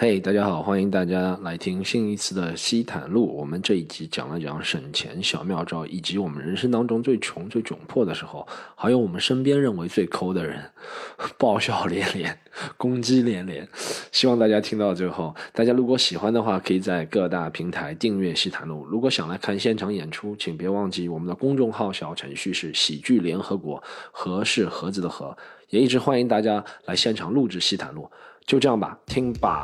嘿大家好，欢迎大家来听新一次的西坦路。我们这一集讲了讲省钱小妙招，以及我们人生当中最穷、最窘迫的时候，还有我们身边认为最抠的人，爆笑连连， 攻击连连。希望大家听到最后，大家如果喜欢的话，可以在各大平台订阅西坦路。如果想来看现场演出，请别忘记我们的公众号小程序是喜剧联合国，和是盒子的和，也一直欢迎大家来现场录制西坦路。就这样吧，听吧。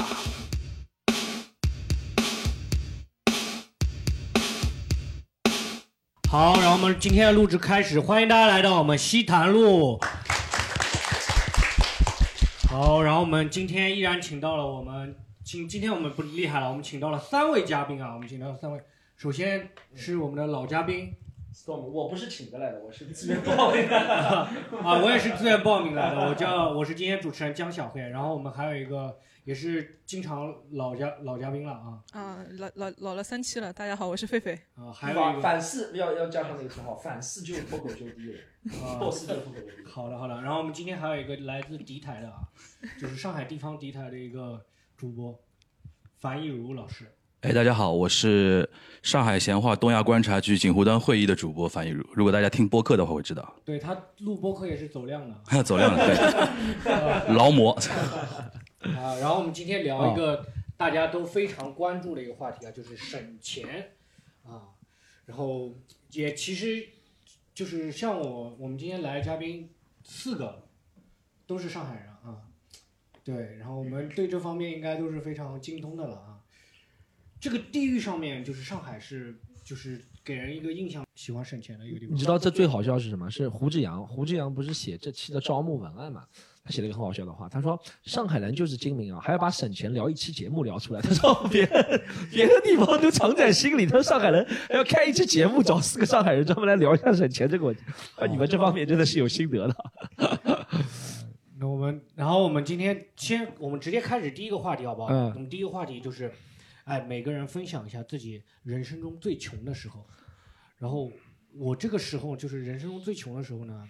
好，然后我们今天的录制开始，欢迎大家来到我们西坛路。好，然后我们今天依然请到了我们，今今天我们不厉害了，我们请到了三位嘉宾啊，我们请到了三位，首先是我们的老嘉宾 Storm，我不是请得来的，我是自 愿报名的啊，我也是自愿报名来的，我叫我是今天主持人江小慧，然后我们还有一个也是经常老嘉老嘉宾了啊，啊，老老老了三期了，大家好，我是狒狒。啊，还有一反个反噬 要要加上那个称号，反噬就是脱口秀第一人，啊破四就是脱口秀第一人。 好的好的，然后我们今天还有一个来自敌台的啊，就是上海地方敌台的一个主播樊亦儒老师。哎，大家好，我是上海闲话东亚观察局锦湖端会议的主播樊亦儒。如果大家听播客的话，会知道对他录播课也是走量的走量了，对， 劳模。啊。然后我们今天聊一个大家都非常关注的一个话题啊，就是省钱啊。然后也其实就是像我，我们今天来的嘉宾四个都是上海人啊， 对，然后我们对这方面应该都是非常精通的了啊。这个地域上面，就是上海是就是给人一个印象喜欢省钱的一个地方。你知道这最好笑是什么？是胡志阳，胡志阳不是写这期的招募文案嘛？他写了一个很好笑的话，他说：“上海人就是精明啊，还要把省钱聊一期节目聊出来。”他说别人别的地方都藏在心里，他说上海人还要开一期节目，找四个上海人专门来聊一下省钱这个问题。啊，你们这方面真的是有心得的。呃那我们， 然后我们今天先，我们直接开始第一个话题，好不好？嗯我们第一个话题就是，哎，每个人分享一下自己人生中最穷的时候。然后我这个时候就是人生中最穷的时候呢，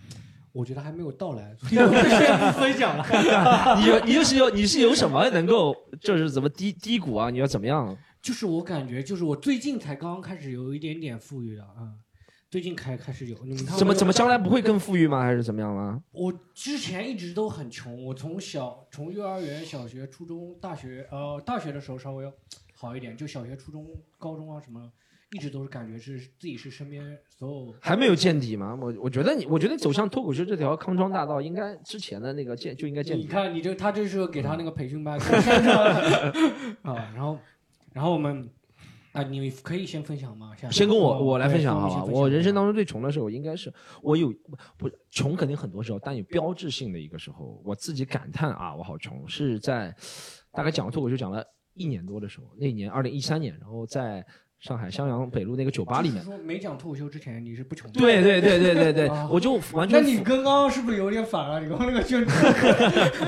我觉得还没有到来，所以我就先不分享 了。你有你就是有你是有什么能够就是怎么低低谷啊？你要怎么样？就是我感觉，就是我最近才刚刚开始有一点点富裕的啊、嗯最近开开始有。你们看我怎么这怎么将来不会更富裕吗？还是怎么样吗？我之前一直都很穷，我从小从幼儿园、小学、初中、大学，呃，大学的时候稍微好一点，就小学、初中、高中啊什么，一直都是感觉是自己是身边所有还没有见底吗？我我觉得你，我觉得走向脱口秀这条康庄大道，应该之前的那个见就应该见嗯你底。看，你这他这是给他那个培训班 给删掉了啊，然后，然后我们啊，你可以先分享吗？下啊先跟我我来分享好好吧？我人生当中最穷的时候，应该是我有不穷肯定很多时候，但有标志性的一个时候，我自己感叹啊，我好穷，是在大概讲脱口秀讲了一年多的时候，那一年二零一三年，然后在上海襄阳北路那个酒吧里面。说没讲脱口秀之前你是不穷的，对对对对对对 啊，我就完那全你跟刚刚是不是有点反啊了？你刚刚那个宣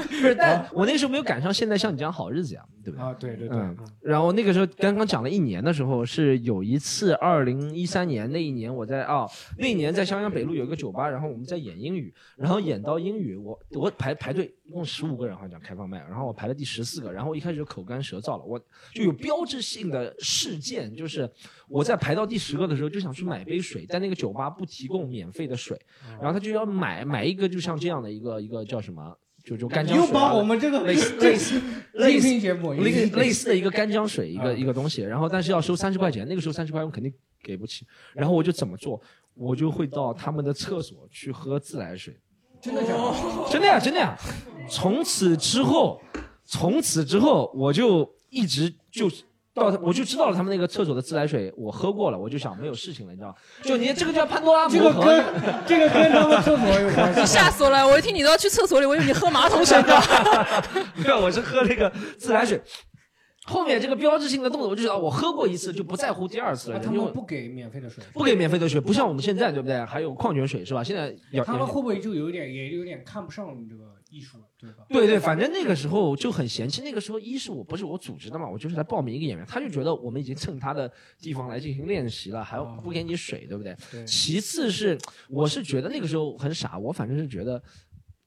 不是，但哦我那时候没有赶上现在像你这样好日子呀，对不对？啊，对对对，嗯然后那个时候刚刚讲了一年的时候，是有一次二零一三年那一年我在啊、那一年在襄阳北路有一个酒吧，然后我们在演英语，然后演到英语，我我排排队一共十五个人好像开放麦，然后我排了第十四个，然后一开始就口干舌燥了，我就有标志性的事件，就是我在排到第十个的时候就想去买杯水，但那个酒吧不提供免费的水，然后他就要买买一个就像这样的一个一个叫什么，就就干你姜水又啊，把我们这个类 似类似类似音频节目，类音似频类似的一 个干姜水，一个啊一个东西，然后但是要收三十块钱，那个时候三十块钱我肯定给不起，然后我就怎么做，我就会到他们的厕所去喝自来水，真的假的？哦 真的呀，真的呀，从此之后，从此之后我就一直就是。到我就知道了他们那个厕所的自来水，我喝过了，我就想没有事情了，你知道吗？就你这个叫潘多拉这魔个盒，跟这个跟他们厕所有关系。你吓死我了！我一听你都要去厕所里，我以为你喝马桶水呢。对，我是喝那个自来水。后面这个标志性的动作，我就知道我喝过一次就不在乎第二次了。啊他因为们不给免费的水，不给免费的水，不像我们现在，对不对？还有矿泉水是吧？现在要他们会不会就有点也有点看不上你这个艺术，对吧？对对，反正那个时候就很嫌弃。那个时候，一是我不是我组织的嘛，我就是来报名一个演员，他就觉得我们已经蹭他的地方来进行练习了，还要哦不给你水，对不对？对其次是，我是觉得那个时候很傻，我反正是觉得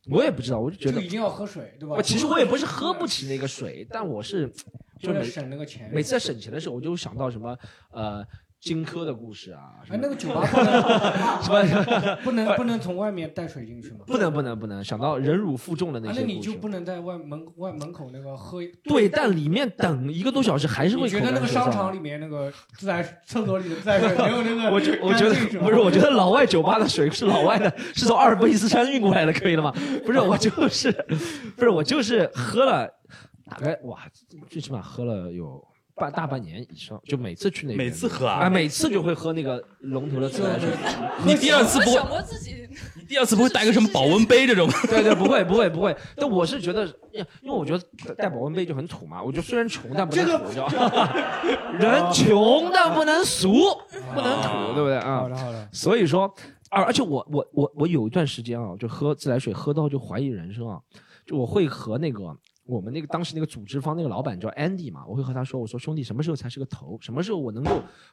我也不知道，我就觉就得一，定要喝水，对吧？我其实我也不是喝不起那个水，但我是就就是每省那个钱。每次在省钱的时候，我就想到什么呃荆轲的故事啊，什哎，么那 个酒吧不能什么 不能不能从外面带水进去吗？不能不能不能想到忍辱负重的啊，些那故你就事。不能在外门外门口那个喝。对，但里面等一个多小时还是你会觉口得干那个舌燥商场里面那个自来厕所里的自来水没有那个 我觉我觉得干净是吧不是，我觉得老外酒吧的水是老外的，是从阿尔卑斯山运过来的，可以了吗？不是，我就是，不是我就是喝了，大概哇，最起码喝了有半大半年以上，就每次去那边每次喝啊啊，每次就会喝那个龙头的自来水，你第二次不想会，过自己你第二次不会带个什么保温杯这种？ 对对，不会不会不会，但我是觉得，因为我觉得带保温杯就很土嘛，我觉得虽然穷但不能土，你知道吗？ 人穷但不能 俗，不能土，对不对啊？好的好的，所以说，而而且我我我我有一段时间啊，就喝自来水喝到就怀疑人生啊，就我会和那个我们那个当时那个组织方那个老板叫 Andy 嘛，我会和他说，我说兄弟，什么时候才是个头？什么时候我能够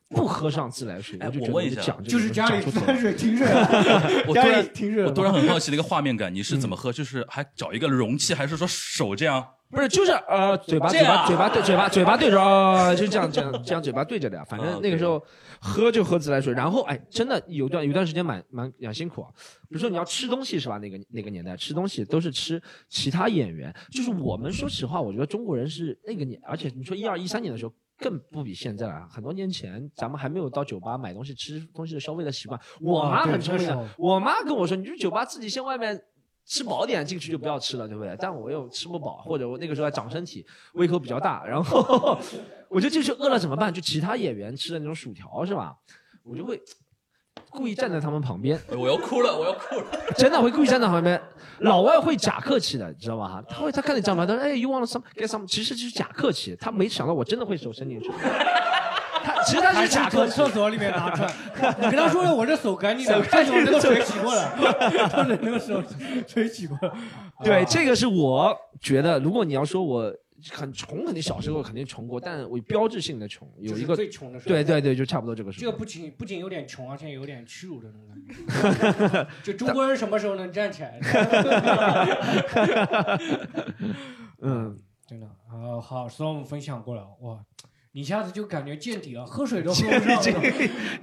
不喝上自来水？哎我就觉我得问一就下讲这就个是东西家讲里出自头来水停水了， 我突家然里停水我了。嗯突然很 好奇那个画面感，你是怎么喝？就是还找一个容器，还是说手这样？不是，就是呃，嘴巴这嘴样巴啊嘴巴对嘴巴嘴巴对着，啊，就这样这 样这样嘴巴对着的呀。反啊正那个时候喝就喝自来水，然后哎，真的有段有段时间蛮蛮蛮辛苦啊。比如说你要吃东西是吧？那个那个年代吃东西都是吃其他演员，就是我们说实话，我觉得中国人是那个年，而且你说一二一三年的时候。更不比现在了，很多年前咱们还没有到酒吧买东西、吃东西的消费的习惯。我哇妈对很聪明那时候的，我妈跟我说，你去酒吧自己先外面吃饱点进去就不要吃了，对不对？但我又吃不饱，或者我那个时候还长身体，胃口比较大，然后我就进去饿了怎么办？就其他演员吃的那种薯条是吧？我就会故意站在他们旁边，哎我要哭了，我要哭了。真的会故意站在旁边。老外会假客气的，你知道吧？他会他看你站旁边，他说哎，you want some get some，其实就是假客气，他没想到我真的会手伸进去。他其实他还是是假客从气，厕所里面拿出来，你跟他说我这手干净的，但是我那个水洗过了，但是那个手水洗过了。对，啊这个是我觉得，如果你要说我很穷，肯定小时候肯定穷过，但我标志性的穷，有就是一个最穷的时候，对对对，就差不多这个时这个候。不仅不仅有点穷，而且有点屈辱的那 种感觉。就中国人什么时候能站起来？ 嗯，真的，呃，好，所以我们分享过了，哇，你一下子就感觉见底了，喝水都喝不上 了。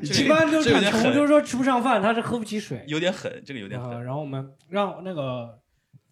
一般都这是有很点穷，狠就是说吃不上饭，他是喝不起水。有点狠，这个有点狠。啊，然后我们让那个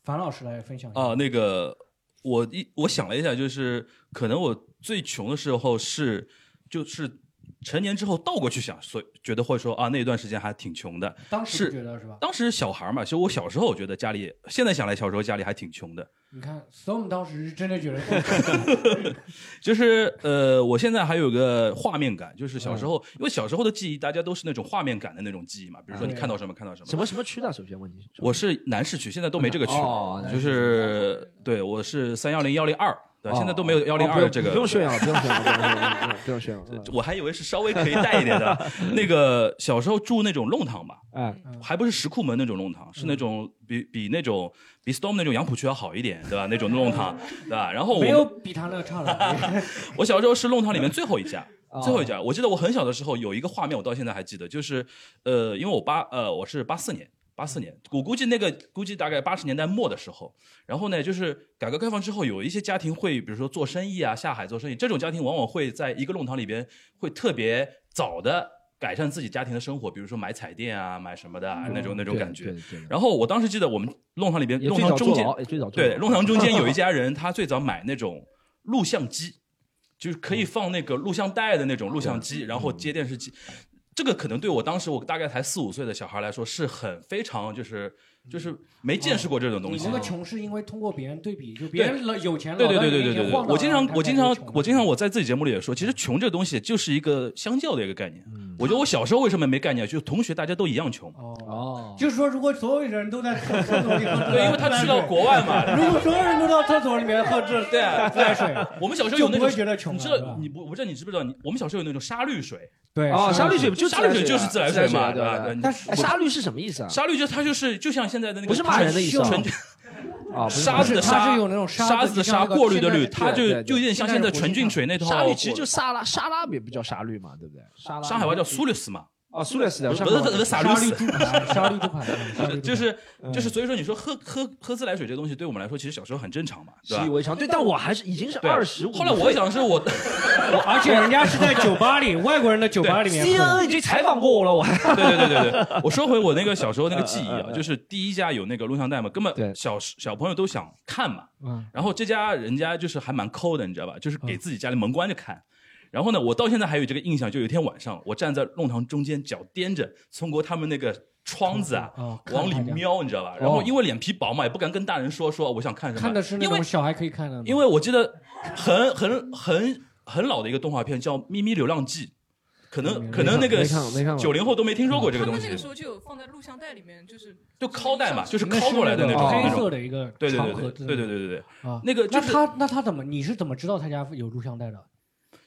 樊老师来分享一下。啊，那个我一我想了一下，就是可能我最穷的时候是就是成年之后倒过去想，所以觉得会说啊那段时间还挺穷的。当时是不觉得是吧？当时小孩嘛，其实我小时候我觉得家里，现在想来小时候家里还挺穷的，你看，所以我们当时是真的觉得自己就是呃，我现在还有个画面感，就是小时嗯候，因为小时候的记忆大家都是那种画面感的那种记忆嘛，比如嗯说你对看到什么看到什么什。么什么区的？首先问题，我是南市区，现在都没这个区，哦就是对我是三幺零幺零二，对哦吧，现在都没有幺零哦不二用这个。不用炫耀，不用炫耀，不用炫耀，不用炫耀。嗯 我还以为是稍微可以带一 点的。那个小时候住那种弄堂吧，哎，嗯还不是石库门那种弄堂，是那种比比那种比 Storm 那种杨浦区要好一点，对吧？那种弄堂，对吧？然后 我哦没有比他那 差了。我小时候是弄堂里面最后一家。 哦最后一家，我记得我很小的时候有一个画面，我到现在还记得，就是，呃，因为我八呃我是八四年，八四年，我估计那个估计大概八十年代末的时候，然后呢，就是改革开放之后，有一些家庭会比如说做生意啊，下海做生意，这种家庭往往会在一个弄堂里边会特别早的改善自己家庭的生活，比如说买彩电啊，买什么的啊、那种那种嗯对感觉对。对对然后我当时记得我们弄堂里边，也弄最堂早中坐间牢，也最早坐牢对，弄堂中 间有一家人，他最早买那种录像机，就是可以放那个录像带的那种录像机，然后接电视机。这个可能对我当时我大概才四五岁的小孩来说是很非常就是就是没见识过这种东你西那。个穷是因为通过别人对比，就别人老有钱，对对老在对你对对对面前对，晃我经常荡我经常他才是我经常穷我在自己节目里也说，其实穷这个东西就是一个相较的一个概念。我觉得我小时候为什么没概念，就是同学大家都一样穷，哦，哦，就是说，如果所有人都在厕所里喝，对，因为他去到，国外嘛， 如果所有人都到厕所里面喝这 对 啊自来水，我们小时候就有那不种会，觉得穷你了，知是吧道你不我不知道你知不知道，你我们小时候有那种沙律水。对哦，沙沙律水不就沙律水就是自自来来水水啊嘛，对对吧？对吧？你但是哎沙律是什么意思啊？沙律就它就是就像现在的那个不是骂人的意思啊纯纯啊，不是沙子的它沙是有那种沙子子就的像沙，那个过滤的滤，现在它就对对对就有点像现在纯净水那套。沙律其实就沙拉，沙拉也不叫沙律嘛，对不对？沙拉上海话叫苏律师嘛， 哦，苏联死掉，不是上不海是网不是站傻沙律律死猪排，沙律 猪排，嗯沙律猪排就是就是，所以说你说喝喝喝自来水这东西对我们来说，其实小时候很正常嘛，对习以吧？为常。对，但我还是已经是对啊二十五。后来我想是我，而且人家是在酒吧 里，外国人的酒吧里面 C 喝 N 的。 N 已经采访过我了，我还对对对对对， 我说回我那个小时候那个记忆嗯啊，就是第一家有那个录像带嘛，根对本小小朋友都想看嘛，嗯然后这家人家就是还蛮抠的，你知道吧？就是给自己家里门关着看。然后呢，我到现在还有这个印象，就有一天晚上，我站在弄堂中间，脚踮着，通过他们那个窗子啊，哦看往里大家瞄，你知道吧？然后因为脸皮薄嘛，也不敢跟大人说说我想看什么，看的是那因为种小孩可以看的，因为我记得很很很很老的一个动画片叫《咪咪流浪记》，可能可能那个没看过没看过九零后都没听说过这他个东们西那，个时候就有放在录像带里面，就是就拷带嘛，就是那拷是过来的那那种个那黑种色，的一个对对长对盒对子，对对对对，啊。那个那就是他那他怎么？你是怎么知道他家有录像带的？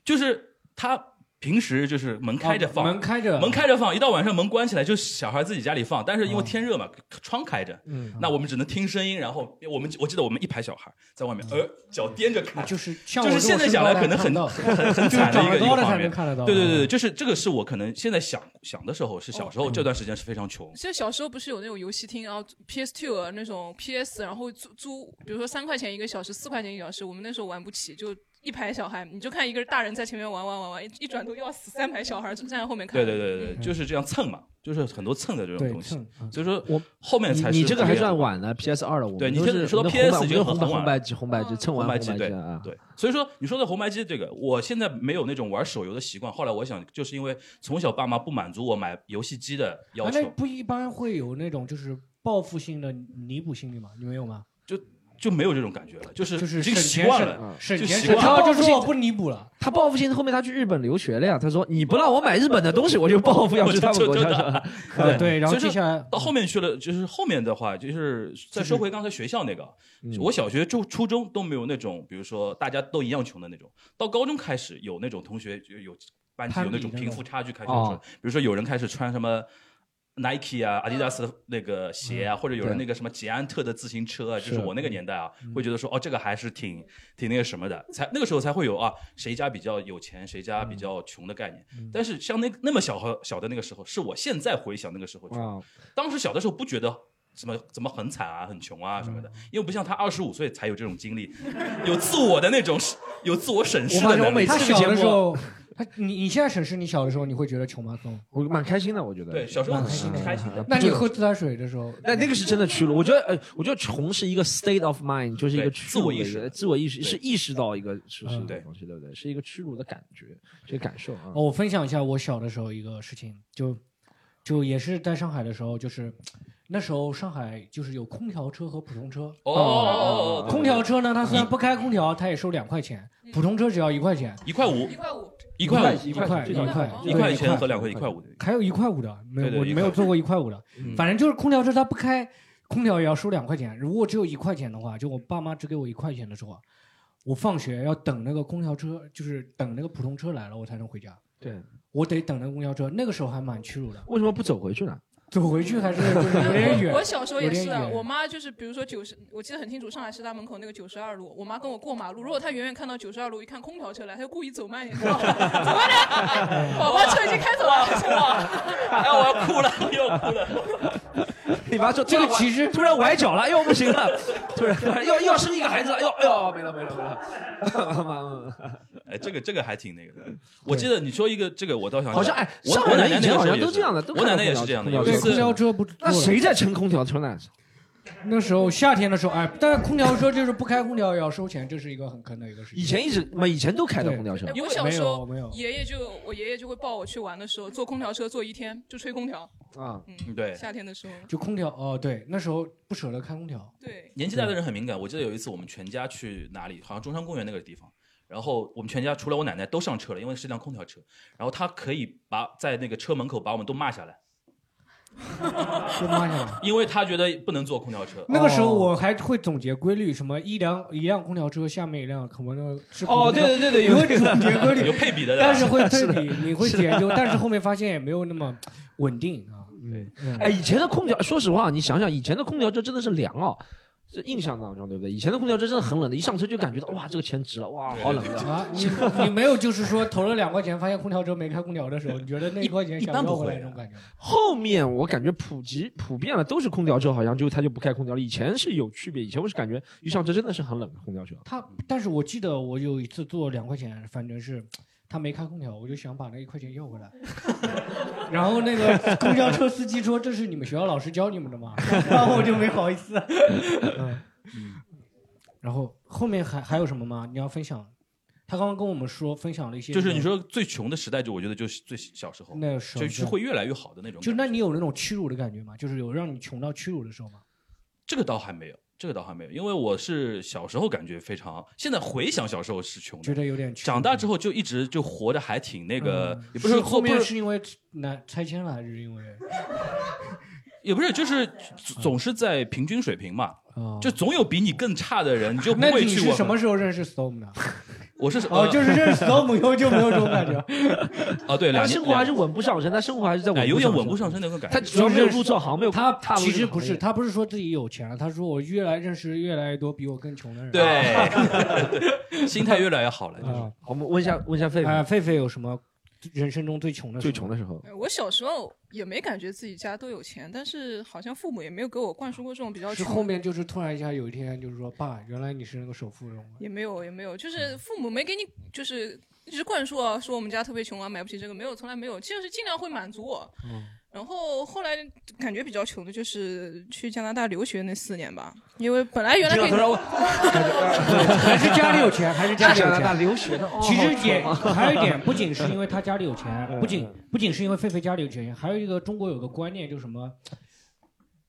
就是他平时就是门开着啊放门。开着，门开着放，一到晚上门关起来，就小孩自己家里放。但是因为天热嘛，窗开着，嗯那我们只能听声音。然后我们我记得我们一排小孩在外面，嗯呃，脚踮着看，啊就是像就是现在想来可能很很很惨的一个一高个的画才面能。看得到。对对对，对，就是这个是我可能现在想想的时候是哦小嗯时候这段时间是非常穷，其实小时候不是有那种游戏厅，然后 PS Two 啊那种 PS，然后租租，比如说三块钱一个小时，四块钱一个小时，我们那时候玩不起，就一排小孩，你就看一个大人在前面玩玩玩玩，一一转头要死，三排小孩就站在后面看。嗯对对对对，对就是这样蹭嘛，就是很多蹭的这种嗯对东西，蹭嗯所以说我后面你才是你这个还算样晚了，PS 二了。我们对你都听是你说我到们红白 PS 已经我们很晚红白机、红白机，蹭完红白白机对啊。对，所以说你说的红白机这个，我现在没有那种玩手游的习惯。后来我想，就是因为从小爸妈不满足我买游戏机的要啊求那，不一般会有那种就是报复性的弥补心理吗？你没有吗？就没有这种感觉了，就是就是已经省习钱惯省了。省就钱习省，惯他了就说我不弥补了。他报复性，后面他去日本留学了呀。他说：“你不让我买日本的东西，我就报复要去他们国家。 我就去 呃，对，然所后以说接下来到后面去了，就是后面的话，就是再说回刚才学校那个，嗯我小学、初初中都没有那种，比如说大家都一样穷的那种。到高中开始有那种同学就有班级攀有那比种那贫种富差距开始出来，哦比如说有人开始穿什么 Nike 啊、阿迪达斯的那个鞋嗯啊，或者有人对那个什么捷安特的自行车啊，就是是我那个年代啊，嗯会觉得说哦，这个还是挺挺那个什么的，才那个时候才会有啊，谁家比较有钱，谁家比较穷的概念。嗯但是像那那么小和小的那个时候，是我现在回想那个时候觉得啊，当时小的时候不觉得怎么怎么很惨啊、很穷嗯啊什么的，因为不像他二十五岁才有这种经历， 有自我的那种，有自我审视我发的现我能每力。他次小的时候，他你你现在审视你小的时候，你会觉得穷吗？松？我蛮开心的，嗯我觉得。对，小时候很开心的。那你喝自来水的时候，那那个是真的屈辱，我觉得，呃，我觉得穷是一个 state of mind，就是一个对屈辱的一个自我意识自我意识对是意识到一个是是的嗯对东西，对不对？是一个屈辱的感觉，这个感受啊。哦我分享一下我小的时候一个事情，就就也是在上海的时候，就是那时候上海就是有空调车和普通车。哦哦哦，空调车呢，它虽然不开空调，它也收两块钱；普通车只要一块钱，一块五一，块五，一块五，一一块块一一块块一对块钱和两块一块五的。还有一块五的，没对对有我一块没有做过一块五的嗯，反正就是空调车它不开，空调也要收两块钱。如果只有一块钱的话，就我爸妈只给我一块钱的时候啊，我放学要等那个空调车，就是等那个普通车来了，我才能回家。对，我得等那个公交车，那个时候还蛮屈辱的，为什么不走回去呢？走回去 还是就是有点远我。小时候也是有啊，点远我妈就是比如说九十，我记得很清楚，上海师大门口那个九十二路，我妈跟我过马路，如果她远远看到九十二路，一看空调车来，她就故意走慢一点，走 慢点，走慢点，宝宝车已经开走了，开走了。 哎，我要哭了，我要哭 了。 你妈说这个其实突然崴脚了，又不行了，突然突然要要生一个孩子了，又哎呦没了没了没了，哎，这个这个还挺那个的。我记得你说一个这个，我倒想好像哎，我上我海奶人奶以那前个好时候像也都这样是。的，都我奶奶也是这样的看到有空一对调车次公交车不那谁在乘空调车呢？那时候夏天的时候，哎，但是空调车就是不开空调也要收钱，这是一个很坑的一个事情。以前一直嘛，以前都开的空调车哎，对我小没时有候没有爷爷就我爷爷就会抱我去玩的时候，坐空调车坐一天，就吹空调。啊，嗯嗯，对夏天的时候，就空调哦，对，那时候不舍得开空调，对，年纪大的人很敏感。我记得有一次我们全家去哪里，好像中山公园那个地方，然后我们全家除了我奶奶都上车了，因为是辆空调车，然后她可以把在那个车门口把我们都 骂下来，就妈呀！因为她觉得不能坐空调哦车。那个时候哦我还会总结规律，什么一辆一辆空调车下面一辆可能是哦，对对对对，有有总结 规律，有配比 的，对吧但是会对比，你会研究，但是后面 发现也嗯没有那么稳定啊。嗯哎哎，以前的空调，说实话，你想想，以前的空调车真的是凉啊、这印象当中，对不对？以前的空调车真的很冷的，一上车就感觉到哇，这个钱值了，哇，好冷的。啊， 你你没有就是说投了两块钱，发现空调车没开空调的时候，你觉得那一块钱一想般要不回来会那种感觉吗？后面我感觉普及普遍了，都是空调车，好像就它就不开空调了。以前是有区别，以前我是感觉一上车真的是很冷的空调车。他，但是我记得我有一次做两块钱，反正是他没开空调，我就想把那一块钱要回来。 然后那个公交车司机说：“这是你们学校老师教你们的 吗？”然哦后我就没好意思。嗯，然后后面还还有什么吗？你要分享？他刚刚跟我们说分享了一些，就是你说最穷的时代，就我觉得就是最小时候，那个时候就是会越来越好的那种就感觉。那你有那种屈辱的感觉吗？就是有让你穷到屈辱的时候吗？这个倒还没有，这个倒还没有，因为我是小时候感觉非常，现在回想小时候是穷觉的，得有点屈辱长大之后就一直就活得还挺那个，也不是是后后面面是因为南拆迁了，还是因为也不是，就是总总是在平均水平嘛，啊？就总有比你更差的人，你就不 那会你去是问。什么时候认识 Storm 的？我是哦，呃就是认 识 Storm 以后就没有这种感觉。啊，对，他两年生活还两是稳步上升，他生活还是在哎有点稳稳步步上上升的那种感升。他觉。只要没有入错行，没有他踏入其实这个行不是，业他不是说自己有钱了，他说我越来认识越来越多比我更穷的人。 啊，对，心态越来越好了，就是啊，好我们问一下问一下狒狒，哎狒狒有什么人生中最穷的？最穷。的时候，哎我小时候也没感觉自己家多有钱，但是好像父母也没有给我灌输过这种比较是穷。后面就是突然一下有一天就是说，爸，原来你是那个首富人物。也没有也没有，就是父母没给你就是一直灌输啊，说我们家特别穷啊，买不起这个，没有，从来没有，就是尽量会满足我。嗯然后后来感觉比较穷的就是去加拿大留学那四年吧，因为本哎来原来可以 还是家里有钱，还是家里有钱。留学的，哦 嗯其实也还有一点，不仅是因为他家里 有钱，不仅不仅是因为狒狒家里有钱，还有一个中国有个观念，就是什么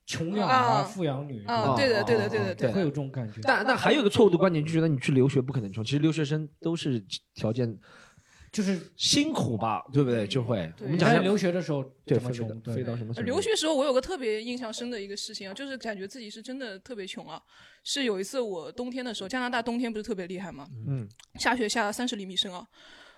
穷养啊，啊富养女，啊，对的对的对的对对哦会有这种感觉。但但还有一个错误的观点，就觉得你去留学不可能穷。其实留学生都是条件就是辛苦吧，对不对？就会对呃我们你讲一在下留学的时候对怎么飞穷？到飞到什么程度留学时候，我有个特别印象深的一个事情啊，就是感觉自己是真的特别穷啊。是有一次我冬天的时候，加拿大冬天不是特别厉害吗？嗯，下雪下三十厘米深啊。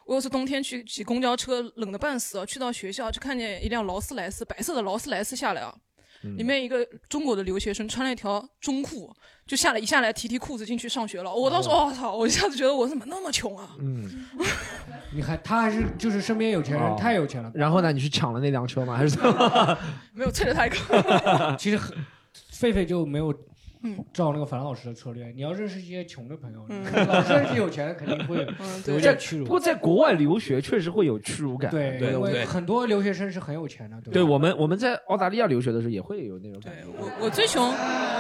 我有次冬天去挤公交车，冷的半死啊，去到学校就看见一辆劳斯莱斯，白色的劳斯莱斯下来啊，嗯里面一个中国的留学生穿了一条中裤，就下来一下来提提裤子进去上学了。我当时哦我操，我一下子觉得我怎么那么穷啊？嗯，你还他还是就是身边有钱哦人太有钱了，然后呢？你去抢了那辆车吗？还是怎么？ 没有，啐着他一口。 其实很 狒狒就没有嗯照那个樊老师的策略。你要认识一些穷的朋友，嗯老是认识有钱的肯定会 嗯，有对。点屈不过辱。在国外留学确实会有屈辱感。对，对因为对很多留学生是很有钱的，对对吧？我们我们在澳大利亚留学的时候也会有那种感对觉，我我最穷，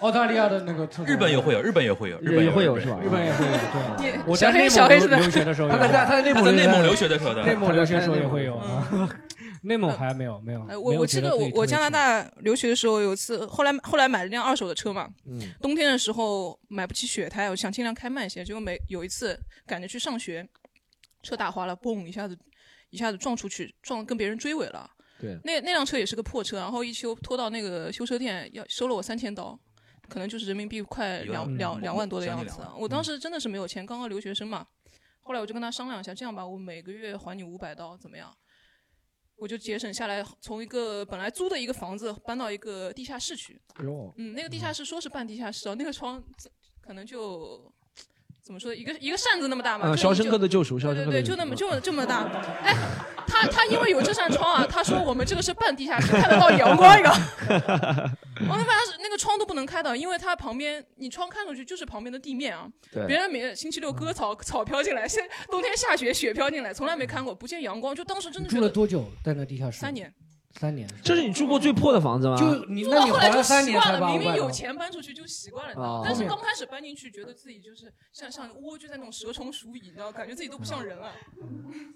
澳大利亚的那个厕所日本也，会有，日本也会有，日本也会有日是本吧？日本也会有。对，你我小在内黑蒙小黑是留吧？留学的时候也他会，在他在内他蒙在内蒙留留学学的时候的，内蒙留学的时候也会有。嗯啊内蒙还没有没有。哎，我没有我觉记得自我己特我别加拿穷大留学的时候有一次，后来后来买了辆二手的车嘛，嗯冬天的时候买不起雪胎，我想尽量开慢些，结果每有一次赶着去上学，车打滑了，嘣一下子一下子撞出去，撞跟别人追尾了。对那那辆车也是个破车，然后一修拖到那个修车店，要收了我三千刀，可能就是人民币快一万两嗯两两万多的将近样子啊两。嗯我当时真的是没有钱，刚刚留学生嘛。后来我就跟他商量一下，这样吧，我每个月还你五百刀，怎么样？我就节省下来，从一个本来租的一个房子搬到一个地下室去。哟，嗯，那个地下室说是半地下室哦，那个窗可能就怎么说，一个一个扇子那么大嘛。嗯，就肖申就克的救赎，肖对申对克对，的就救那赎啊么就这么大。哎，他他因为有这扇窗啊，他说我们这个是半地下室，看得到阳 光呀。我那把是那个窗都不能开的，因为它旁边你窗看出去就是旁边的地面啊。对别人每星期六割草草飘进来，现冬天下雪雪飘进来，从来没看过，不见阳光，就当时真的你住觉了得多久在那地下室？三，年。三年。这是你住过最破的房子吗？就你住那到你后来还就了三习年惯才了，把明五明百有刀。钱搬出去就习惯了，你知哦道但是后面刚开始搬进去，觉得自己就是像像蜗居在那种蛇虫鼠蚁，你知道，感觉自己都不像人了。嗯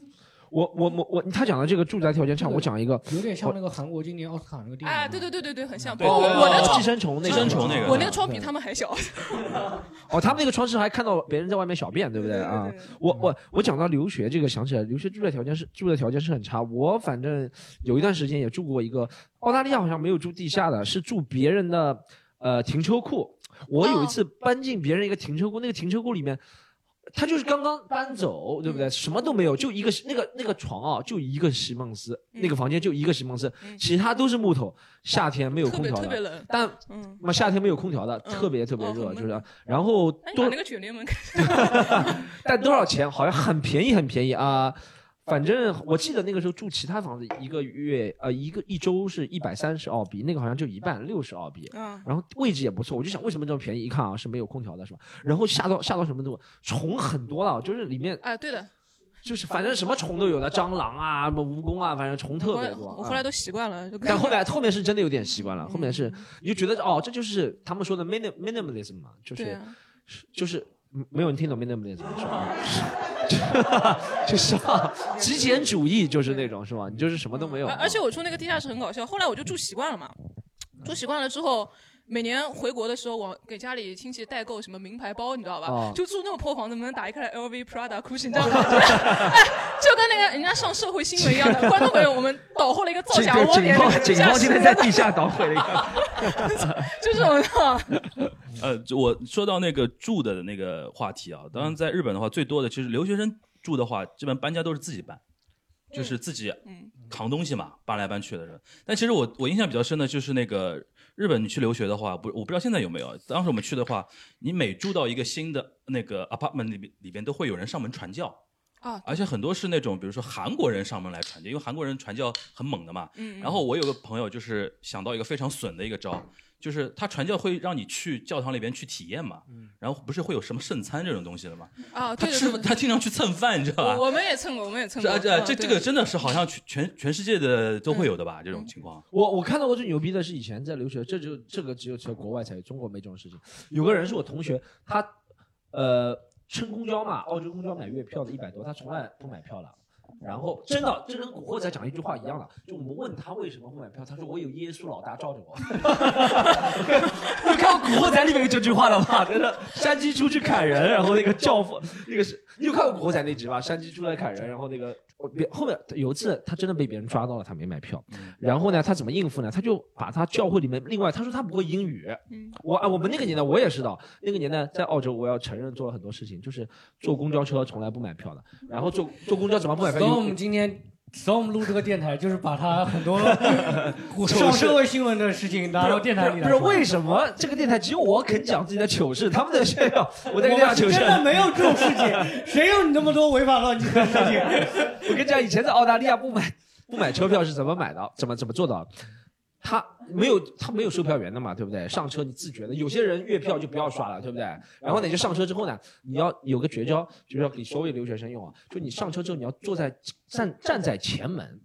我我我我，他讲的这个住宅条件差，我讲一个，有点像那个韩国今年奥斯卡那个电影。哎，对对对对对，很像。对包括对我的对窗哦寄，生虫那个，寄生虫那个我那个窗比他们 还小。哦，他们那个窗是还看到别人在外面小便，对不对啊？对对我我我讲到留学这个，想起来留学住的条件是住的条件是很差。我反正有一段时间也住过一个澳大利亚，好像没有住地下的，是住别人哦的呃停车库。我有一次搬进别人一个停车库，那个停车库里面他就是刚刚搬走，对不嗯对？什么都没有，就一个那个那个床啊，就一个席梦思，那个嗯房间就一个席梦思，其他都是木头。夏天没有特空别调嗯特别的，冷，但嗯，嘛夏天没有空调的，嗯特别特别哦热，很就是。然后哎，你把多那个卷帘门开，但多少钱？好像很便宜，很便宜啊。反正我记得那个时候住其他房子，一个月呃一个一周是一百三十澳币，那个好像就一半六十澳币。嗯，然后位置也不错，我就想为什么这么便宜？一看啊是没有空调的，是吧？然后下到下到什么地步？虫很多了，就是里面啊，对的，就是反正什么虫都有的，蟑螂啊、什么蜈蚣啊，反正虫特我别来多。我啊后来都习惯了，就但后来后面是真的有点习惯了，后面嗯是你就觉得哦，这就是他们说的 minim minimalism 嘛，就对是啊，就是嗯没有人听懂 minimalism 是吧？ 就是啊极简主义就是那种是吧？你就是什么都没有。而而且我住那个地下室很搞笑，后来我就住习惯了嘛，住习惯了之后。每年回国的时候，我给家里亲戚代购什么名牌包，你知道吧？哦就住那种破房子，门打一开来，LV、Prada、Gucci，你知道吗？ 哎，就跟那个人家上社会新闻一样的。观众朋友，我们捣获了一个造警假窝警点，那方个地警下方室今天在地下捣毁了一个。就这种的。呃，就我说到那个住的那个话题啊，嗯当然在日本的话，最多的其实留学生住的话，基本搬家都是自己搬，就是自己嗯扛东西嘛，搬来搬去的人。但其实我我印象比较深的就是那个日本，你去留学的话，不，我不知道现在有没有。当时我们去的话，你每住到一个新的那个 apartment 里边里边，都会有人上门传教。啊，而且很多是那种，比如说韩国人上门来传教，因为韩国人传教很猛的嘛。嗯嗯然后我有个朋友就是想到一个非常损的一个招，就是他传教会让你去教堂里边去体验嘛。然后不是会有什么圣餐这种东西的嘛？ 啊，他对吃对对，他经常去蹭饭，你知道吧？我我们也蹭过，我们也蹭这啊啊过。这这嗯这个真的是好像全全全世界的都会有的吧？这种嗯情况。我我看到过最牛逼的是以前在留学，这就这个只有在国外才有，中国没这种事情。有个人是我同学，他呃乘公交嘛，澳洲公交买月票的一百多，他从来不买票了。然后真的，这跟古惑仔讲一句话一样的，就我们问他为什么不买票，他说我有耶稣老大罩着我。你看过《古惑仔》里面有这句话的 吗？就是山鸡出去砍人，然后那个教父，那个是你有看过《古惑仔》那集吧？山鸡出来砍人，然后那个我别后面有一次他真的被别人抓到了，他没买票。嗯然后呢，他怎么应付呢？他就把他教会里面，另外他说他不会英语。嗯我啊，我们那个年代我也知道，那个年代在澳洲，我要承认做了很多事情，就是坐公交车从来不买票的，然后坐坐公交怎么不买票？所以我们今天，所以我们录这个电台，就是把他 很多上社会新闻的事情拿到电台里不来是说。为什么这个电台只有我肯讲自己的糗事，他们在炫耀我在我跟大家们糗是事真。的没有这种事情，谁有你那么多违法乱纪的事情？ 我跟你讲，以前在澳大利亚不买不买车票是怎么买的？怎么怎么做到的？他没有他没有售票员的嘛，对不对？上车你自觉的，有些人月票就不要刷了，对不对？然后呢，你就上车之后呢，你要有个绝招，就是要给所有留学生用啊，就你上车之后你要坐在站站在前门，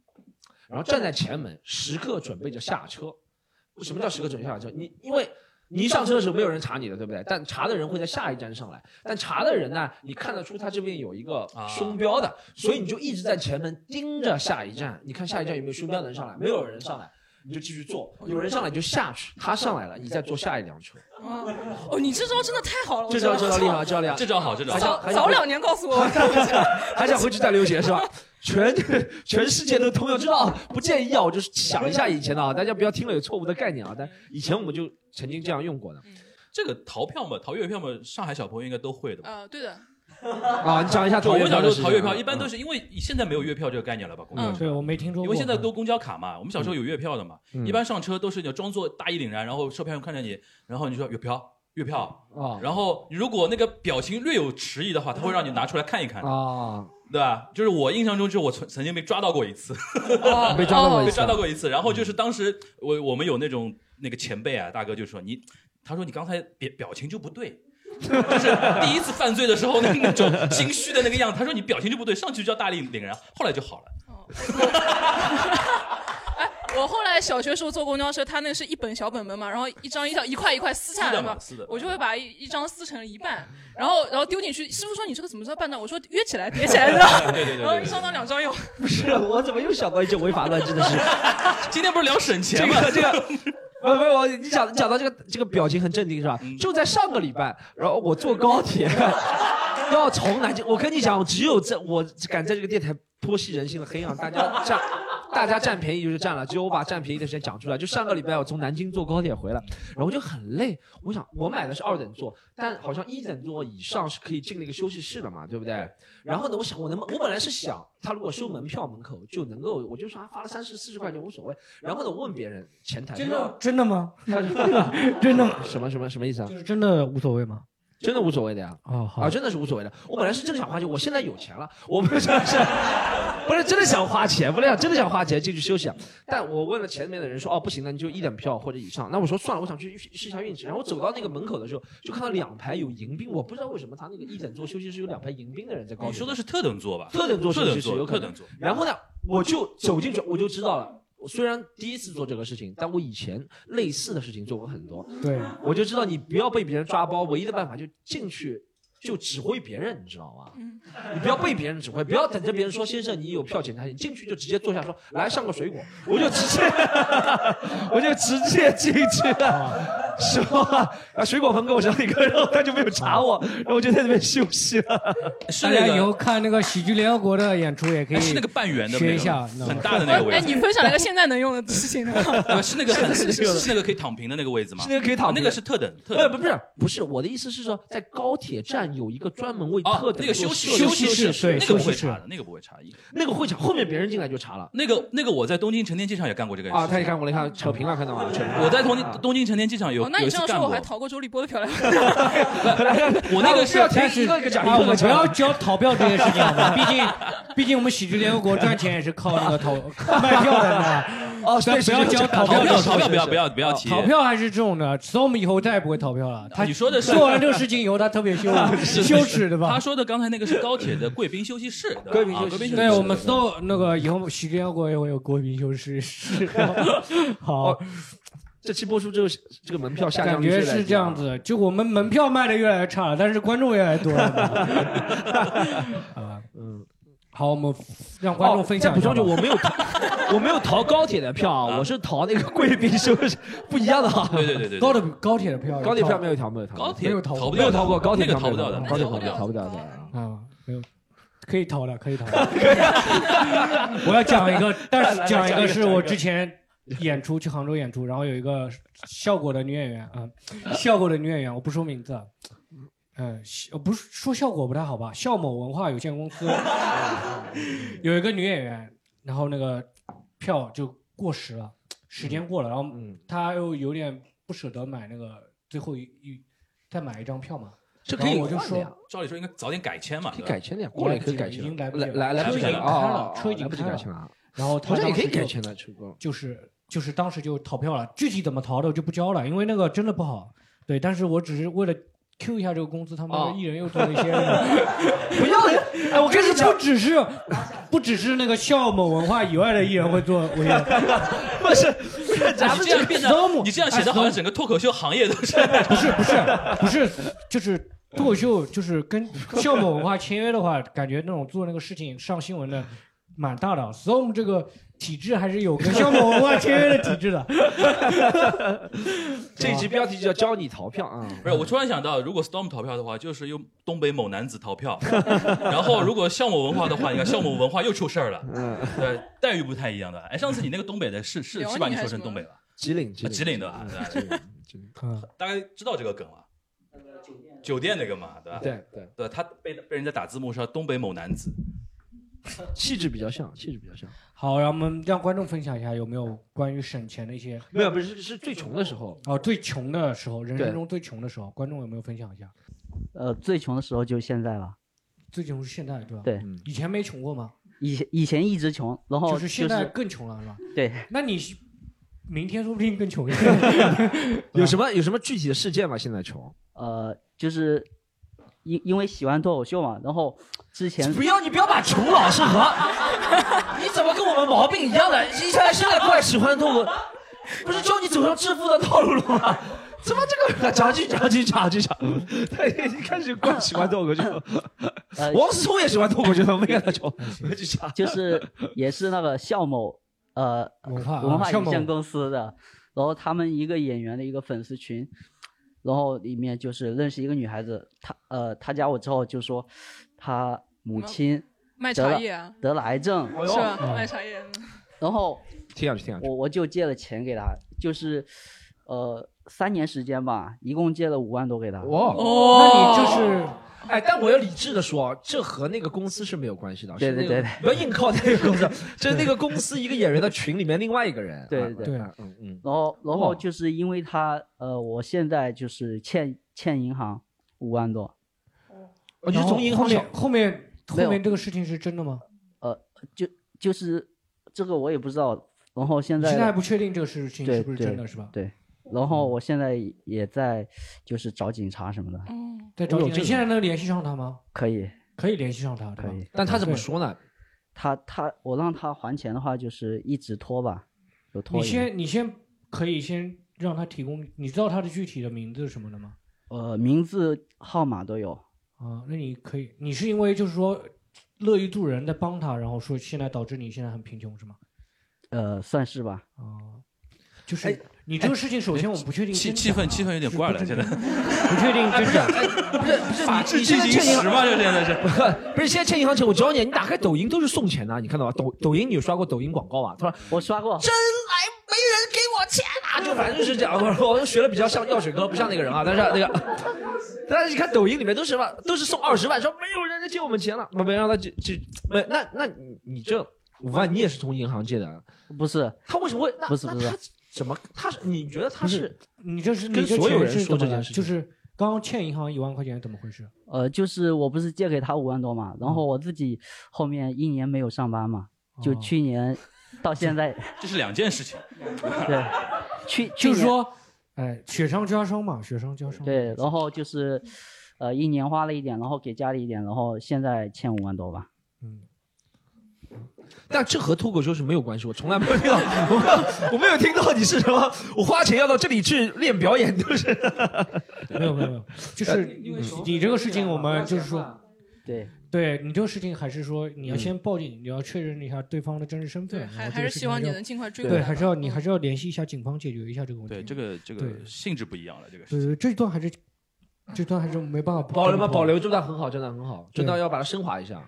然后站在前门，时刻准备着下车。什么叫时刻准备下车？你因为你一上车的时候没有人查你的，对不对？但查的人会在下一站上来，但查的人呢，你看得出他这边有一个啊胸标的，所以你就一直在前门盯着下一站，你看下一站有没有胸标能上来，没有人上来。你就继续坐，有人上来你就下去，他上来了，你再坐下一辆车。啊哦，你这招真的太好了，这我觉招得这招厉 害，这招厉害这，招好，这招好好。像早还有早两年告诉我，还想回去再留学是吧？ 全全世界都通用之道，不建议啊！我就是想一下以前的啊，大家不要听了有错误的概念啊。但以前我们就曾经这样用过的这个逃票嘛，逃月票嘛，上海小朋友应该都会的吧？啊，对的，啊。你讲一下我逃月们票小的时事情啊候逃月票一般都嗯是因为现在没有月票这个概念了吧？公交嗯车。对我没听说过，因为现在都公交卡嘛，我们小时候有月票的嘛，嗯一般上车都是你装作大义凛然，然后售票员看着你，然后你说月票月票，啊然后如果那个表情略有迟疑的话，他会让你拿出来看一看，啊，对吧？就是我印象中，就是我曾曾经被抓到过一次，哦被抓到过一被次抓到过一次，然后就是当时我我们有那种那个前辈啊，大哥就说你，他说你刚才表表情就不对。就是第一次犯罪的时候那那种心虚的那个样子，他说你表情就不对，上去就叫大义凛然，后来就好了。 我后来小学时候坐公交车，它那个是一本小本本嘛，然后一张一张一块一块撕下是来的嘛嘛，，是的。嗯我就会把一一张撕成一半，然后然后丢进去。师傅说你这个怎么知道半张？我说约起来叠起来的， 对对对然后对一张当两张用。 不是我怎么又想到一件违法乱纪的事？ 今天不是聊省这钱吗？个这个。 不不不，你讲你讲到这个这个表情很镇定是吧？就在上个礼拜，然后我坐高铁 要从南京，我跟你讲，只有在我敢在这个电台剖析人性的黑暗，大家这样大家占便宜就是占了，只有我把占便宜的时间讲出来。就上个礼拜我从南京坐高铁回来，然后就很累，我想我买的是二等座，但好像一等座以上是可以进那个休息室的嘛，对不对？然后呢，我想我能不能我本来是想他如果收门票门口就能够，我就说啊花了三十四十块钱无所谓。然后呢，我问别人前台真的真 的吗？真的什么什么什么意思啊？就是真的无所谓吗？真的无所谓的呀。哦，好啊，，真的是无所谓的。我本来是真的想花钱，我现在有钱了，我不是是，不是真的想花钱，不是想真的想花钱进去休息啊。但我问了前面的人说，哦，不行的，你就一等票或者以上。那我说算了，我想去试试一下运气。然后我走到那个门口的时候，就看到两排有迎宾，我不知道为什么他那个一等座休息室有两排迎宾的人在高你铁说的是特等座吧？特等座特休等息室有座，可特能等。座。然后呢，我就走进去，我就知道了。我虽然第一次做这个事情，但我以前类似的事情做过很多。对，我就知道你不要被别人抓包，唯一的办法就进去就指挥别人，你知道吗？你不要被别人指挥，不要等着别人说先生你有票请他，你进去就直接坐下说来上个水果，我就直接 我就直接进去了，是吧？啊，水果盆给我上一个，然后他就没有查我，然后我就在那边休息了。是大那家以个后看那个喜剧联合国的演出也可以哎是那个半圆的那学个一下，你知道吗很大的那个位哎，置，你分享了一个现在能用的事情 呢？对吧是那个很是是是是是那个可以躺平的那个位置吗？是那个可以躺啊平那个是特等特呃，等。不不是不是，我的意思是说，在高铁站有一个专门为哦特等、那个休息休息室对那个不休会息室查的，那个不会查。那个会场后面别人进来就查了那个那个我在东京成田机场也干过这个事啊！情。他一看我，你看扯平了，看到吗？扯平了我在东啊京东京成田机场有哦，那有你一这次样干说，我还过。逃过周立波的漂亮。 我那个不是要停但一是个一个讲，啊，一我个一个们不讲。要教逃票这件事情，好吗？ 毕竟，毕竟我们喜剧联合国赚钱也是靠那个逃卖票的，你知道吧？哦，所以不要交逃逃票票，的逃票不要不要不要提。逃票还是这种的，所以我们以后再也不会逃票了。他你说的是做完这个事情以后，他特别羞 羞耻，对他吧？说的刚才那个是高铁的贵宾休息室，对吧贵宾啊休息室室对我们都那个以后喜剧联合国也会有国民羞耻是好哦，这期播出之后，这个门票下降感率觉越来越是低这样。子，就我们门票卖的越来越差了，但是观众越来越多了。 好吧，嗯，好，我们让观众分享哦再一补下充句，吧。我没有逃，我没有逃高铁的票啊，我是逃那个贵宾休息，不一样的啊。对对对对，高的的高铁的票，高铁票没有逃，没有逃，高铁没有逃不没掉有的，逃过高铁那票个逃不掉的，没有逃过高那铁个逃不逃不掉掉的的啊。啊，没有，可以逃的，可以 逃的。我要讲一个，但是讲一个是我之前演出去杭州演出，然后有一个效果的女演员啊、效果的女演员，我不说名字。嗯，效不是说效果不太好吧？效某文化有限公司 有一个女演员，然后那个票就过时了，时间过了，然后嗯，她又有点不舍得买那个最后一一再买一张票嘛，这可以然后我就换的呀，照理说应该早点改签嘛，可以对吧改签的呀，过了也可以改已签经来的，不及来了来来不及车已了经开了啊，哦车已经来不及开改了签了啊，然后她好像也当可以时就改签的，成功。就是就是当时就逃票了，具体怎么逃的我就不教了，因为那个真的不好。对，但是我只是为了 Q 一下这个公司，他们那哦个艺人又做了一些那个，不要脸！ 哎，我跟你讲不，只是不只是那个笑某文化以外的艺人会做，我也 不是，不是咱你们这这样变得， Zoom 你这样显得好像整个脱口秀行业都是。哎不是不是不是，就是脱口秀就是跟笑某文化签约的话，感觉那种做那个事情上新闻的蛮大的。啊所以我们这个体制还是有跟笑 某文化签约的体制的。这一集标题就叫教你逃票啊。不是，我突然想到，如果 Storm 逃票的话，就是用东北某男子 逃票，然后如果项某文化的话，你看项某文化又出事儿了，嗯对，待遇不太一样的。哎，上次你那个东北的是是辽宁是把你还说是什成么东北了，吉林，啊吉林的吧嗯对吧吉林吉林嗯，大概知道这个梗了。酒店那个嘛，对吧？对对，对，他被被人家打字幕说东北某男子，气质比较像，气质比较像。好，让我们让观众分享一下有没有关于省钱的一些没有，不是是最穷的时候，哦，最穷的时候，人对生中最穷的时候，观众有没有分享一下？呃，最穷的时候就是现在吧。最穷是现在对吧？对嗯以前没穷过吗？以前以前一直穷，然后就就是现在更穷了是吧？对，那你是明天说不定更 穷一点。有什么有什么具体的事件吗？现在穷？呃，就是因因为喜欢脱口秀嘛，然后之前不要你不要把穷老是和，你怎么跟我们毛病一样的？你现在现在怪喜欢痛口，不是教你走上致富的道路了吗？ 怎么这个 讲句讲句讲句讲，他一开始 怪喜欢脱口秀，呃嗯王思聪也喜欢脱口秀，没看他 穷，没去查。就是也是那个校某呃文化啊文化项有目限公司的，然后他们一个演员的一个粉丝群，然后里面就是认识一个女孩子，她呃她加我之后就说她母亲卖茶叶啊，哎得了癌症，嗯是吧？卖茶叶，然后听上去听上去，我我就借了钱给他，就是呃三年时间吧，一共借了五万多给他。哇哦那你就是。哎，但我要理智的说，啊这和那个公司是没有关系的。对是那个对对对不要硬靠那个公司， 这是那个公司一个演员的群里面另外一个人。对啊对对啊嗯嗯。然后然哇后就是因为他呃，我现在就是欠欠银行五万多。哦你是从银行然上后后面后没面有后面这个事情是真的吗？呃，就就是这个我也不知道。然后现你在现在还不确定这个事情对是不是真的，对是吧？嗯对。然后我现在也在就是找警察什么的，对，找我有你这嗯哎你个现在能联系上他吗？可以可以联系上他，对吧可以。但他怎么对说呢？他他我让他还钱的话，就是一直拖吧，有拖你延。先，你先可以先让他提供，你知道他的具体的名字什么的吗？呃，名字号码都有，啊，那你可以，你是因为就是说乐于助人在帮他，然后说现在导致你现在很贫穷是吗？呃，算是吧。就是哦你这个事情，首先我们不确定气真气假氛气氛有点怪了，现在不确定真假。不是不是，法治你进现在行欠银时行嘛，这现 在是。不是现在欠银行钱，我教你，你打开抖音都是送钱的，啊你看到吧？抖抖音你有刷过抖音广告吧？他说我刷过，真来没人给我钱啊，就反正就是这样。 我我学的比较像药水哥，不像那个人啊，但是那个，但是你看抖音里面都是什么，都是送二十万，说没有人来借我们钱了，没没让他借借，没那那你你这五万你也是从银行借的啊，不是他为什么会那不是不那是他怎么他是你觉得他不是是你这是跟你这所有钱人是说怎么这件来事情就是刚刚欠银行一万块钱怎么回事？ 呃，就是我不是借给他五万多嘛，然后我自己后面一年没有上班嘛，就嗯哦去年到现 在，这是两件事情，对，去去就是年说，哎，雪上加霜嘛，雪上 加霜。对，然后就是呃一年花了一点，然后给家里一点，然后现在欠五万多吧。但这和脱口秀是没有关系，我从来没有听到，我我没有听到你是什么，我花钱要到这里去练表演，就是。没有没有没有，呃就是你你这个事情，我们就是说，对，对你这个事情还是说嗯你要先报警，你要确认一下对方的真实身对，份，然后还这还个是希事情望你要能尽快追回对，来还吧嗯是要你还是要联系一下警方解决一下这个问题。对这个这个对性质不一样了，这个对对，这一段还是这段还是没办法不保留吧，不保留这段很好，这段很好，这段要把它升华一下。啊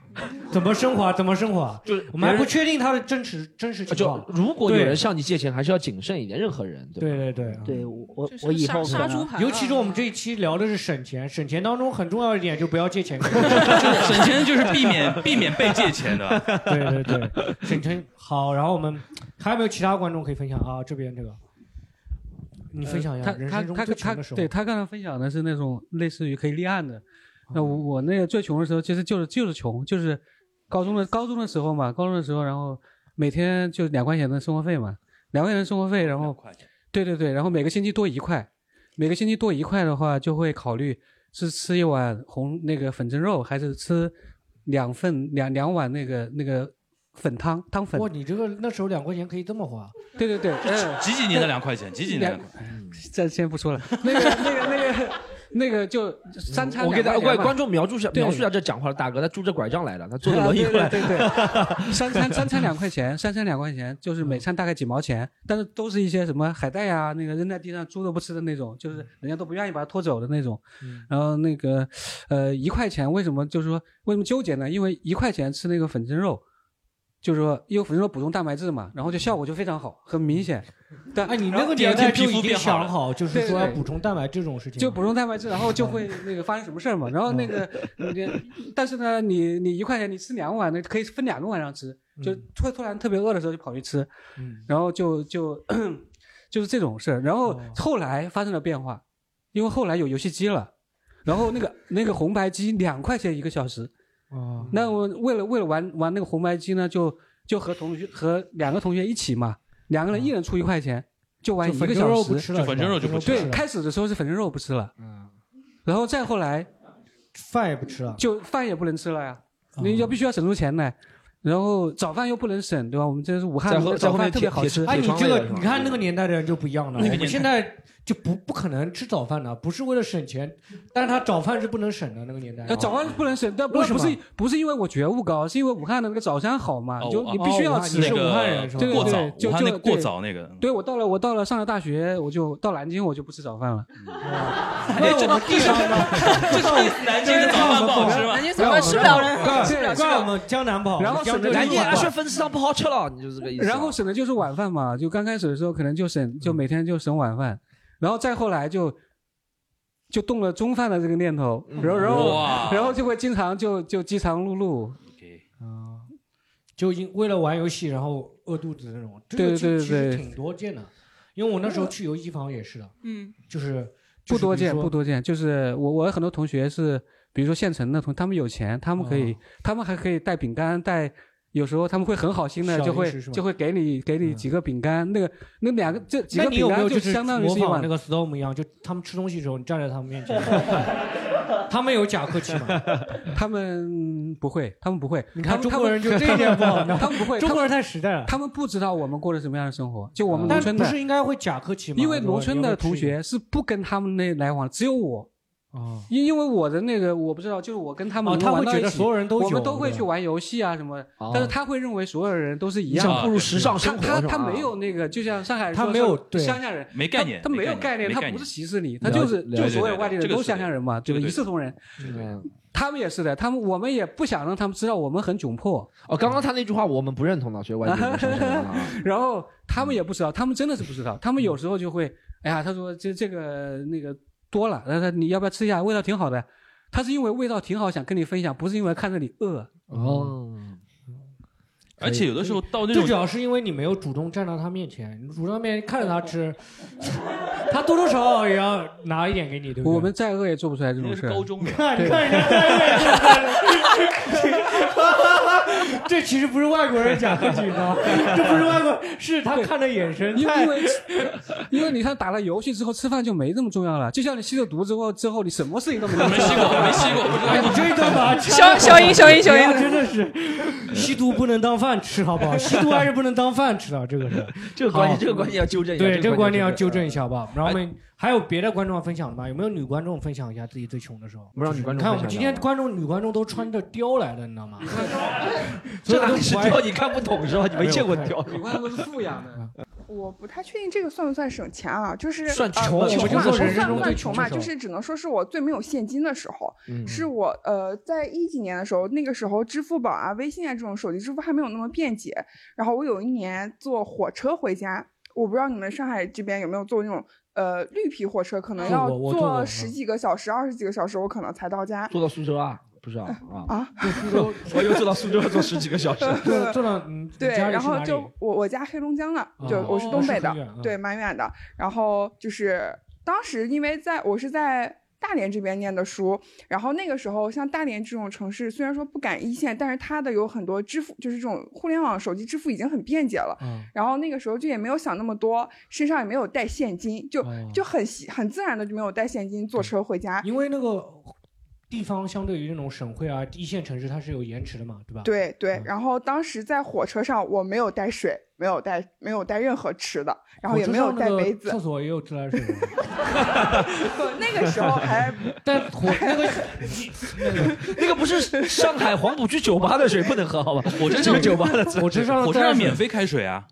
怎么升华？怎么啊升华？就是我们还不确定他的真实真实情就况。如果有人向你借钱，还是要谨慎一点，任何人对吧？对对对啊对我我就是我以杀后可杀猪 能盘啊，尤其是我们这一期聊的是省钱，省钱当中很重要一点就不要借钱给人。 省钱就是避免避免被借钱的。 对对对，省钱好。然后我们还有没有其他观众可以分享啊？这边这个，你分享一下呃他人他生中他最穷他的时候。对他刚才分享的是那种类似于可以立案的。哦那我我那个最穷的时候，其实就是就是穷，就是高中的高中的时候嘛，高中的时候，然后每天就两块钱的生活费嘛，两块钱的生活费，然后对对对，然后每个星期多一块，每个星期多一块的话，就会考虑是吃一碗红那个粉蒸肉，还是吃两份两两碗那个那个粉汤汤粉哇，。你这个那时候两块钱可以这么花，对对对，嗯。几几年的两块钱，几几年的两块钱？这先不说了，那个那个那个那个就三餐我给大家两块观钱嘛观众描述一下对描述一下这讲话的大哥，他拄着拐杖来的，他坐着轮椅过来。对 对对，三餐三餐两块钱，三餐两块钱，就是每餐大概几毛钱，但是都是一些什么海带啊，那个扔在地上猪都不吃的那种，就是人家都不愿意把它拖走的那种。嗯然后那个呃一块钱为什么就是说为什么纠结呢？因为一块钱吃那个粉蒸肉。就是说，因为粉蒸肉补充蛋白质嘛，然后就效果就非常好，很明显。 但哎，你然那后个第二年代天皮就肤已经变好想了好，就是对说要对补充蛋白质这种事情吗，就补充蛋白质，然后就 会那个发生什么事儿嘛。然后那个嗯你，但是呢，你你一块钱你吃两碗，那可以分两个晚上吃，就突突然特别饿的时候就跑去吃，嗯然后就就就是这种事儿。然后哦后来发生了变化，因为后来有游戏机了，然后那个那个红白机两块钱一个小时，啊，那我为了为了玩玩那个红白机呢，就就和同学和两个同学一起嘛，两个人一人出一块钱，就玩嗯就一粉个蒸小肉时不。吃了，就粉蒸肉就不吃了对，开始的时候是粉蒸肉不吃了，嗯，然后再后来饭也不吃了，就饭也不能吃了呀，哦你要必须要省出钱来，然后早饭又不能省，对吧？我们这是武汉在的后在早后面饭特别贴好吃贴，哎，你铁窗这类个的是吧你看那个年代的人就不一样了，那个我们年现在就不不可能吃早饭的，不是为了省钱，但是他早饭是不能省的那个年代。呃，早饭不能省，但不为是什不么是不是因为我觉悟高，是因为武汉的那个早餐好嘛，哦你就啊你必须要哦武汉吃你那是个武汉人是吧对过对早对，就武汉那就个过对早那个，对我到了，我到了上了大学，我就到南京，我就不吃早饭了。怪我们地上的，南京的早饭不好吃吗？南京早饭吃不了人，吃不了怪吃不怪我了。们江南不好，然后江省得浙南一京碗啊，说粉丝汤不好吃了，你就这个意思啊。然后省的就是晚饭嘛，就刚开始的时候可能就省，就每天就省晚饭，然后再后来就就动了中饭的这个念头，然后然后哇， 然后就会经常就就饥肠辘辘，啊，就因为了玩游戏然后饿肚子的那种，这对对个其其对实对挺多见的。因为我那时候去游戏房也是的，嗯，就是不多见不多多见。就是我我有很多同学是，比如说县城的同，他们有钱，他们可啊以，他们还可以带饼干带。有时候他们会很好心的，小就零会食是吧嗯就会给你给你几个饼干，那个那两个这几那个你有饼干没有就是相当于模是一仿碗那个 Storm 一样，就他们吃东西的时候，你站在他们面前，他们有假客气吗？ 他们嗯不会，他们不会。你他看们中他国们人就这一点不好，你知道 吗他们不会，中他国们人太实在了。嗯他们不知道我们过着什么样的生活。就我们农但村不的，是应该会假客气吗？因为农村的如果同你要学是不跟他们那来往，只有我，哦因因为我的那个我不知道，就是我跟他哦，们他能玩会到觉一得起所，有人都我们有都会去玩游戏啊什么的，哦但是他会认为所有人都是一你样想的。步入时尚生他活他是吧他没有那个，就像上海人说他没有是对乡下人，没他概念，他没有概念，念，没他概不是念。歧视你，他了就是了就解所有对外地人这个都是乡下人嘛，这这个个一对视同仁。嗯他们也是的，他们我们也不想让他们知道我们很窘迫，哦，刚刚他那句话我们不认同的，所以完全不承认啊。 然后他们也不知道，他们真的是不知道，他们有时候就会，哎呀，他说这这个那个多了，他说你要不要吃一下？味道挺好的。他是因为味道挺好想跟你分享，不是因为看着你饿。哦，而且有的时候到那最主种要是因为你没有主动站到他面前，你主动面看着他吃，他多多少少也要拿一点给你，对不对？我们再饿也做不出来这那种个事是儿。高中的，看，你看人家在这其实不是外国人假客气，你知 道吗？哦这不是外国，是他看的眼神因为太因为因为你看打了游戏之后吃饭就没那么重要了，就像你吸了毒之后之后你什么事情都没那么没重吸要过，没吸过，不知道哎，你这一段吧，小小英，小英，小哎呀英， 真的是，吸毒不能当饭吃，好不好？吸毒还是不能当饭吃啊的，这个是。 这个观好念，这个观念要纠正一下。嗯哎对，这个观念要纠纠正一。下，好不好？然后我们还有别的观众要分享的吗？有没有女观众分享一下自己最穷的时候？我们让女观众你看我们分享今一下天观众女观众都穿着貂来的，你知 道吗？这哪都里是怀疑雕？啊你看不懂是吧？你没见过雕。你看都是富养的，我不太确定这个算不算省钱啊，就是算呃穷我我不觉得算人生中算最算穷穷的嘛，时候就是只能说是我最没有现金的时候，嗯是我呃在一几年的时候，那个时候支付宝啊、微信啊这种手机支付还没有那么便捷。然后我有一年坐火车回家，我不知道你们上海这边有没有坐那种呃绿皮火车，可能坐要过我坐过坐嗯十几个小时、二十几个小时，我可能才到家。坐到苏州啊？不 是啊啊！啊，我又坐到苏州要坐十几个小时。坐坐到嗯对，你家里然是哪后里就我我家黑龙江的，就哦我是东北的，那是很远对，蛮远的。然后就是当时因为在我是在大连这边念的书，然后那个时候像大连这种城市，虽然说不赶一线，但是它的有很多支付，就是这种互联网手机支付已经很便捷了。嗯然后那个时候就也没有想那么多，身上也没有带现金，就、哦就很习很自然的就没有带现金坐车回家。因为那个地方相对于那种省会啊、一线城市，它是有延迟的嘛，对吧？对对嗯，然后当时在火车上，我没有带水，没有带没有带任何吃的，然后也没有带杯火车上那个子。厕所也有自 来水吗，那个时候还但 火那个 那个不是上海黄浦区酒吧的水不能喝，好吧？火车这上个酒吧的火车上的火车自来上水免费开水啊，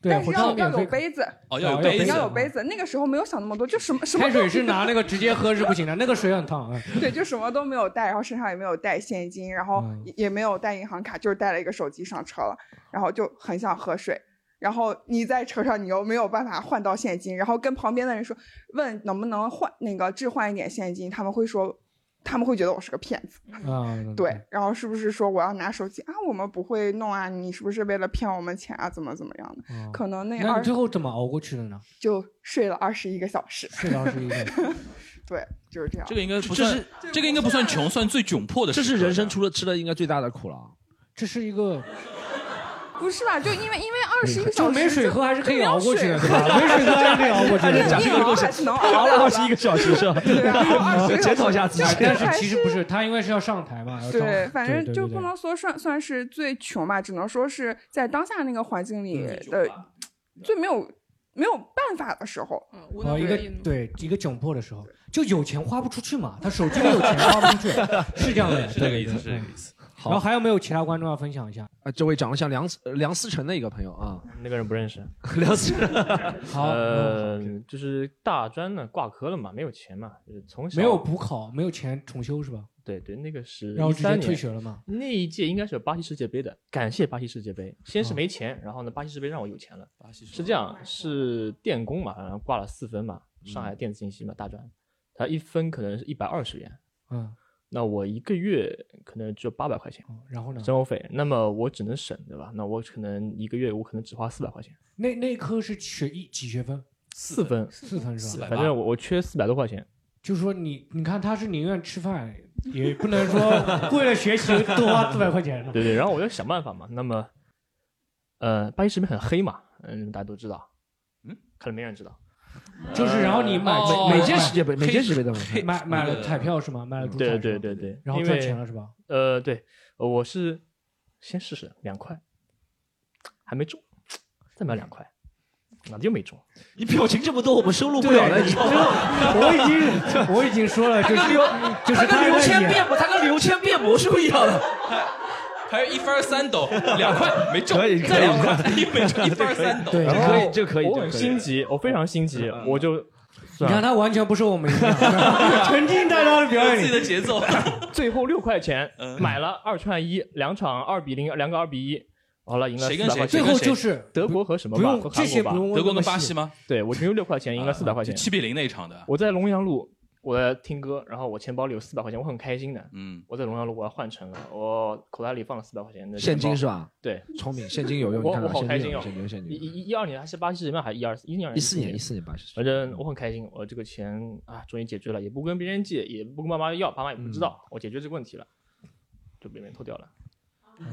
对但火是车要上要免有费。杯子，哦要要有有杯杯子啊子要，有杯子。那个时候没有想那么多，就什么什么开水是拿那个直接喝是不行的，那个水很烫啊。对，就什么都没有带，然后身上也没有带现金，然后嗯也也没有带银行卡，就是带了一个手机上车了，然后就很想喝水。然后你在车上，你又没有办法换到现金，然后跟旁边的人说，问能不能换那个置换一点现金，他们会说，他们会觉得我是个骗子， 啊，对，然后是不是说我要拿手机啊？我们不会弄啊，你是不是为了骗我们钱啊？怎么怎么样的？嗯可能那那二你最后怎么熬过去的 呢？就睡了二十一个小时，睡到是一个。 对，就是这样这。个应该不这算是，这个应该不算穷，算最窘迫的时这刻。是人生除了吃的应该最大的苦了。啊这是一个，不是吧？就因为因为二十一个就小时没水喝还是可以熬过去 的，就对吧？没水喝还是可 以熬过去没有的水，。硬熬还 是能熬的。二十一个小时是吧？对啊，熬20个小时检讨一下自己就但是还是其实不是，他因为是要上台嘛，要对，上反对正对就对不对能说算算是最穷吧，只能说是在当下那个环境里嗯嗯的最没有。没有办法的时候，无哦，一个对一个窘迫的时候，就有钱花不出去嘛，他手机里有钱花不出去，是这 样的，是这个意思，对是这个意思。然后还有没有其他观众要分享一下？啊，这位长得像梁思呃梁思成的一个朋友啊， 那个人不认 识。梁思成，嗯呃，就是大专呢挂科了嘛，没有钱嘛，就是从小没有补考，没有钱重修是吧？对对，那个是然后直接13年退学了嘛？那一届应该是有巴西世界杯的，感谢巴西世界杯。先哦是没钱，然后呢，巴西世界杯让我有钱了。巴西是这样，是电工嘛，然后挂了四分嘛，嗯上海电子信息嘛，大专，他一分可能是一百二十元，嗯，那我一个月可能只有八百块钱哦然后呢？生活费，那么我只能省，对吧？那我可能一个月我可能只花四百块钱，那那一科是学一几学分？四分，四分是吧？反正我我缺四百多块钱，就是说你你看他是宁愿吃饭，也 不能 说为了学习多花四百块钱。对对，然后我就想办法嘛。那么，呃，巴西食品很黑嘛，嗯，大家都知道，嗯，可能没人知道。就是然后你买呃买黑买买了彩票是吗？买了注嗯对彩对是吗对对，然后因赚为钱了是吧？？呃，对，呃我是先试试两块，还没中，再买两块，哪就没中。你表情这么多，我们收录不了了你知道吗我已经我已经说了，他就跟是刘就是他跟刘谦辩变魔，他跟刘谦变魔术一样 的。还有一分三斗，两块没中， 再两块， 一 没中，一分三斗，然后这嗯我很心急，我非常心急，我就你看他完全不受我们 影响，沉浸在他的表演里。节奏。 嗯最后六块 钱买了二串一，两场二比零，两个二比一，好了，赢了谁跟400块钱谁最后就是德国和什么吧？不用和韩国吧这些不用问德国跟巴西吗？啊对，我只有六块钱，赢了四百块钱，七比零那一场的，我在龙阳路，我在听歌，然后我钱包里有四百块钱，我很开心的。嗯，我在龙阳路我要换乘了，我口袋里放了四百块钱的现金钱包是吧？对，聪明，现金有用。你我看我看好开心哦！现金有用现金有一用。一一二年还是八七什么还是一二一二14年14年80反正我很开心，我这个钱啊终于解决了，也不跟别人借，也不跟爸妈要，爸妈也不嗯知道，我解决这个问题了，就被别人偷掉了。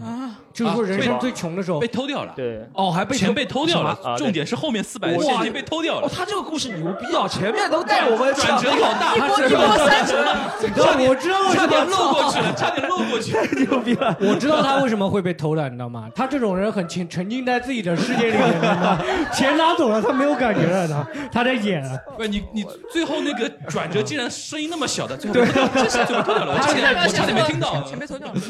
啊，就是说人生最穷的时候被偷掉了，对，哦，还被钱被偷掉什么啊对了，重点是后面四百现金被偷掉了哦，。他这个故事牛逼啊！前面都带我们转折好大，你知道 我知道为什差么点漏过去了，差点漏过去 了，牛逼了！我知道 他为什么会被偷了，你知道吗？他这种人很沉沉浸在自己的世界里面，你知 道吗？钱拿走了，他没有感觉了，他他在演啊。不是你你最后那个转折竟然声音那么小的，最后被偷掉了对这是最后偷掉了，我差 点我差点没听到，啊前被 偷掉了。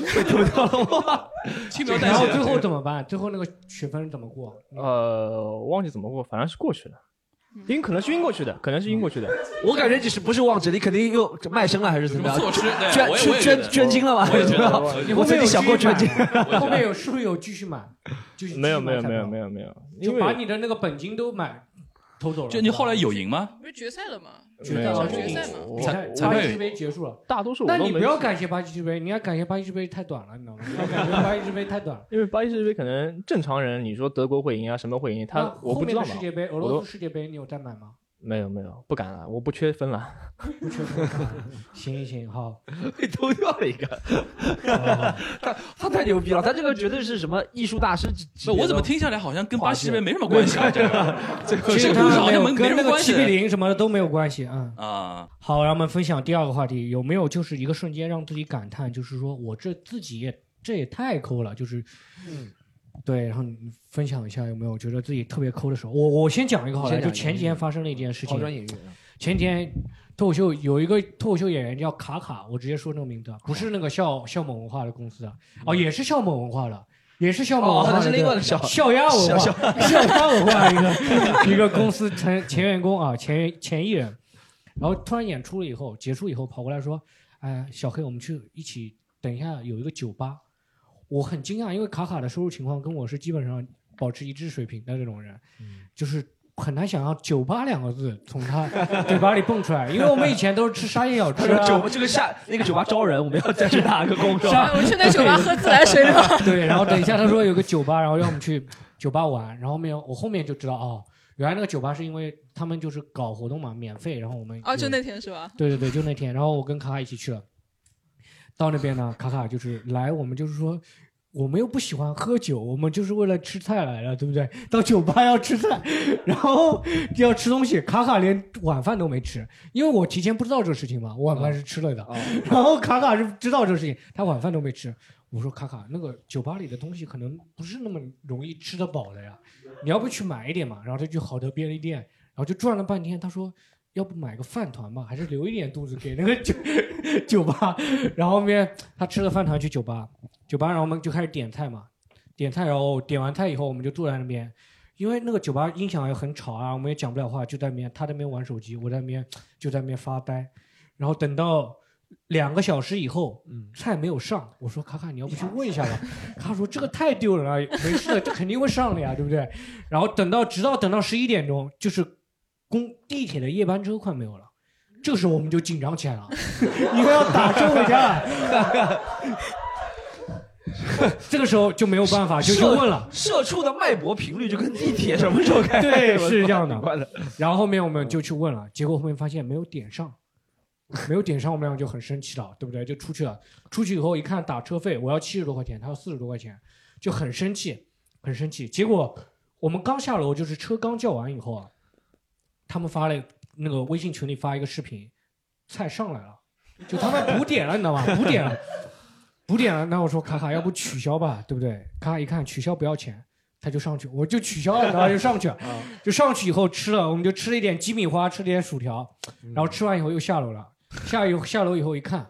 轻描淡然写后的。最后怎么办？最后那个学分怎么过？呃，我忘记怎么过，反正是过去了，晕可能是晕过去的，可能是晕过去的。嗯我感觉你是不是忘记？你肯定又卖身了还是怎么样？措施对捐我也我捐也觉捐得捐精了吗？我也觉得有没有我也觉得我曾经想过后面捐精有继续买，后面有是不是有继续买？就是没有没有继续买没有没有彩票没有，因就为把你的那个本金都买偷走了。就你后来有赢吗？不是决赛了吗？决赛了，了，决赛比嘛。赛才巴会西有世杯结束了。大多数我但都你没不要感谢巴西世杯，你要感谢巴西世杯太短了，你知道吗？你要感谢巴西世杯太短了。因为巴西世界杯可能正常人，你说德国会赢啊，什么会赢，那他我不后知面道的嘛世界杯，。俄我罗都斯世界杯你有在买 吗？没有没有，不敢了，我不缺分了。不 缺分啊。行行好， 被偷掉了一个，哦 他他太牛逼了，他这个绝对是什么艺术大师级级不，别的我怎么听下来好像跟巴西这边没什么关系啊？这个 这 个这个故事好像没有没没跟什那么个关七系比零什么的都没有关系啊。啊。好，让我们分享第二个话题，有没有就是一个瞬间让自己感叹，就是说我这自己也这也太抠了，就是，嗯对，然后你分享一下有没有觉得自己特别抠的时候？我我先讲一个好了，先讲就一个前几天发生了一件事情抛砖，引玉？啊前几天脱口秀有一个脱口秀演员叫卡卡，我直接说那个名字啊，不是那个笑笑某文化的公司的，哦，也是笑某文化的。也是笑某文嗯哦化的那是另外的笑笑鸭文化，笑笑鸭文化一个一个公司前前员工啊，前前艺人，然后突然演出了以后，结束以后跑过来说：“哎，小黑，我们去一起，等一下有一个酒吧。”我很惊讶，因为卡卡的收入情况跟我是基本上保持一致水平的这种人，嗯就是很难想象“酒吧”两个字从他嘴巴里蹦出来，因为我们以前都是吃沙县小他吃、说啊，酒这个下那个酒吧招人，我们要再去打个工是啊吧上？。吧 对，然后等一下他说有个酒吧，然后让我们去酒吧玩，然后后面我后面就知道哦，原来那个酒吧是因为他们就是搞活动嘛，免费，然后我们哦，就有那天是吧？对对对，就那天，然后我跟卡卡一起去了。到那边呢，卡卡就是来，我们就是说，我们又不喜欢喝酒，我们就是为了吃菜来了，对不对？ 到酒吧要吃菜， 然后要吃东西。卡卡连晚饭都没吃，因为我提前不知道这个事情嘛，我晚饭是吃了的。然后卡卡是知道这个事情，他晚饭都没吃。我说卡卡，那个酒吧里的东西可能不是那么容易吃得饱的呀，你要不去买一点嘛？然后他去好德便利店，然后就转了半天，他说要不买个饭团吧，还是留一点肚子给那个酒 酒吧。然后后面他吃了饭团去酒吧，酒吧然后我们就开始点菜嘛，点菜，然后点完菜以后我们就坐在那边，因为那个酒吧音响也很吵啊，我们也讲不了话，就在那边他在那边玩手机，我在那边就在那边发呆，然后等到。两个小时以后，菜没有上，我说卡卡，你要不去问一下吧？卡卡说这个太丢人了，没事的，这肯定会上的呀，对不对？然后等到直到等到十一点钟，就是公地铁的夜班车快没有了，这个时候我们就紧张起来了，因为 要打车回家。 这个时候就没有办法，就去问啊了。社畜的脉搏频率就跟地铁什么时候开？对，是这样我的。然后后面我们就去问了，结果后面发现没有点上，没有点上，我们两个就很生气了，对不对？就出去了。出去以后一看打车费，我要七十多块钱，他要四十多块钱，就很生气，很生气。结果我们刚下楼，就是车刚叫完以后啊，他们发了那个微信群里发一个视频，菜上来了，就他们补点了，你知道吗？补点了。补点了，那我说卡卡，要不取消吧，对不对？卡卡一看取消不要钱，他就上去，我就取消了，然后就上去了，就上去以后吃了，我们就吃了一点鸡米花，吃了点薯条，然后吃完以后又下楼了，下以后下楼以后一看，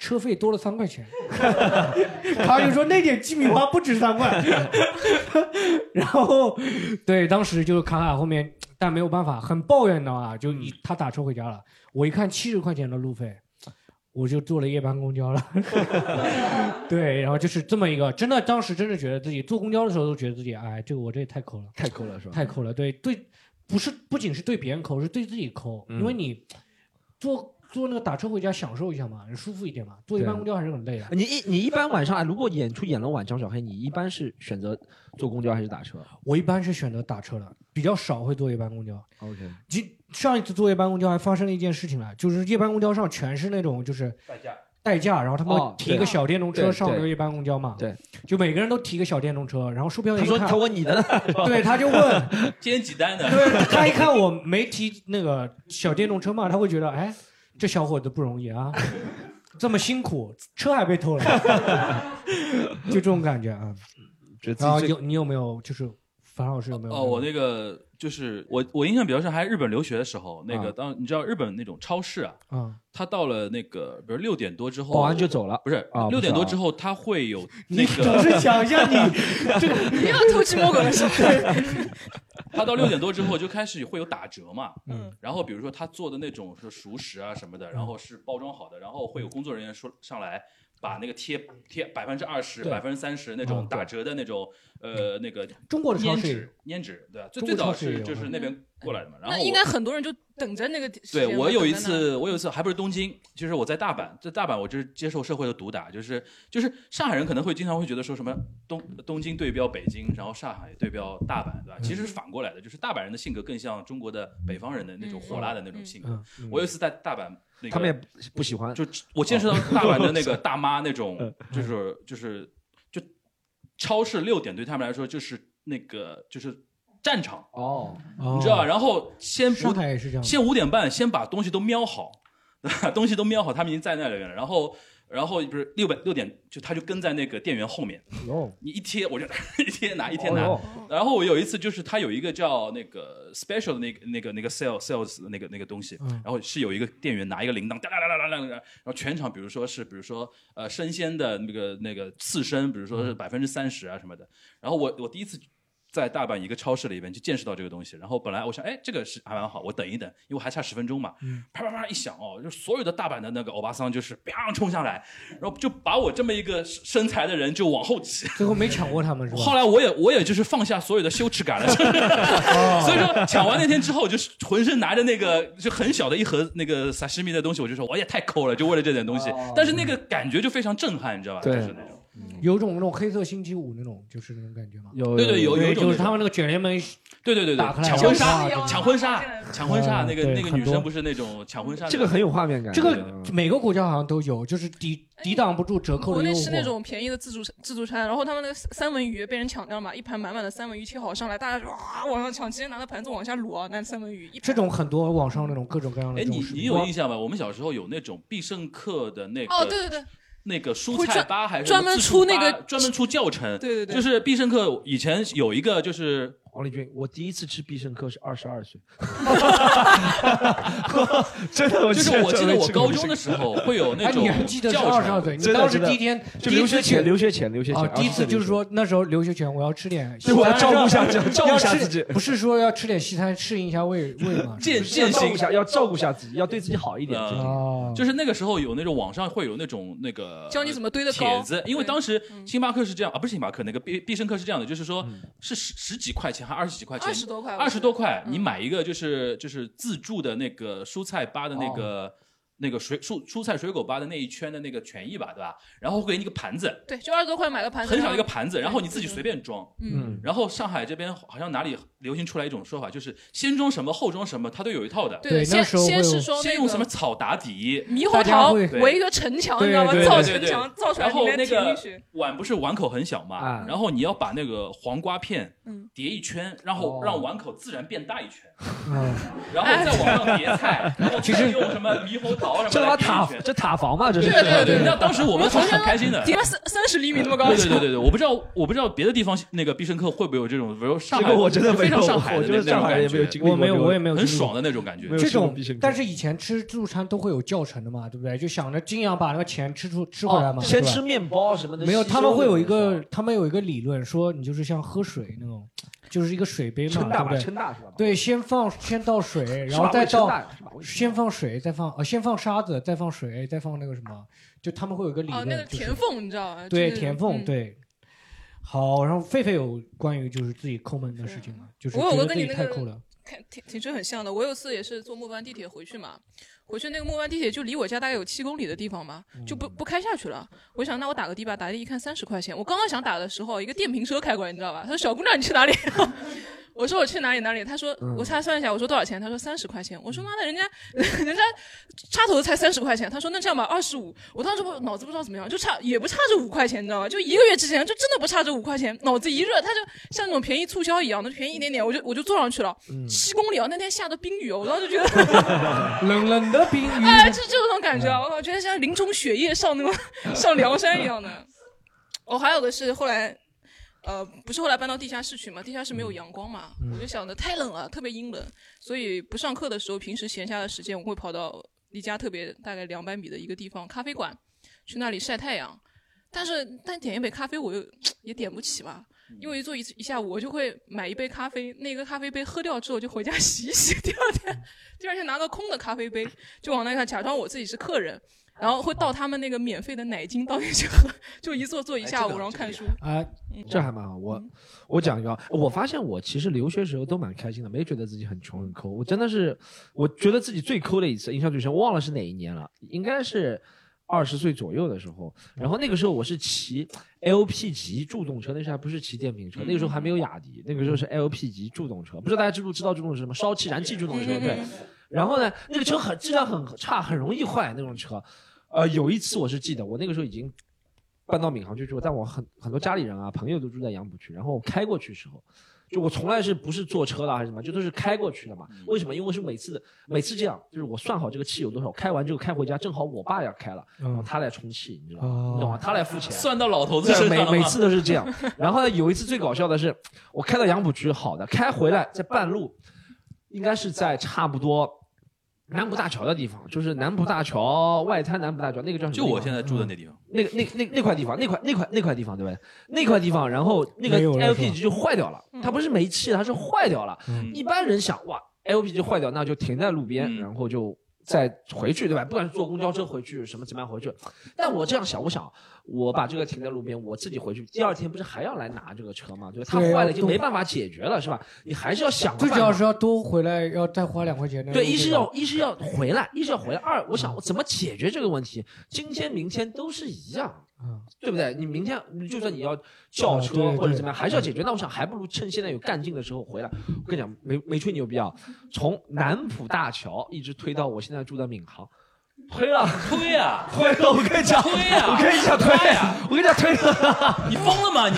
车费多了三块钱，卡卡就说那点鸡米花不值三块， 然后对，当时就是卡卡后面，但没有办法，很抱怨的啊，就嗯一他打车回家了，我一看七十块钱的路费。我就坐了夜班公交了， 对，然后就是这么一个，真的当时真的觉得自己坐公交的时候都觉得自己，哎，这个我这也太抠了，太抠了是吧太抠了，对对，不是不仅是对别人抠，是对自己抠，嗯因为你坐坐那个打车回家享受一下嘛，舒服一点嘛，坐夜班公交还是很累啊的。你一你一般晚上啊，如果演出演了晚，张小黑，你一般是选择坐公交还是打车我一般是选择打车的，比较少会坐夜班公交。 ？OK，今上一次坐夜班公交还发生了一件事情了，就是夜班公交上全是那种就是代驾，代驾，然后他们哦会提一个对小电动车对上那个对夜班公交嘛，对，就每个人都提个小电动车，然后售票员他一说看他问你的 呢对，他就问，今天几单的？对他一看我没提那个小电动车嘛，他会觉得哎，这小伙子不容易啊，这么辛苦，车还被偷了， 就这种感觉啊。觉得自己然后这有你有没有就是樊老师有没有？哦，我那个就是我我印象比较深，还日本留学的时候，那啊个当你知道日本那种超市啊，嗯，他到了那个比如六点多之后，保安就走了不是啊不是六啊点多之后他 会有那你个，总是想 象你这个不要偷鸡摸狗了，是吧？ 他到六点多之后就开始会有打折嘛，嗯，然后比如说他做的那种是熟食啊什么的，然嗯后是包装好的，然后会有工作人员说上来把那个贴贴百分之二十、对百分之三十那种啊嗯打折的那种呃那个中国的超粘市也纸粘纸对吧？最中最国早超市也是有就是那边过来的嘛，然后那我应该很多人就等着那个时间吧。对我有一等着呢，次，我有一次还不是东京，就是我在大阪，在大阪我就是接受社会的毒打，就是就是上海人可能会经常会觉得说什么东东京对标北京，然后上海对标大阪，对吧？其实是反过来的，就是大阪人的性格更像中国的北方人的那种火辣的那种性格嗯嗯。我有一次在大阪。那个、他们也不不喜欢，哦就我见识哦到大阪的那 个大妈那嗯种，就是就是就超市六点对他们来说就是那个就是战场哦，哦你知道吧？然后先上不海也是这样先五点半先把东西都瞄好， 东西都瞄好，他们已经在那里了。然后然后不是六点六点就他就跟在那个店员后面，哟，你一贴我 就一贴拿一贴拿哦哟。然后我有一次就是他有一个叫那个 special 的那个那个那个 sale sales 的那个那个东西，嗯然后是有一个店员拿一个铃铛哒哒哒哒哒哒，然后全场比如说是比如说呃生鲜的那个那个刺身，比如嗯说是百分之三十啊什么的。然后我我第一次。在大阪一个超市里边就见识到这个东西，然后本来我想，哎，这个是还蛮好，我等一等，因为我还差十分钟嘛，嗯啪啪啪一响哦，就所有的大阪的那个欧巴桑就是啪冲上来，然后就把我这么一个身材的人就往后挤。最后没抢过他们是吧？后来我也我也就是放下所有的羞耻感了，就是所以说抢完那天之后，就是浑身拿着那个就很小的一盒那个沙西米的东西，我就说我也太抠了，就为了这点东西。哦但是那个感觉就非常震撼，你知道吧？就是那种有种那种黑色星期五那种，就是那种感觉嘛。有对对有有有一种就那是种他们那个卷帘门，对对对打开对，来抢婚然后就纱，是抢婚纱，抢婚纱，嗯那个对那个很女生多不是那种抢婚纱的，这个很有画面感。嗯这个每个国家好像都有，就是抵抵挡不住哎折扣国的诱内惑。吃那种便宜的自助自助餐，然后他们那个三三文鱼被人抢掉了嘛，一盘满满的三文鱼切好上来，大家就哇往上抢，直接拿着盘子往下摞啊那三文鱼一盘这种很多网上那种各种各样的哎，这种你食你品有印象吗？我们小时候有那种必胜客的那个哦对对对那个蔬会菜专吧还是专什么门自出助那吧个专门出教程，对对对就是必胜客以前有一个就是王丽君，我第一次吃必胜客是二十二 岁，真的，就是我记得我高中的时候会有那种哎你还记得是教程22岁你真的当时真的第一天就第一留次学前，去留学前，留学前啊，，第一次就是说那时候留学前，我要吃点西对餐， 我要照顾一下要照照顾一下要吃自己不是说要吃点西餐适应一下胃胃嘛？健是要健照顾行一下，要照顾一下自己，要对自己好一点。呃真的就是那个时候有那种网上会有那种那个教你怎么堆得高嗯帖子，因为当时星巴克是这样啊，不是星巴克，那个必必胜客是这样的，就是说嗯是十十几块钱还二十几块钱， 20多块二十多块，嗯你买一个就是就是自助的那个蔬菜吧的那哦个。那个水蔬蔬菜水果吧的那一圈的那个权益吧，对吧？然后会给你个盘子，对，就二十多块买个盘子，很小然一后个盘子，然后你自己随便装。嗯然后上海这边好像哪里流行出来一种说法，就是先装什么后装什么，它都有一套的。对对先那时候会有先是装先那用个什么草打底，猕猴桃围一个城墙，你知道吗？造城墙造出来然后里那面个填进去。碗不是碗口很小啊嘛，然后你要把那个黄瓜片嗯叠一圈，然哦后让碗口自然变大一圈，哦 嗯， 然后再往上叠 菜，然后其再实用什么猕猴桃什么这他妈来叠一塔圈这塔防嘛，这是对对对，那当时我们从很很开心的，叠了三三十厘米那么高。对对对对对，我不知道我不知道别的地方那个必胜客会不会有这种，比如上这海，个我真的没有非常上海的我觉得那那上种海人感没有觉，经历过我没有这种我也没有很经历过爽的那种感觉。这种，但是以前吃自助餐都会有教程的嘛，对不对？就想着尽量把那个钱吃出吃回来嘛。哦先对吧吃面包什么的。没有，吸收他们会有的一个，他们有一个理论说，你就是像喝水那种，就是一个水杯嘛，撑大对吧不对？撑大是吧对，先放先倒水，是然吧后再我撑倒大，先放水，再放呃，先放沙子，再放水，再放那个什么，就他们会有一个理哦论，，那个就是填缝你知道吗？对就是填缝嗯对。好，然后狒狒有关于就是自己抠门的事情吗？就是我有觉个得跟自你己那太个抠 了。看停停车很像的。我有次也是坐末班地铁回去嘛，回去那个末班地铁就离我家大概有七公里的地方嘛，就嗯不不开下去了。我想那我打个的吧，打的一看三十块钱。我刚刚想打的时候，一个电瓶车开过来，你知道吧？他说小姑娘你去哪里？我说我去哪里哪里？他说嗯我差算一下，我说多少钱？他说三十块钱。我说妈的，人家人家插头才三十块钱。他说那这样吧，二十五。我当时不脑子不知道怎么样，就差也不差这五块钱，你知道吧？就一个月之前就真的不差这五块钱，脑子一热，他就像那种便宜促销一样的，就便宜一点点，我就我就坐上去了。七公里啊，那天下的冰雨哦，我当时觉得冷冷的冰 雨，哎，就就这种感觉嗯啊，我觉得像林中雪夜上那个 上梁山一样的。我、还有个是后来，呃，不是后来搬到地下室去嘛，地下室没有阳光嘛，嗯我就想着太冷了，特别阴冷，所以不上课的时候，平时闲暇的时间，我会跑到离家特别大概两百米的一个地方咖啡馆，去那里晒太阳。但是但点一杯咖啡我又也点不起嘛，嗯因为一坐一一下午，我就会买一杯咖啡，那个咖啡杯喝掉之后就回家 洗一洗，第二天第二天拿个空的咖啡杯就往那看，假装我自己是客人，然后会倒他们那个免费的奶精到那去喝，就一坐坐哎一下午，然后看书。啊，这还蛮好。我我讲一个啊，我发现我其实留学时候都蛮开心的，没觉得自己很穷很抠。我真的是，我觉得自己最抠的一次，印象最深，忘了是哪一年了，应该是二十岁左右的时候。然后那个时候我是骑 LP 级助动车，那时候还不是骑电瓶车，那个时候还没有雅迪，那个时候是 LP 级助动车。不知道大家知不知道助动车是什么？烧气燃气助动车，对。然后呢，那个车很质量很差，很容易坏那种车。呃，有一次我是记得，我那个时候已经搬到闵行去住，但我很很多家里人啊、朋友都住在杨浦区，然后我开过去的时候，就我从来是不是坐车啦还是什么，就都是开过去的嘛。为什么？因为是每次的每次这样，就是我算好这个汽油多少，开完之后开回家，正好我爸要开了，然后他来充气，你知道哦吗？你懂吗？他来付钱，算到老头子对身上了吗每每次都是这样。然后呢，有一次最搞笑的是，我开到杨浦区好的，开回来在半路，应该是在差不多。南浦大桥的地方，就是南浦大桥外滩，南浦大桥那个叫什么地就方？我现在住的那地方，那个那那那块地方，那块那块那块地方，对不对？那块地方，然后那个没有了是吧嗯 LPG 就坏掉了，它不是没气，它是坏掉了。一般人想，哇，LPG 坏掉，那就停在路边，嗯然后就再回去，对吧？不管是坐公交车回去，什么怎么样回去。但我这样想，我想我把这个停在路边，我自己回去，第二天不是还要来拿这个车吗？对吧？它对坏了要已经没办法解决了，是吧？你还是要想个最办主法要是要多回来，要再花两块钱的路费对，吧。一是要一是要回来，一是要回来。二，我想我怎么解决这个问题？今天、明天都是一样，对不对？你明天就算你要叫啊对车对或者怎么样，还是要解决。那我想还不如趁现在有干劲的时候回来。我跟你讲，没没吹牛逼啊，从南浦大桥一直推到我现在住的闵行。推了， 推啊， 推 了！我跟你讲，推啊我跟你讲，推推啊！我跟你讲，推了！ 你疯了吗你？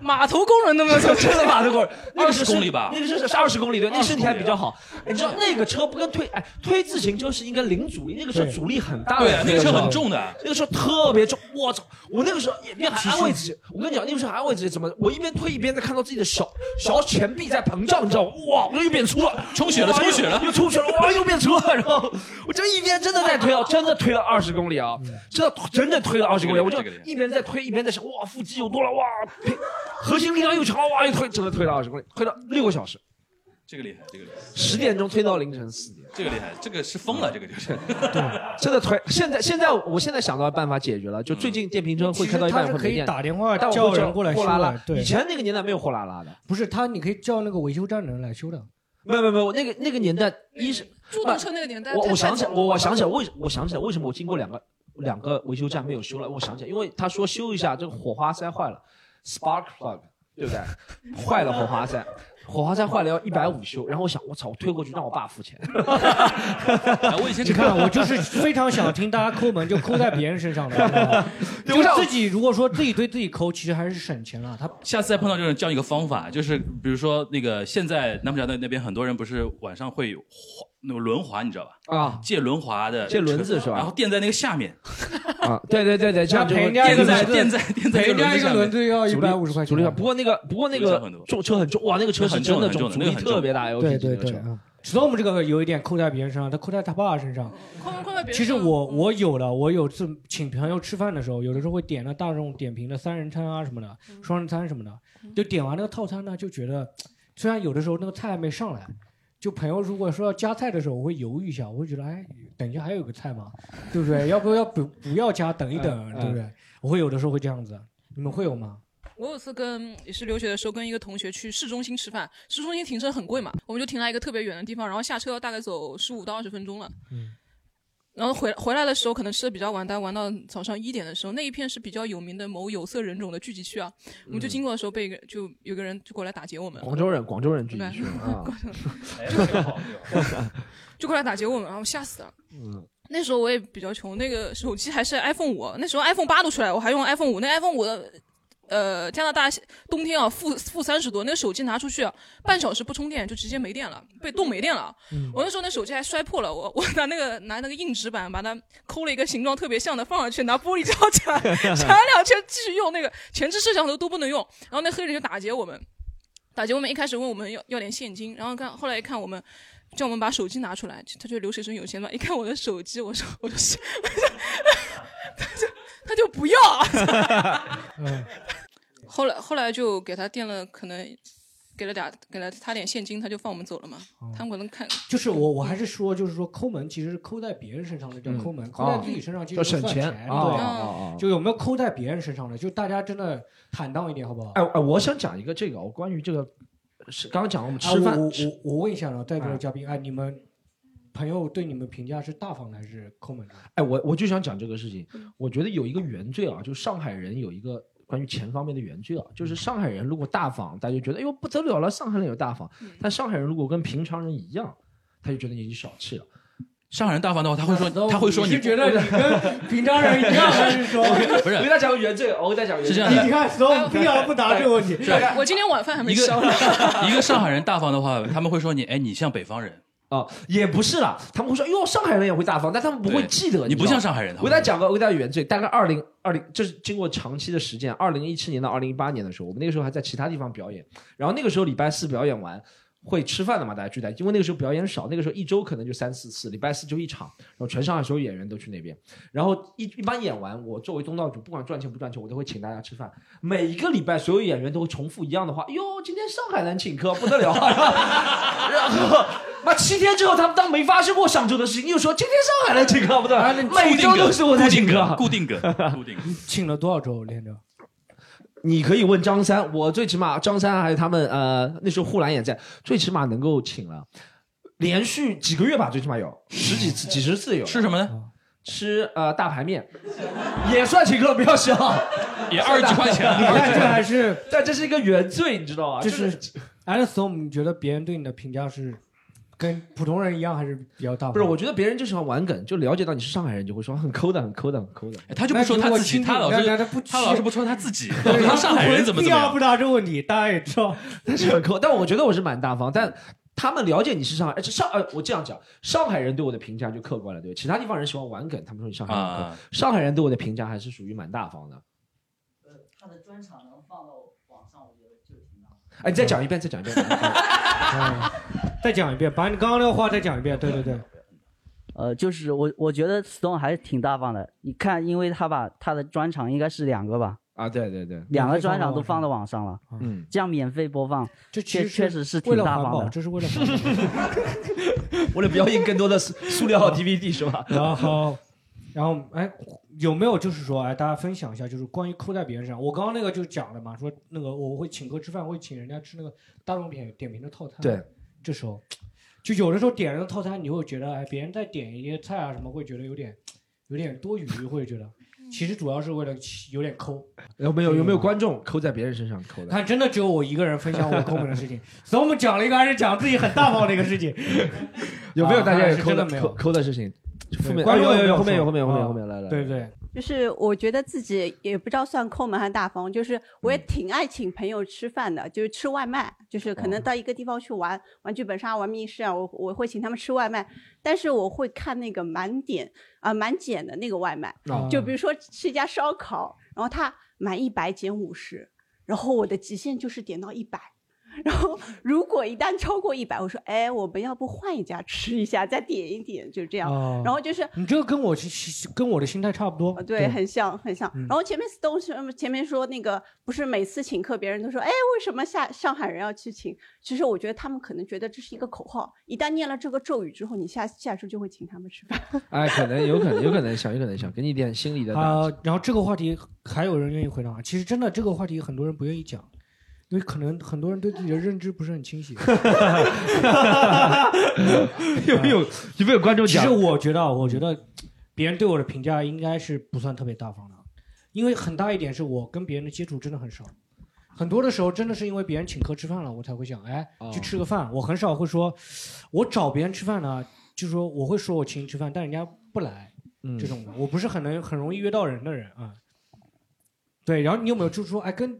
码头工人都没有坐真的码头 工人，那个是20公里吧那个是是二十公里，对，那个身体还啊比较好哎20。你知道那个车不跟推哎推自行车是应该零阻力，那个车阻力很大的，对啊那个车很重的那个车特别重。我操！我那个时候也也还安慰自己，我跟你讲，那个时候还安慰自己怎么？我一边推一边在看到自己的小小前臂在膨胀，你知道吗？哇，我又变粗了，充血了哇又充血了又充血了，哇，又变粗了。然后我这一边真的在推啊，真的推了二十公里啊，嗯真的真的推了二十公里，我就这个厉害一边在推一边在想，哇，腹肌有多了，哇，呸核心力量又强，哇，又推，真的推了二十公里，推了六个小时，这个厉害，这个厉害，十点钟推到凌晨四点，这个厉害，这个是疯了，这个就是。真的推。现在现在我现在想到办法解决了，就最近电瓶车会开到一半其实会它是可以没电打电话但我会叫人过来修货的拉拉。对以前那个年代没有货拉拉的，不是他，你可以叫那个维修站的人来修 的。没有没有没有，那个那个年代一是啊助动车那个年代，我太我想起来，太早了我我想起来为什我想起来为什么我经过两个两个维修站没有修了，我想起来，因为他说修一下这个火花塞坏了，spark plug 对不 对？坏了火花塞，火花塞坏了要一百五修，然后我想我操，我推过去让我爸付钱。啊哎我以 前你 看，啊我就是非常想听大家抠门，就抠在别人身 上的。就自己如果说自己对自己抠，其实还是省钱了。他下次再碰到这种，教你个方法，就是比如说那个现在南普峡那那边很多人不是晚上会有滑那个轮滑，你知道吧？啊，借轮滑的借轮子是吧然后垫在那个下面， 啊，对对对对，这样就那会赔人家一个轮子垫在垫在垫在一个轮子要150块钱。主力不过那个不过那主个力很多重车很重，哇，那个车是很重真的很重，重的阻那力个很重特别大，LPG 对那对个对车。啊，storm 这个有一点抠在别人身上，他抠在他爸身上。快快快别其实说了我我有的，我有次请朋友吃饭的时候，有的时候会点那大众点评的三人餐啊什么的，双人餐什么的，就点完那个套餐呢，就觉得虽然有的时候那个菜还没上来，就朋友如果说要加菜的时候，我会犹豫一下，我会觉得哎，等一下还有个菜嘛，对不对？要不要不不要加，等一等，嗯对不对？我会有的时候会这样子，你们会有吗？我有次跟也是留学的时候，跟一个同学去市中心吃饭，市中心停车很贵嘛，我们就停在一个特别远的地方，然后下车要大概走十五到二十分钟了。嗯然后回回来的时候，可能吃的比较晚，但玩到早上一点的时候，那一片是比较有名的某有色人种的聚集区啊。我们就经过的时候，被一个就有个人就过来打劫我们。广州嗯人，广州人聚集啊对区 啊广州 就过来打劫我们，然后吓死了。嗯，那时候我也比较穷，那个手机还是 iPhone 五，那时候 iPhone 八都出来，我还用 iPhone 五。那 iPhone 五的，呃，加拿大冬天啊，负负三十多，那个手机拿出去、啊、半小时不充电就直接没电了，被冻没电了。嗯我那时候那手机还摔破了，我我拿那个拿那个硬纸板把它抠了一个形状特别像的放上去，拿玻璃胶夹夹两圈继续用那个前置摄像头都不能用，然后那黑人就打劫我们。打劫我们一开始问我们要要点现金，然后看后来一看我们叫我们把手机拿出来，他就留学生有钱嘛，一看我的手机，我说我就是， 他就他就不要。 后来后来就给他垫了，可能给了点给了他点现金，他就放我们走了嘛。他们可能看就是我，我还是说，就是说抠门，其实是抠在别人身上的叫抠门，嗯抠在自己身上其实哦就省算钱对，啊哦哦哦就有没有抠在别人身上的？就大家真的坦荡一点，好不好？哎哎，我想讲一个这个，我关于这个是刚刚讲我们啊吃饭我我吃我我问一下呢，在座的嘉宾，哎，你们朋友对你们评价是大方的还是抠门的？哎，我我就想讲这个事情，我觉得有一个原罪啊，就上海人有一个关于钱方面的原罪啊，嗯就是上海人如果大方，大家就觉得哎呦不得了了，上海人有大方；但上海人如果跟平常人一样，他就觉得你小气了。上海人大方的话，他会说他会说你是觉得呃你跟平常人一样还是说 不是我给大家讲个原罪，哦我给大家讲个原罪。是这样的你看，所有避而不答这个问题，是我今天晚饭还没一消呢。个 一个上海人大方的话，他们会说你哎，你像北方人。哦，也不是啦，他们会说，哟，上海人也会大方，但他们不会对记得。你不知道像上海人他我们给大家讲个，我给大家原罪，大概二零二零，这是经过长期的实践，二零一七年到二零一八年的时候，我们那个时候还在其他地方表演，然后那个时候礼拜四表演完。会吃饭的嘛？大家聚在，因为那个时候表演少，那个时候一周可能就三四次，礼拜四就一场，然后全上海所有演员都去那边，然后一一般演完，我作为东道主，不管赚钱不赚钱，我都会请大家吃饭。每一个礼拜，所有演员都会重复一样的话：“哟，今天上海人请客， 不得了啊！”然后， 妈七天之后，他们当没发生过上周的事情，又说今天上海来请客，不对，每周都是我在请客。啊 固定梗， 固定梗。请了多少周连着？你可以问张三，我最起码张三还有他们呃那时候护栏也在，最起码能够请了连续几个月吧，最起码有十几嗯次、几十次有。吃什么呢？吃呃大排面，也算请客，不要笑。也二十几块钱 你看这还是，但这是一个原罪，你知道吧？就是 a l e 我们觉得别人对你的评价是跟普通人一样还是比较大方。不是，我觉得别人就喜欢玩梗，就了解到你是上海人，就会说很抠的，很抠的，很抠的。哎他就不说他自己，他老是他不他老是不说他自己，老说他上海人怎么怎么第二样。不答这个问题，大家也知道，但是很抠。但我觉得我是蛮大方，但他们了解你是上海，而且上呃，我这样讲，上海人对我的评价就客观了，对其他地方人喜欢玩梗，他们说你上海人很抠、啊上海人对我的评价还是属于蛮大方的。他的专场能放到网上，我觉得就挺好。哎，嗯你再讲一遍，再讲一遍。再讲一遍，把你刚刚那个话再讲一遍。对对对，呃，就是我我觉得 Stone 还是挺大方的。你看，因为他把他的专场应该是两个吧，啊，对对对，两个专场都放到网上了，嗯，这样免费播放，这确其实确实是为挺了大环方保的。这是为了环保。为了不要印 更多的塑塑料 DVD 是吧？然后，然后，哎，有没有就是说，哎，大家分享一下，就是关于抠在别人身上。我刚刚那个就讲了嘛，说那个我会请客吃饭，会请人家吃那个大众点点评的套餐。对，这时候就有的时候点了个套餐，你会觉得，哎，别人再点一些菜啊什么，会觉得有点有点多余，会觉得嗯其实主要是为了有点抠。有没有有没有观众抠在别人身上抠的？看，真的只有我一个人分享我抠门的事情，所以我们讲了一个还是讲自己很大方的一个事情。 有没有大家啊也是抠真的的没抠有？抠的事情？负面观众啊有有没有有后面说有后面有后面啊有后面来来，对对，就是我觉得自己也不知道算抠门还是大方，就是我也挺爱请朋友吃饭的，就是吃外卖，就是可能到一个地方去玩，玩剧本杀、玩密室啊，我我会请他们吃外卖，但是我会看那个满点啊、满减的那个外卖哦，就比如说吃一家烧烤，然后他满一百减五十，然后我的极限就是点到一百。然后，如果一旦超过一百，我说，哎，我们要不换一家吃一下，再点一点，就这样。哦然后就是你这个跟我是跟我的心态差不多。啊对，很像，很像。嗯然后前面 Stone 是前面说那个，不是每次请客，别人都说，哎，为什么下上海人要去请？其实我觉得他们可能觉得这是一个口号，一旦念了这个咒语之后，你下下周就会请他们吃饭。哎，可能有可能有可能想有可能想给你一点心理的打击。啊、然后这个话题还有人愿意回答吗？其实真的这个话题很多人不愿意讲，因为可能很多人对自己的认知不是很清 晰。有没有有没有观众其实我觉得啊，我觉得别人对我的评价应该是不算特别大方的，因为很大一点是我跟别人的接触真的很少，很多的时候真的是因为别人请客吃饭了，我才会想，哎，哦去吃个饭。我很少会说，我找别人吃饭呢，就说我会说我请你吃饭，但人家不来，嗯这种的，我不是很能很容易约到人的人啊。对，然后你有没有就是说，哎，跟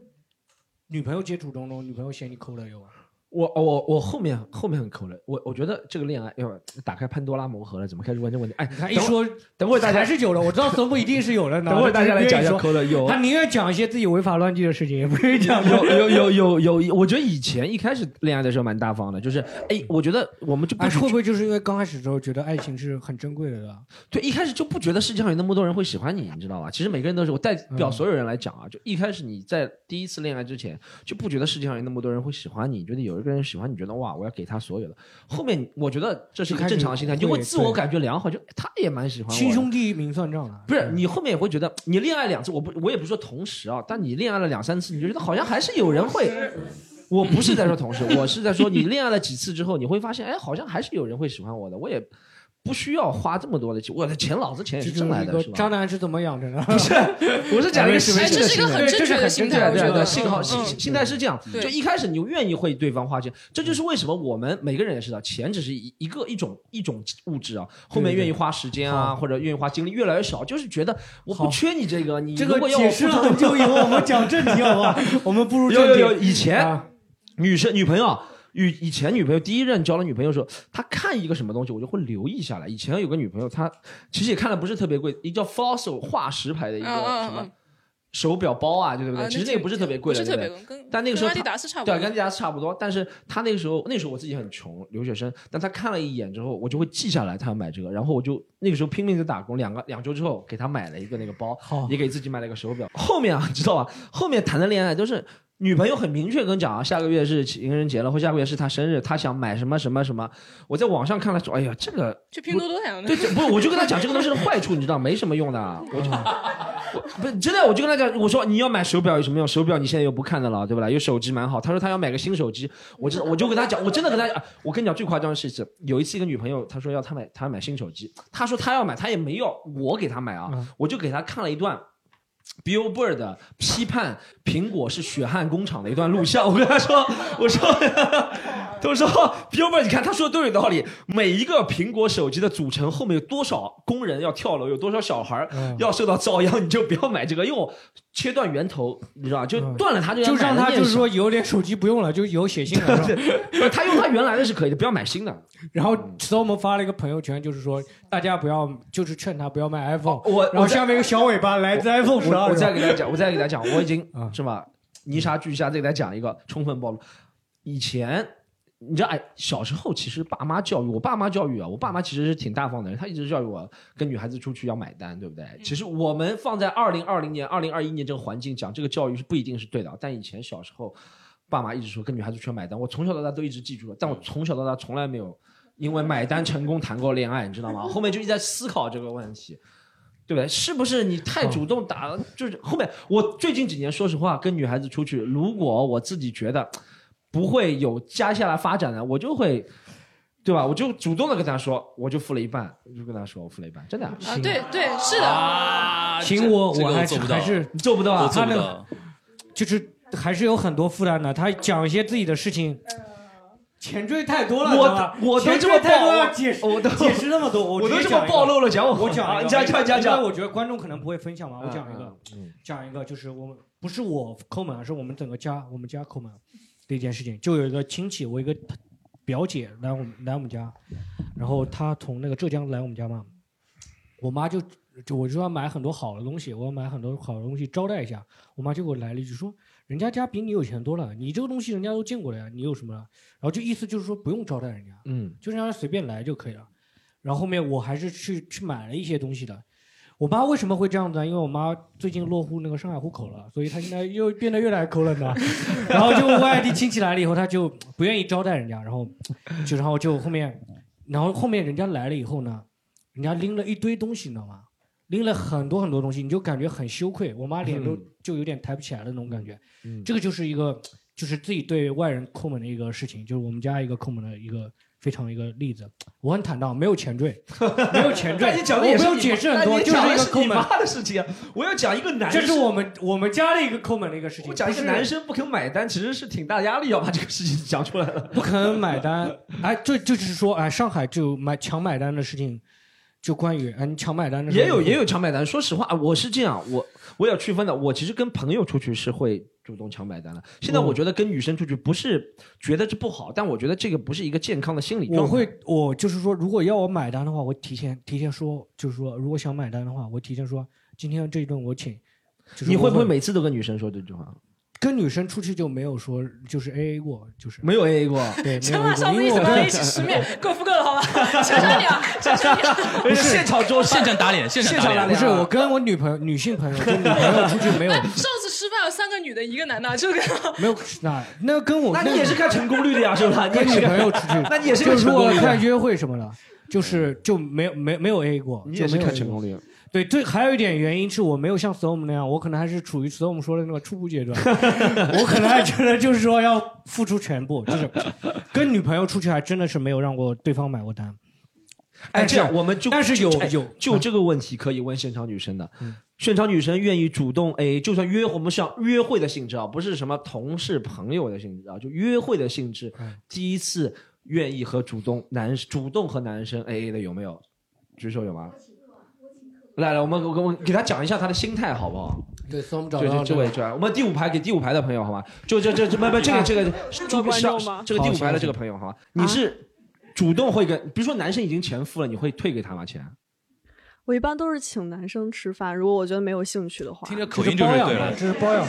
女朋友接触当中，女朋友嫌你抠了有啊？我我我后面后面很抠了，我我觉得这个恋爱要打开潘多拉魔盒了，怎么开始问这个问题？哎，他一等会说，等会儿大家还是有的，我知道总部一定是有的呢。等会儿大家来讲一下他不愿意说抠啊的有他宁愿讲一些自己违法乱纪的事情，也不愿 意讲有有有有有有，我觉得以前一开始恋爱的时候蛮大方的，就是哎，我觉得我们就不哎，去会不会就是因为刚开始的时候觉得爱情是很珍贵的啊对吧？对，一开始就不觉得世界上有那么多人会喜欢你，你知道吧？其实每个人都是，我代嗯表所有人来讲啊，就一开始你在第一次恋爱之前就不觉得世界上有那么多人会喜欢你，你觉得有一个人喜欢你，觉得哇，我要给他所有的。后面我觉得这是一个正常心态，一你开始就会会自我感觉良好，就哎他也蛮喜欢我的。亲兄弟明算账了。不是你后面也会觉得，你恋爱两次，我不我也不是说同时啊，但你恋爱了两三次，你就觉得好像还是有人会。我不是在说同时，我是在说你恋爱了几次之后，你会发现，哎，好像还是有人会喜欢我的，我也不需要花这么多的钱，我的钱老子钱也这是就挣来是一的，个是渣吧？男是怎么养哎成的？不是， 我是讲了一个实际的心态，对对对，幸好幸心心态是这样，嗯对嗯就一开始你愿意为对方花钱，这就是为什么我们每个人也知道，钱只是一一个一种一种物质啊，后面对对愿意花时间啊，好或者愿意花精力越来越少，就是觉得我不好缺你这个，你这如个果要解我释付了出很久以后，我们讲正题好不好？我们步入有正有题。有，以前啊女生女朋友。与以前女朋友第一任交了女朋友的时候，她看一个什么东西，我就会留意下来。以前有个女朋友，她其实也看的不是特别贵，一个叫 Fossil 化石牌的一个嗯嗯什么嗯手表包啊，对不啊对？其实那那个就不是特别贵的，不是对特别对贵跟但那个时候跟阿迪她达斯差不多对，跟阿迪达斯差不多。但是她那个时候，那时候我自己很穷，留学生，但她看了一眼之后，我就会记下来她要买这个，然后我就那个时候拼命的打工，两个两周之后给她买了一个那个包，也给自己买了一个手表。后面啊， 你知道吧？后面谈的恋爱都是女朋友很明确跟你讲啊，下个月是情人节了，或下个月是她生日，她想买什么什么什么。我在网上看了说，哎呀，这个 去拼多多想的。对，这不是，我就跟他讲这个东西的坏处，你知道，没什么用的啊。我就，我不是真的，我就跟他讲，我说你要买手表有什么用？手表你现在又不看的了，对不啦？有手机蛮好。他说他要买个新手机，我真的我就跟他讲，我真的跟他讲，我跟你讲最夸张的事情，有一次一个女朋友，她说要她买她要买新手机，她说她要买，她也没要我给她买啊，我就给她看了一段。 Billboard 批判苹果是血汗工厂的一段录像，我跟他说， 我说，他说 Billboard，你看他说的都有道理，每一个苹果手机的组成后面有多少工人要跳楼，有多少小孩儿嗯要受到遭殃，你就不要买这个，因为我切断源头，你知道吧？就断了他这个，嗯就让他就是说有点手机不用了，就有写信了。是吧他用他原来的是可以的，不 要买新的。嗯然后 s t o m 发了一个朋友圈，就是说大家不要，就是劝他不要买 iPhone。哦我然后下面一个小尾巴来自 iPhone 十我二。啊我再给大家讲，我再给大家讲，我已经是吧？泥沙俱下，再给大家讲一个充分暴露。以前你知道，哎，小时候其实爸妈教育我，爸妈教育啊，我爸妈其实是挺大方的人，他一直教育我跟女孩子出去要买单，对不对？其实我们放在二零二零年、二零二一年这个环境讲，这个教育是不一定是对的。但以前小时候，爸妈一直说跟女孩子出去买单，我从小到大都一直记住了，嗯但我从小到大从来没有因为买单成功谈过恋爱，你知道吗？后面就一直在思考这个问题。对不对？是不是你太主动打？了？就是后面我最近几年，说实话，跟女孩子出去，如果我自己觉得不会有接下来发展的，我就会，对吧？我就主动的跟她说，我就付了一半，我就跟她说我付了一半，真的啊啊，对对是的，啊请我，这这个我我还做是不到还是做不到我做他不那个到就是还是有很多负担的。他讲一些自己的事情，前缀太多了，我知道吧我都前这缀么太暴多露了，解释我都解释那么多，我我都直这接么讲一个暴露了讲我我讲一个啊讲讲讲讲因为我觉得观众可能不会分享嘛，我讲一个，嗯嗯讲一个就是我们不是我抠门啊，是我们整个家我们家抠门的一件事情，就有一个亲戚，我一个表姐来我们来我们家，然后她从那个浙江来我们家嘛，我妈就就我就要买很多好的东西，我要买很多好的东西招待一下。我妈就给我来了一句说：“人家家比你有钱多了，你这个东西人家都见过了呀，你有什么了？”然后就意思就是说不用招待人家，嗯，就是让他随便来就可以了。然后后面我还是去去买了一些东西的。我妈为什么会这样子呢？因为我妈最近落户那个上海户口了，所以她现在又变得越来越抠冷了。 然后就外地亲戚来了以后，她就不愿意招待人家，然后就然后就后面，然后后面人家来了以后呢，人家拎了一堆东西，你知道吗？拎了很多很多东西，你就感觉很羞愧。我妈脸都嗯就有点抬不起来的那种感觉。嗯这个就是一个就是自己对外人抠门的一个事情，就是我们家一个抠门的一个非常一个例子。我很坦荡，没有 前缀，没有前缀，但你讲的也我是你妈，不用解释很但多，你就是讲一的个是抠你门。妈的事情啊。我要讲一个男这生，是我们我们家的一个抠门的一个事情。我讲一个不是男生不肯买单，其实是挺大压力要把这个事情讲出来了。 不肯 买单，哎，这这就是说，哎，上海就买抢买单的事情，就关于哎你抢买单的时候也有也有抢买单。说实话，啊我是这样，我我也要区分的。我其实跟朋友出去是会主动抢买单的。现在我觉得跟女生出去不是觉得这不好，但我觉得这个不是一个健康的心理状态。我会，我就是说，如果要我买单的话，我提前提前说，就是说，如果想买单的话，我提前说，今天这一顿我请。就是、你会不会每每次都跟女生说这句话？跟女生出去就没有说就是 A A 过，就是没有 A A 过。 对，没陈有妈 AA 上过，次因一为起我跟我一跟起吃 面，够不够了好吧？求求你了，求求你啊了。不是场桌现场打脸，现场打脸，不是啊我跟我女朋友女性朋友就女朋友出去没 有哎上次吃饭有三个女的，一个男的，啊就跟没有那那跟我那你也是看成功率的呀，是吧？你也跟是女看朋友出去 ，那你也是就看如成果功率的。看嗯约会什么的，就是就没有没没有 A 过，你也是就没有看成 AA 功率过。对，这还有一点原因是我没有像 Storm 那样，我可能还是处于 Storm 说的那个初步 阶段，我可能还觉得就是说要付出全 部，就是跟女朋友出去还真的是没有让过对方买过单。哎，但是这样我们就但是有就哎有嗯就这个问题可以问现场女生的。现场女生愿意主动 A，就算约我们想约会的性质啊，不是什么同事朋友的性质啊，就约会的性质。嗯第一次愿意和主动男主动和男生 A A 的有没有？举手有吗？来来，我们我我我给他讲一下他的心态好不好？对，Storm 就就这位这位，我们第五排给第五排的朋友好吗？就就就这没没啊这个这个这个上这个第五排的这个朋友好吗？你是主动会跟，比如说男生已经钱付了，你会退给他吗？钱？我一般都是请男生吃饭，如果我觉得没有兴趣的话。听着口音就是对了这是包养。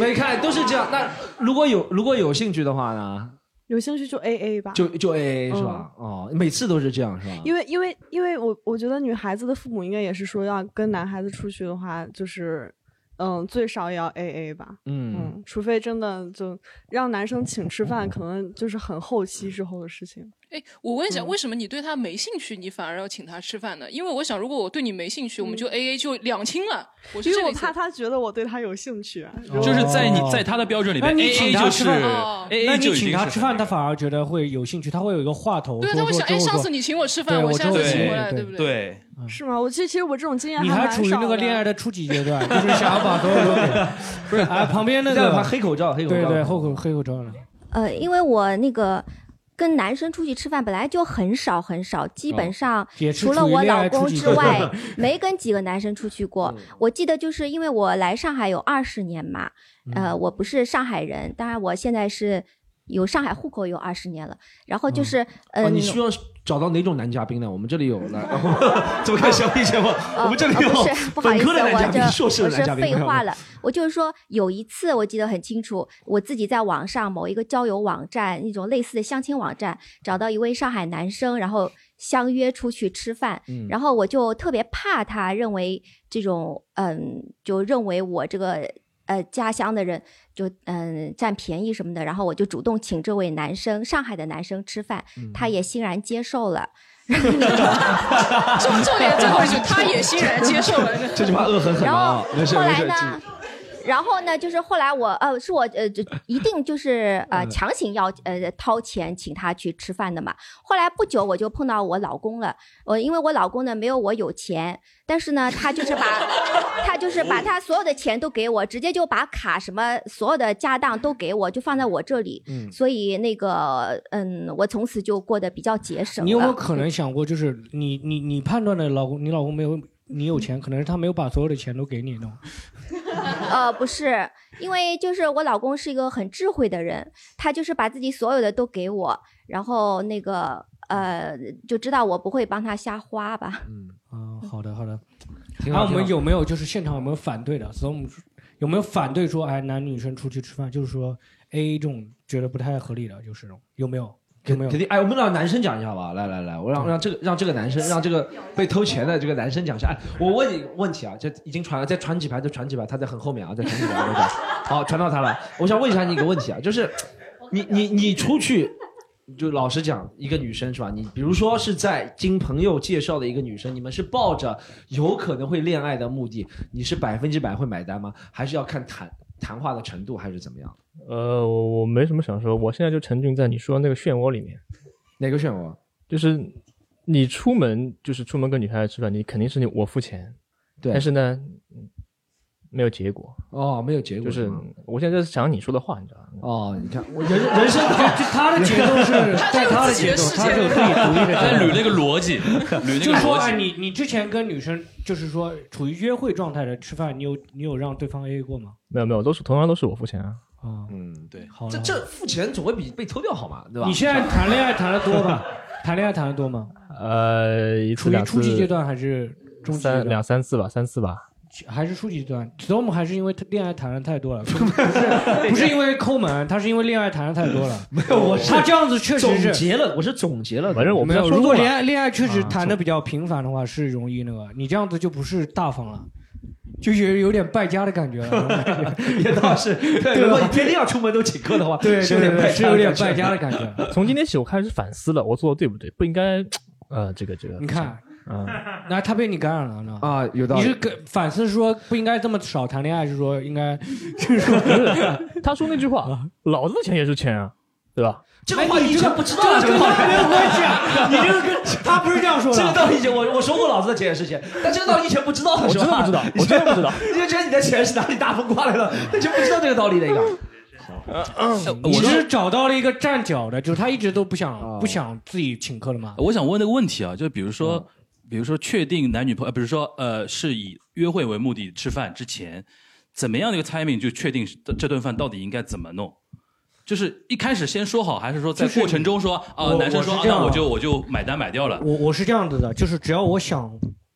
没看都是这样。那如果有如果有兴趣的话呢，有兴趣就 A A 啊吧。就就嗯 A A 是吧？哦，每次都是这样是吧？因为因为因为我我觉得女孩子的父母应该也是说要跟男孩子出去的话，就是嗯最少也要 A A 吧。嗯除非真的就让男生请吃饭，可能就是很后期之后的事情。 哎，我问一下，为什么你对他没兴趣，你反而要请他吃饭呢？因为我想，如果我对你没兴趣，我们就 A A 就两清了。嗯我是因这为个我意思怕他觉得我对他有兴趣啊。就是在你在他的标准里边那，A 你请 A 他就吃是饭哦 A 那 A 就你已请经他是吃饭，他反而觉得会有兴趣，他会有一个话头。对说他会说想之哎后上说次你请我吃饭对我我下次之后请对回来对不对？对，是吗？我其实其实我这种经验你蛮还处于那少个的。恋爱的初级阶段，就是想要把所有都给， 不是哎，旁边那这样个怕黑口罩黑口对罩对，后口黑口罩呢。呃，因为我那个跟男生出去吃饭本来就很少很少，基本上也是除了处于我恋爱老公初级之阶外段，没跟几个男生出去过。我记得就是因为我来上海有二十年嘛，呃，我不是上海人，当然我现在是有上海户口有二十年了。然后就是，嗯、哦，你需要找到哪种男嘉宾呢？我们这里有来，然后 怎么看小李先吗？哦我们这里哦有不是不好本意思，科的男嘉我这宾、硕士我的男是嘉宾。废话了。我就是说，有一次我记得很清楚，我自己在网上某一个交友网站，那种类似的相亲网站，找到一位上海男生，然后相约出去吃饭，嗯然后我就特别怕他认为这种，嗯，就认为我这个。呃，家乡的人就嗯占便宜什么的，然后我就主动请这位男生，上海的男生吃饭，嗯他也欣然接受了。 重重点最后一句，他也欣然接受了。这句话恶狠狠然了后啊！没事后没来事，呢？然后呢，就是后来我呃，是我呃，就一定就是呃，嗯强行要呃掏钱请他去吃饭的嘛。后来不久我就碰到我老公了，我、因为我老公呢没有我有钱，但是呢 他就是把他就是把他所有的钱都给我，直接就把卡什么所有的家当都给我，就放在我这里。嗯所以那个嗯，我从此就过得比较节省了。你有没有可能想过，就是你你你判断的老公，你老公没有你有钱，可能是他没有把所有的钱都给你呢。呃，不是，因为就是我老公是一个很智慧的人，他就是把自己所有的都给我，然后那个呃，就知道我不会帮他瞎花吧。啊，好的好的。挺那好我们挺好有没有就是现场有没有反对的？所以我们有没有反对说，哎，男女生出去吃饭，就是说 A A 这种觉得不太合理的，就是这种有没有？有没有嗯肯？定哎，我们让男生讲一下吧。来来来，我让让这个让这个男生，让这个被偷钱的这个男生讲一下。哎，我问你个问题啊，这已经传了，再传几排，再传几排，他在很后面啊，再传几排，再传。好，传到他了。我想问一下你一个问题啊，就是你你你出去，就老实讲，一个女生是吧？你比如说是在经朋友介绍的一个女生，你们是抱着有可能会恋爱的目的，你是百分之百会买单吗？还是要看谈谈话的程度，还是怎么样？呃，我我没什么想说，我现在就沉浸在你说的那个漩涡里面。哪个漩涡？就是你出门，就是出门跟女孩子吃饭，你肯定是你我付钱，对但是呢，没有结果。哦，没有结果就是是吗我现在在想你说的话，你知道吗？哦，你看我人人生他的节奏 是在他的节奏他是有自己独立的节奏在捋那个逻辑，捋那就个是说，逻哎，辑。你你之前跟女生就是说处于约会状态的吃饭，你有你有让对方 A A 过吗？没有没有，都是同样都是我付钱啊。啊，嗯，对，好这了这付钱总会比被偷掉好嘛，对吧？你现在谈恋爱谈的 多吧？谈恋爱谈的多吗？呃，一处次于两初次级阶段还是中级阶三段？两三次吧，三次吧。还是初级阶段，Storm 还是因为恋爱谈的太多了，不是不是因为抠门，他是因为恋爱谈的太 多了。没有我是他这样子确实是总结了，我是总结了的。反正我没们有。如果恋爱恋爱确实谈的比较频繁的话，是容易那个。你这样子就不是大方了，就是有点败家的感觉 了。 也倒 是，对，如吧果你天天要出门都请客的话，对是有点对败对家，是有点败家的感觉。 从今天起，我开始反思了，我做的对不对？不应该，呃，这个这个。你看，嗯，那他被你感染了呢？啊，有道理你是跟反思说不应该这么少谈恋爱，是说 应该就是说他说那句话，老子的钱也是钱啊，对吧？这个话题啊这已个经不知道哎这了，个这个话题跟他没有关 系啊你这 个跟他不是这样说的啊这个道理以前我我说过老子的钱也是钱，但这个道理以前不知道的我是真的吧？不知 道我真的不知道，你就觉得你的钱是哪里大风刮来的，那就不知道这个道理的呀。你是找到了一个站脚的，就是他一直都不想不想自己请客了吗？我想问那个问题啊，就比如嗯说，比如说确定男女朋友，呃比如说呃，是以约会为目的吃饭之前，怎么样的一个 timing 就确定这这顿饭到底应该怎么弄？就是一开始先说好，还是说在就是过程中说啊、我男生我是说、啊这样那我啊就我就买单买掉了。我我是这样子的，就是只要我想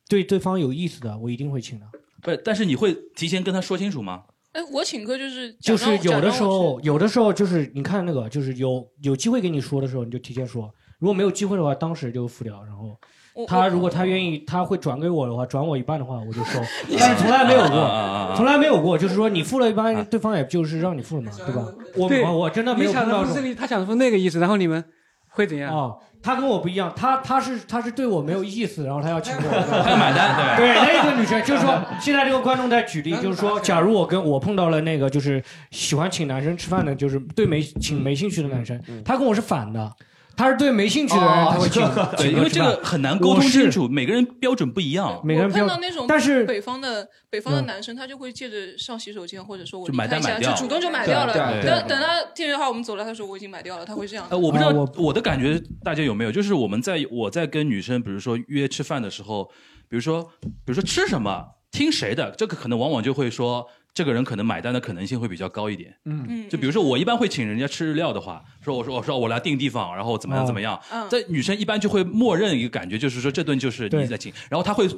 对对方有意思的，我一定会请的。不是，但是你会提前跟他说清楚吗？哎，我请客就是假就装是有的时，假装我候，有的时候就是你看那个，就是有有机会跟你说的时候，你就提前说；如果没有机会的话，当时就付掉。然后我他我如果他愿意，他会转给我的话，转我一半的话，我 就收你。但是从来没有啊啊啊啊过，从来没有过，就是说你付了一半，对方也就是让你付了嘛，对吧？我对我我真的没有你想碰的到不这是这种个，他想的不是那个意思，然后你们会怎样？哦，他跟我不一样，他他是他是对我没有意思，然后他要请我，他要买单对吧对，那个女生就是说，现在这个观众在举例，就是说，假如我跟我碰到了那个就是喜欢请男生吃饭的，就是对没请没兴趣的男生，嗯他跟我是反的，他是对没兴趣的人他会请，哦 对，请因我为吃这饭个很难沟我通是清楚，每个人标准不一样，每个人碰到那种但是北方的北方的嗯男生，他就会借着上洗手间，或者说我就离买开一单下，买就掉主动就买对掉了。对对等对等他电电话我们走了，他说我已经买掉了，他会这样。呃，我不知道我的感觉大家有没有，就是我们在我在跟女生，比如说约吃饭的时候，比如说比如说吃什么，听谁的，这个可能往往就会说。这个人可能买单的可能性会比较高一点，嗯嗯就比如说我一般会请人家吃日料的话，说我说我说我来订地方，然后怎么样哦怎么样嗯，在女生一般就会默认一个感觉，就是说这顿就是对你在请，然后她会主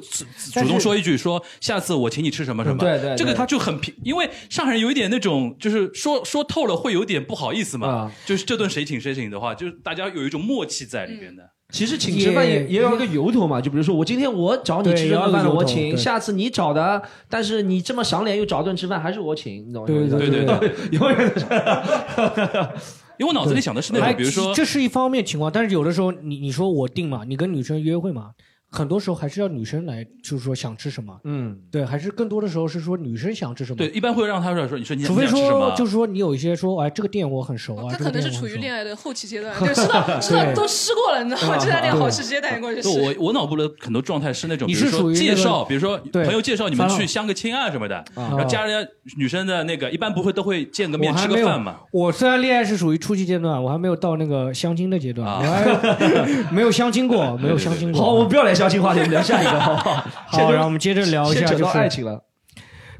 但主是嗯动说一句说下次我请你吃什么什么，对对对这个她就很平，因为上海人有一点那种就是说说透了会有点不好意思啊嘛，就是这顿谁请谁请的话，就是大家有一种默契在里嗯边的。其实请吃饭也也也有一个由头嘛，就比如说我今天我找你吃这顿对也饭要有了，由头我请，对下次你找的，但是你这么赏脸又找顿吃饭，还是我请，你懂吗？对对对对对永远 因为我脑子里想的是那哎种，比如说这是一方面情况，但是有的时候你你说我定嘛，你跟女生约会嘛，很多时候还是要女生来，就是说想吃什么，嗯，对，还是更多的时候是说女生想吃什么，对，一般会让他说说，你说你除想非你想吃什说么？就是说你有一些说，哎，这个店我很熟啊，他这哦可个能店是我处很于熟恋爱的后期阶 段，对，知道知道对啊都吃过了，你知道吗？这家店好吃，直接带你过去吃。对我我脑部的很多状态是那种，你比如是属说于那介个绍，比如说对朋友介绍你们烦恼去相个亲啊什么的，然后家人家女生的那个一般不会都会见个我面还吃没个有饭嘛。。我虽然恋爱是属于初期阶段，我还没有到那个相亲的阶啊段，我还 没有相 亲过，没有相亲过。好，我们不要聊相亲话题，我们聊下一个，好 不好？先好，然后我们接着聊一下，先扯就到是爱情了。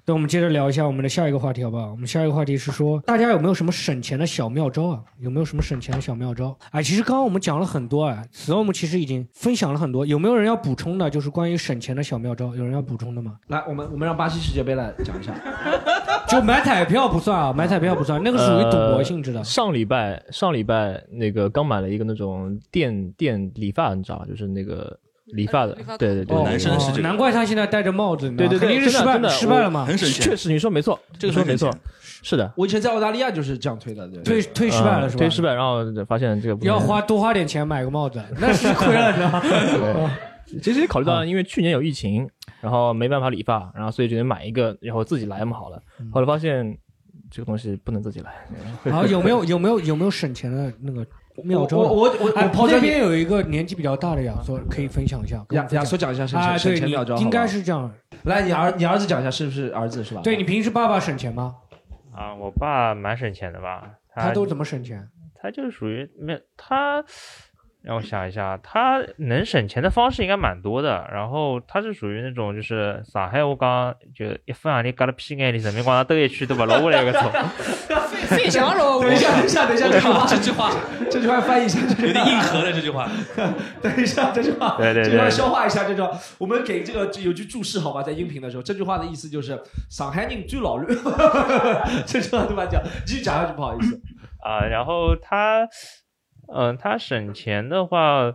对，我们接着聊一下我们的下一个话题，好不好？我们下一个话题是嗯说，大家有没有什么省钱的小妙招啊？有没有什么省钱的小妙招？哎，其实刚刚我们讲了很多，哎，storm 其实已经分享了很多，有没有人要补充的？就是关于省钱的小妙招，有人要补充的吗？来，我们我们让巴西世界杯来讲一下。就买彩票不算啊，买彩票不算，那个属于赌博性质的。呃上礼拜上礼拜那个刚买了一个那种电电理发，你知道吧？就是那个理发的，对对对，哦对哦难怪他现在戴着帽子，你对知道对吗对，肯定是真失的真败的失败了我嘛，确实你说没错，这个你说很没省错，是的，我以前在澳大利亚就是这样推的，对。退退失败了嗯是吧推失败，然后发现这个不要行花多花点钱买个帽子，那是亏了，你知道吗？对，其实考虑到因为去年有疫情，然后没办法理发，然后所以只能买一个，然后自己来嘛好了。嗯后来发现这个东西不能自己来。 好，啊有 没有有没有有没有省钱的那个妙招？我我我我哎，抛那砖边引有一个年纪比较大的亚索，可以分享一下。亚亚索讲一下省啊钱省对钱你妙招，应该好不好是这样。来，你儿你儿子讲一下是不是儿子是吧？对你平时爸爸省钱吗？啊，我爸蛮省钱的吧？他都怎么省钱？他就是属于没哎他，让我想一下，他能省钱的方式应该蛮多的。然后他是属于那种就是上海，我讲就一分啊行钿夹了屁眼里，人民广场兜一圈都不落下来个种。费翔喽， 等一下，等一下，等一下，这句话，这句话，这句话翻译一下，有点硬核了这句话。等一下，这句话，对对这句话对消化一下这句话。我们给这个有句注释好吧，在音频的时候，这句话的意思就是上海人最老卵。这句话对吧？讲继续讲下去，不好意思。啊，然后他，嗯、他省钱的话，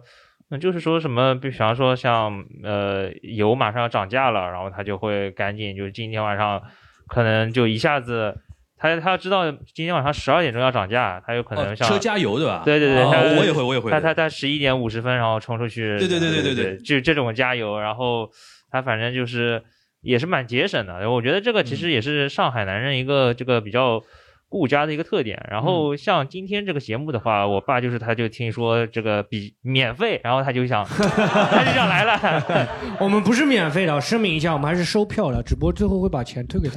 那就是说什么，比方说像呃油马上要涨价了，然后他就会赶紧就是今天晚上可能就一下子。他他要知道今天晚上十二点钟要涨价，他有可能像、哦车加油对吧对对对，哦他我也会我也会他他他十一点五十分然后冲出去，对对对对对对对就是这种加油，然后他反正就是也是蛮节省的。我觉得这个其嗯实也是上海男人一个这个比较顾家的一个特点。然嗯后像今天这个节目的话，我爸就是他就听说这个比免费，然后他 就想他就想来了。我们不是免费的，声明一下，我们还是收票的，只不过最后会把钱退给他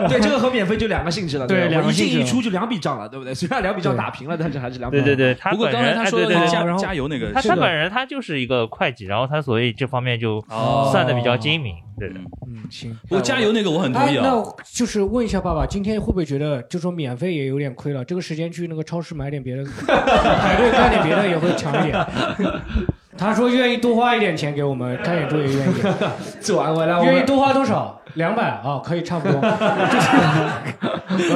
们。对，这个和免费就两个性质了，对对吧，两我个一性质进一出就两笔账了，对不对？虽然两笔账打平了，但是还是两笔对账。对对，他不过本刚才人他哎说对的对对加然后加油那个他是他的本人他就是一个会计，然后他所以这方面就哦算的比较精明，对的。嗯，行。我加油那个我很同意哎啊那我就是问一下爸爸，今天会不会觉得，就说免费也有点亏了？这个时间去那个超市买点别的， 排队干点别的也会强一点。他说愿意多花一点钱给我们，开点桌也愿意。做完回来，愿意多花多少？两百啊，可以差不多。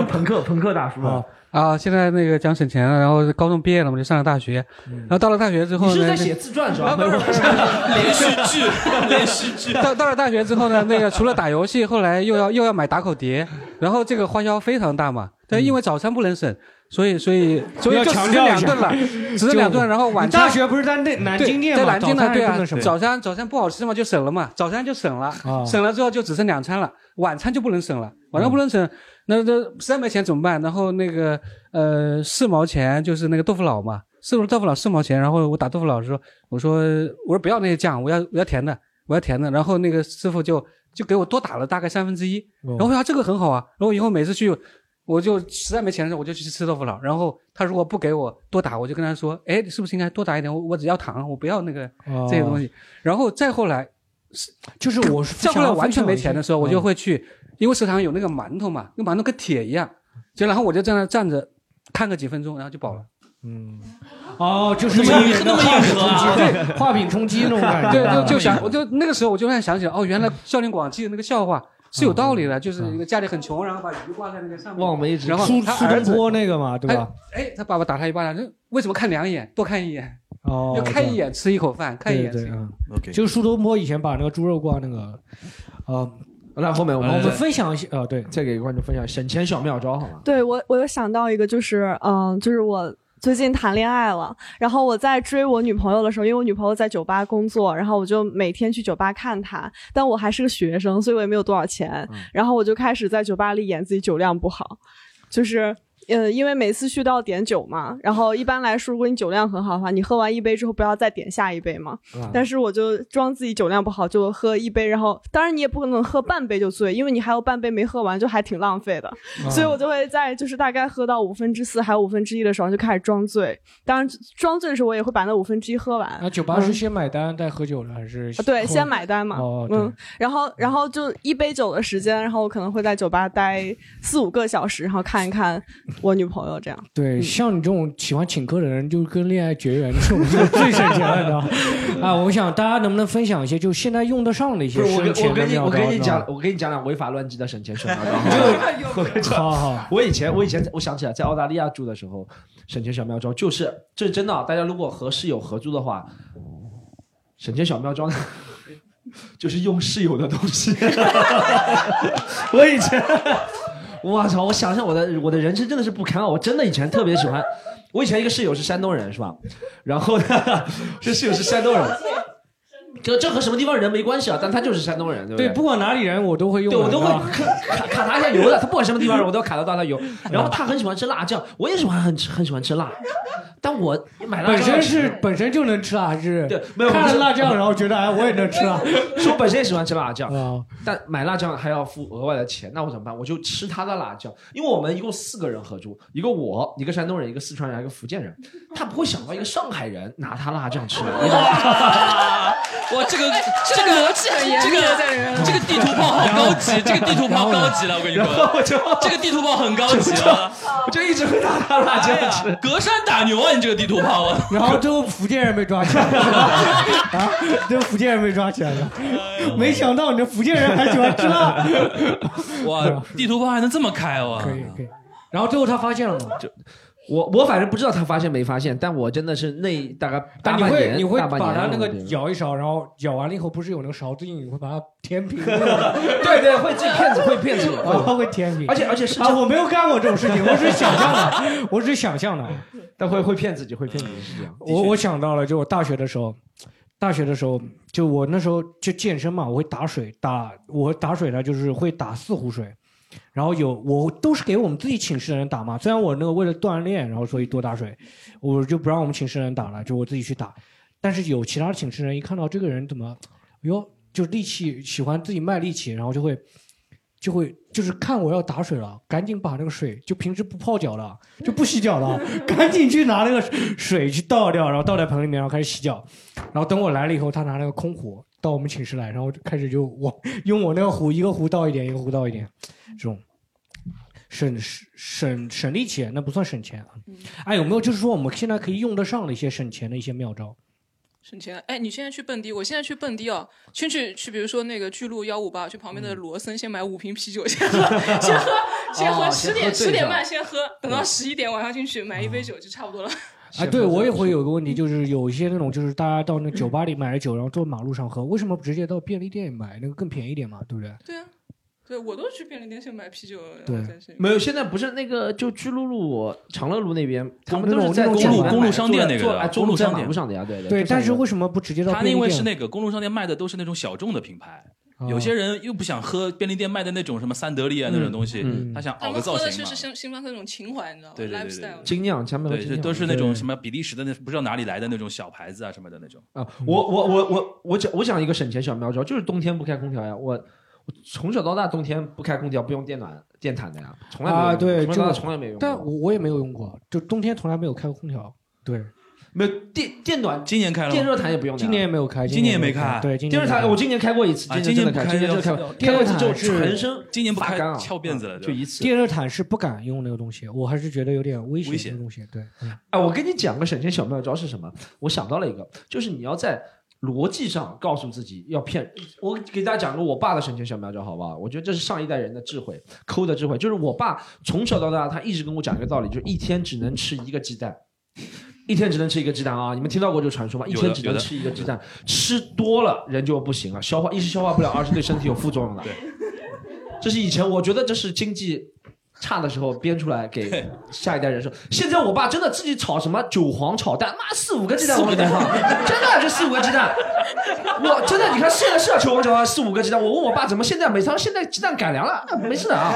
朋克朋克大叔啊，啊，现在那个讲省钱了，然后高中毕业了嘛，就上了大学，嗯然后到了大学之后 你是呢，在那写自传是吧？ 连续剧，连续 剧。到到了大学之后呢，那个除了打游戏，后来又要又要买打口碟，然后这个花销非常大嘛。但因为早餐不能省，所以所以所以嗯要就强吃调一两下顿了， 只是两顿，然后晚你餐大学不是在内南京念嗯对吗？在南京呢，对早餐还不啊能什，么啊早餐早餐不好吃嘛，就省了嘛，早餐就省了，省了之后就只剩两餐了，晚餐就不能省了，晚上不能省，嗯那这实在没钱怎么办？然后那个呃四毛钱就是那个豆腐脑嘛，四毛豆腐脑四毛钱，然后我打豆腐脑的时候，我说我说不要那些酱，我要我要甜的，我要甜的，然后那个师傅就就给我多打了大概三分之一，哦然后我说、啊、这个很好啊，然后以后每次去。我就实在没钱的时候，我就去吃豆腐脑。然后他如果不给我多打，我就跟他说：“哎，是不是应该多打一点？我我只要糖，我不要那个哦这些东西。然后再后来，是就是我是再后来完全没钱的时候，想要我分享一下就会去，因为食堂有那个馒头嘛，那个馒头跟铁一样，就然后我就在那站着看个几分钟，然后就饱了。嗯哦，就是这么硬这么硬核啊对，画饼充饥那种感觉。啊对，就就想，我就那个时候我就突然想起来，哦，原来少林广记的那个笑话是有道理的，就是一个家里很穷，然后把鱼挂在那个上面，嗯望梅止然后苏他苏儿东子坡那个嘛，对吧？哎？哎，他爸爸打他一巴掌，就为什么看两眼，多看一眼，哦，就哎看一眼吃一口饭，看一眼对吃一对口饭。嗯就是苏东坡以前把那个猪肉挂那个，呃，那后面我我们们再分享一些，呃，对，哦再给观众分享省钱小妙招好吗？对我，我有想到一个，就是嗯、就是我最近谈恋爱了，然后我在追我女朋友的时候，因为我女朋友在酒吧工作，然后我就每天去酒吧看她，但我还是个学生，所以我也没有多少钱，然后我就开始在酒吧里演自己酒量不好，就是。嗯，因为每次去都要点酒嘛，然后一般来说，如果你酒量很好的话，你喝完一杯之后不要再点下一杯嘛。嗯但是我就装自己酒量不好，就喝一杯，然后当然你也不可能喝半杯就醉，因为你还有半杯没喝完，就还挺浪费的。嗯所以我就会在就是大概喝到五分之四还有五分之一的时候就开始装醉。当然装醉的时候我也会把那五分之一喝完。那酒吧是先买单再喝酒的，还是嗯啊对，后先买单嘛，哦，对嗯，然后然后就一杯酒的时间，然后我可能会在酒吧待四五个小时，然后看一看我女朋友这样。对，像你这种喜欢请客的人，就跟恋爱绝缘， 这种就最省钱了，你知道吗？啊，我想大家能不能分享一些，就现在用得上的一些不是我省跟我钱的跟你妙我招跟你知道讲吗，我跟你讲讲违法乱纪的省钱 小妙招。就好好，我以前我以前我想起来，在澳大利亚住的时候，省钱小妙招就是这是真的啊，大家如果和室友合租的话，省钱小妙招呢就是用室友的东西。 我以前，我操！我想想我的我的人生真的是不堪啊！我真的以前特别喜欢，我以前一个室友是山东人是吧？然 后呢，这室友是山东人。这这和什么地方人没关系啊，但他就是山东人，对不对？对，不管哪里人我都会用啊对的，我都会你知卡道卡吗卡他一下油的，他不管什么地方我都要卡到他的油。然后他很喜欢吃辣酱，我也喜欢很吃很喜欢吃辣，但我买辣本酱身是本身就能吃啊，还是对没有看不了是辣酱，然后觉得哎，我也能吃啊。是我本身也喜欢吃辣酱，但买辣酱还要付额外的钱，那我怎么办？我就吃他的辣酱，因为我们一共四个人合租，一个我，一个山东人，一个四川人，一个福建人。他不会想到一个上海人拿他辣酱吃，你懂吗？ 哇，这个这个逻辑很严这个格在里面这个地图炮好高级，这个地图炮高级了，我跟你说，这个地图炮很高级了，我就一直会拿他辣酱吃，隔山打牛啊，你这个地图炮啊，然后最后福建人被抓起来了， 啊，最后福建人被抓起来了。哎没想到你这福建人还喜欢 吃辣，哇，地图炮还能这么开哦哇，可以可以，然后最后他发现了吗？我我反正不知道他发现没发现，但我真的是那大概大你半会年，你会大半把年它那个我觉得舀一勺，然后舀完了以后，不是有那个勺子印，你会把它 填平。 对对会这骗子会骗子啊，会填平。而且而且是啊，我没有干过这种事情，我只是想象的，我只是想象的。 但会会骗自己，会骗自己是这样。我我想到了，就我大学的时候，大学的时候，就我那时候就健身嘛，我会打水，打我打水呢，就是会打四壶水，然后有我都是给我们自己寝室的人打嘛。虽然我那个为了锻炼，然后所以多打水，我就不让我们寝室人打了，就我自己去打。但是有其他寝室人一看到这个人怎么，哎呦，就力气喜欢自己卖力气，然后就会就会就是看我要打水了，赶紧把那个水就平时不泡脚的，就不洗脚的，赶紧去拿那个水去倒掉，然后倒在盆里面，然后开始洗脚。然后等我来了以后，他拿那个空壶到我们寝室来，然后就开始就我用我那个壶一个壶倒一点，一个壶倒一点，这种省省省力气，那不算省钱啊。嗯哎，有没有就是说我们现在可以用得上的一些省钱的一些妙招？省钱。哎，你现在去蹦迪，我现在去蹦迪啊，先去去，比如说那个巨鹿幺五八，去旁嗯边的罗森先买五瓶啤酒，先喝，先喝，先喝，哦十先点喝十点对半上先喝，等嗯到十一点晚上进去买一杯酒就差不多了。哎，对我也会有个问嗯题，就是有一些那种，就是大家到那酒吧里买了酒，然后坐马路上喝，为什么不直接到便利店买那个更便宜一点嘛？对不对？对啊，对我都去便利店先买啤酒，然后对再去，没有，现在不是那个，就居露露、长乐路那边，他们都是那种在那种公公路公路商店那个做的哎做公路在商马店路上的呀，对啊对就但像是我为什么不直接他因为是那个公路商店卖的都是那种小众的品牌，有些人又不想喝便利店卖的那种什么三得利啊那种东西，他想他熬们个造喝的型是是。嘛星星巴克那种情怀，你知道吗？对对对 lifestyle 对，精酿前面和对，精这酿都是对那种什么比利时的那不知道哪里来的那种小牌子啊什么的那种。啊，我我我我我讲我讲一个省钱小妙招，就是冬天不开空调呀。我我从小到大冬天不开空调，不用电暖电毯的呀，从来没有啊，用过对，从就小到大从来没有用过。但我我也没有用过，就冬天从来没有开过空调。对，没有电电暖，今年开电热毯也不用的呀。今年也没有开，今年也没开开。对，今电热没毯我今年开过一次，啊今年真的今今年年不真的开开要过，电开过一次热就毯是全身今年不发开干啊，翘辫子了，就一次。电热毯是不敢用那个东西，我还是觉得有点危险。那个东西，对，嗯哎，我跟你讲个省钱小妙招是什么？我想到了一个，就是你要在逻辑上告诉自己要骗。我给大家讲个我爸的省钱小妙招，好不好？我觉得这是上一代人的智慧，抠的智慧。就是我爸从小到大，他一直跟我讲一个道理，就是一天只能吃一个鸡蛋。一天只能吃一个鸡蛋啊！你们听到过这个传说吗？一有的天只有能的吃一个鸡蛋，吃多了人就不行了，消化一是消化不了，二是对身体有副作用的。对，这是以前我觉得这是经济差的时候编出来给下一代人说。现在我爸真的自己炒什么韭黄炒蛋，妈四五个鸡蛋往里面放，真的就四五个鸡蛋。我真的，你看现在是啊，韭黄炒蛋四五个鸡蛋。我问我爸怎么现在没，他说现在鸡蛋改良了，啊没事的啊。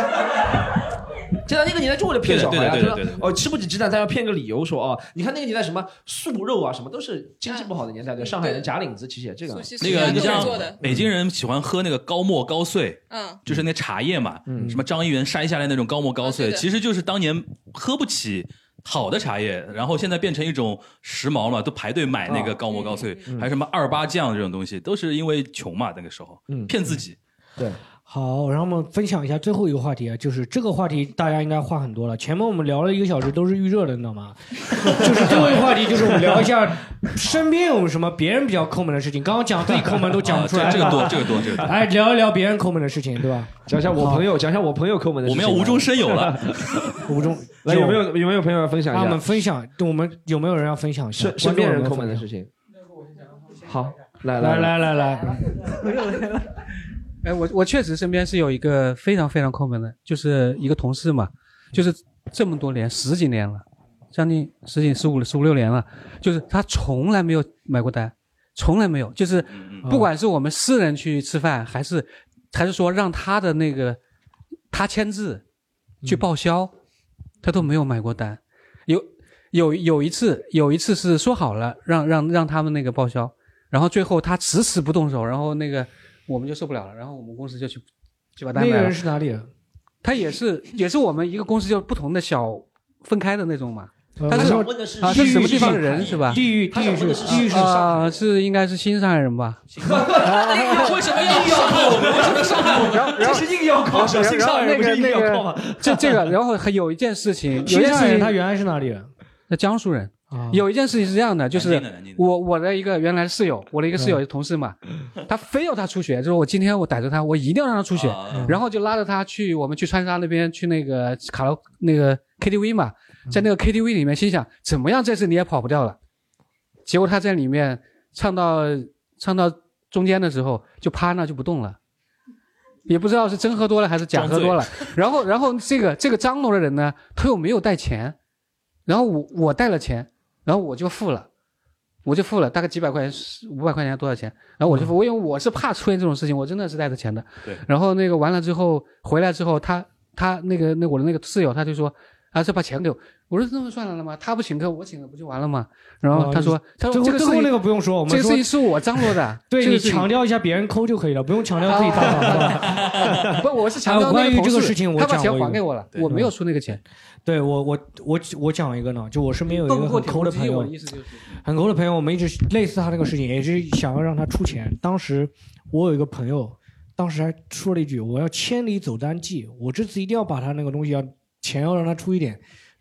现在那个年代就为了骗小孩啊，对就的对的对的对是的哦吃不起鸡蛋，但要骗个理由说哦，你看那个年代什么素肉啊，什么都是经济不好的年代，对，上海人假领子其实也这个西那个你像做的北京人喜欢喝那个高沫高碎，嗯，就是那茶叶嘛，嗯什么张一元筛下来那种高沫高啊碎，对的其实就是当年喝不起好的茶叶，然后现在变成一种时髦了，都排队买啊那个高沫高嗯碎，还有什么二八酱这种东西，都是因为穷嘛那 个时候，骗自己。嗯对，好，然后我们分享一下最后一个话题啊，就是这个话题大家应该话很多了。前面我们聊了一个小时都是预热的，你知道 吗？就是最后一个话题，就是我们聊一下身边有什么别人比较抠门的事情。刚刚讲自己抠门都讲不出来、啊这这个多这个多这个多哎，聊一聊别人抠门的事情，对吧？讲一下我朋友，讲一下我朋友抠门的事我情啊们吧。要无中生有 了， 无中来有没有有没有朋友要分享一啊我下们分享，对我们有没有人要分享一下身身边人抠门的事？事情？好，来来来来嗯来，哎，我我确实身边是有一个非常非常抠门的，就是一个同事嘛，就是这么多年十几年了，将近十几十五十五六年了，就是他从来没有买过单，从来没有，就是不管是我们私人去吃饭，还是还是说让他的那个他签字去报销，嗯他都没有买过单。有有有一次，有一次是说好了让让让他们那个报销，然后最后他迟迟不动手，然后那个我们就受不了了，然后我们公司就去就把单那买个了人是哪里人？他也是也是我们一个公司就不同的小分开的那种嘛。呃但我是想问的是啊，是地域什么地方的性人是吧？地域地域是地域是啊，是应该是新上海人吧？哎为什么要伤害我们？为什么要伤害我们？这是硬要啊然扣，后小心上海人不是硬要啊扣吗？这这个，然后还有一件事情，有一新件上事海情人他原来是哪里人？那江苏人。有一件事情是这样的，就是我我的一个原来室友，我的一个室友嗯同事嘛， 他非要他出血，就是我今天我逮着他，我一定要让他出血，然后就拉着他去我们去川沙那边去那个卡拉那个 KTV 嘛，在那个 KTV 里面心想怎么样这次你也跑不掉了，结果他在里面唱到唱到中间的时候就趴那就不动了。也不知道是真喝多了还是假喝多了，然后，然后这个这个张罗的人呢，他又没有带钱，然后我我带了钱，然后我就付了，我就付了大概几百块钱，五百块钱多少钱，然后我就嗯付，我因为我是怕出现这种事情，我真的是带着钱的。对然后那个完了之后回来之后，他他那个那我的那个室友他就说，啊，这把钱给我，我说那么算了嘛，他不请客我请了不就完了嘛？然后他说，他最说后这个最事后情那哦个不用说，我们这个事说，情是我张罗的 对这你个事情强调一下别人抠就可以了，不用强调自己打扫。不，我是强调那啊关于同这个事事情，我他把讲钱过一还个给我了，我没有出那个钱。对我，我我我讲一个呢，就我身边有一动个不过很抠的挺朋不羁友我的意思就是，很抠的朋友，我们一直类似他那个事情，也是想要让他出钱。当时我有一个朋友，当时还说了一句：“我要千里走单骑，我这次一定要把他那个东西要钱要让他出一点。”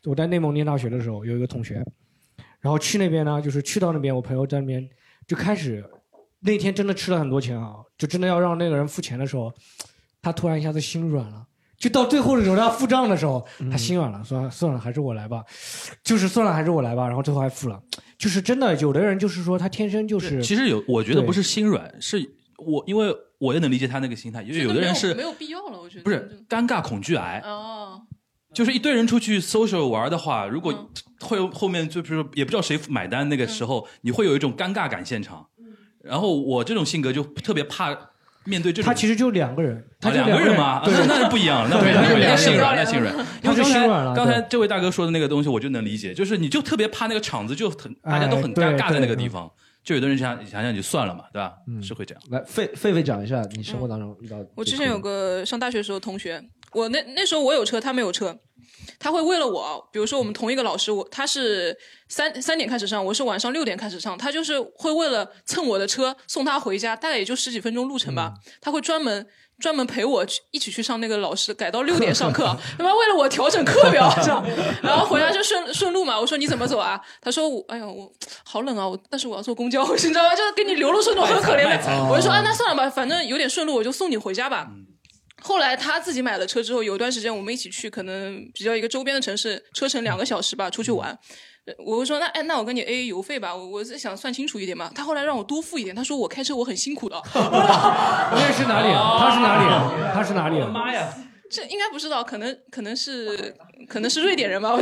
我在内蒙念大学的时候，有一个同学，然后去那边呢，就是去到那边，我朋友在那边就开始，那天真的吃了很多钱啊，就真的要让那个人付钱的时候，他突然一下子心软了。就到最后的时候，他付账的时候，嗯他心软了，算了算了，还是我来吧，就是算了还是我来吧，然后最后还付了，就是真的，有的人就是说他天生就是，其实有，我觉得对不是心软，是我因为我也能理解他那个心态，因为有的人是没有必要了，我觉得不是哎尴尬恐惧癌，哦，就是一堆人出去 social 玩的话，如果会有后面就比如说也不知道谁买单，那个时候、你会有一种尴尬感现场。然后我这种性格就特别怕面对这种。他其实就两个人，他啊就两个人嘛，对 那那是不一样，那不一样，对那他心就软，两个人那心软。因他为就刚心才软了。刚才对这位大哥说的那个东西，我就能理解，就是你就特别怕那个场子就很大家都很尴尬在那个地方，就有的人想想想就算了嘛，对吧？是会这样。 来，狒狒狒讲一下你生嗯活当中遇到最酷的。我之前有个上大学时候同学，我那那时候我有车，他没有车，他会为了我，比如说我们同一个老师，我他是三三点开始上，我是晚上六点开始上，他就是会为了蹭我的车送他回家，大概也就十几分钟路程吧，他会专门。专门陪我去一起去上那个老师，改到六点上课，他妈为了我调整课表，这样， 然后回来就顺顺路嘛。我说你怎么走啊？他说我，哎呀，我好冷啊，我但是我要坐公交，你知道吗？就是给你留了这种很可怜卖惨卖的。惨我就哦说啊，那算了吧，反正有点顺路，我就送你回家吧。嗯后来他自己买了车之后，有一段时间我们一起去，可能比较一个周边的城市，车程两个小时吧，出去玩。嗯呃我就说那哎，那我跟你 A A 油费吧，我我是想算清楚一点嘛。他后来让我多付一点，他说我开车我很辛苦的。我也 是哪里？啊他是哪里？他是哪里？哦啊妈呀！这应该不知道，可能可能是可能是瑞典人吧。 我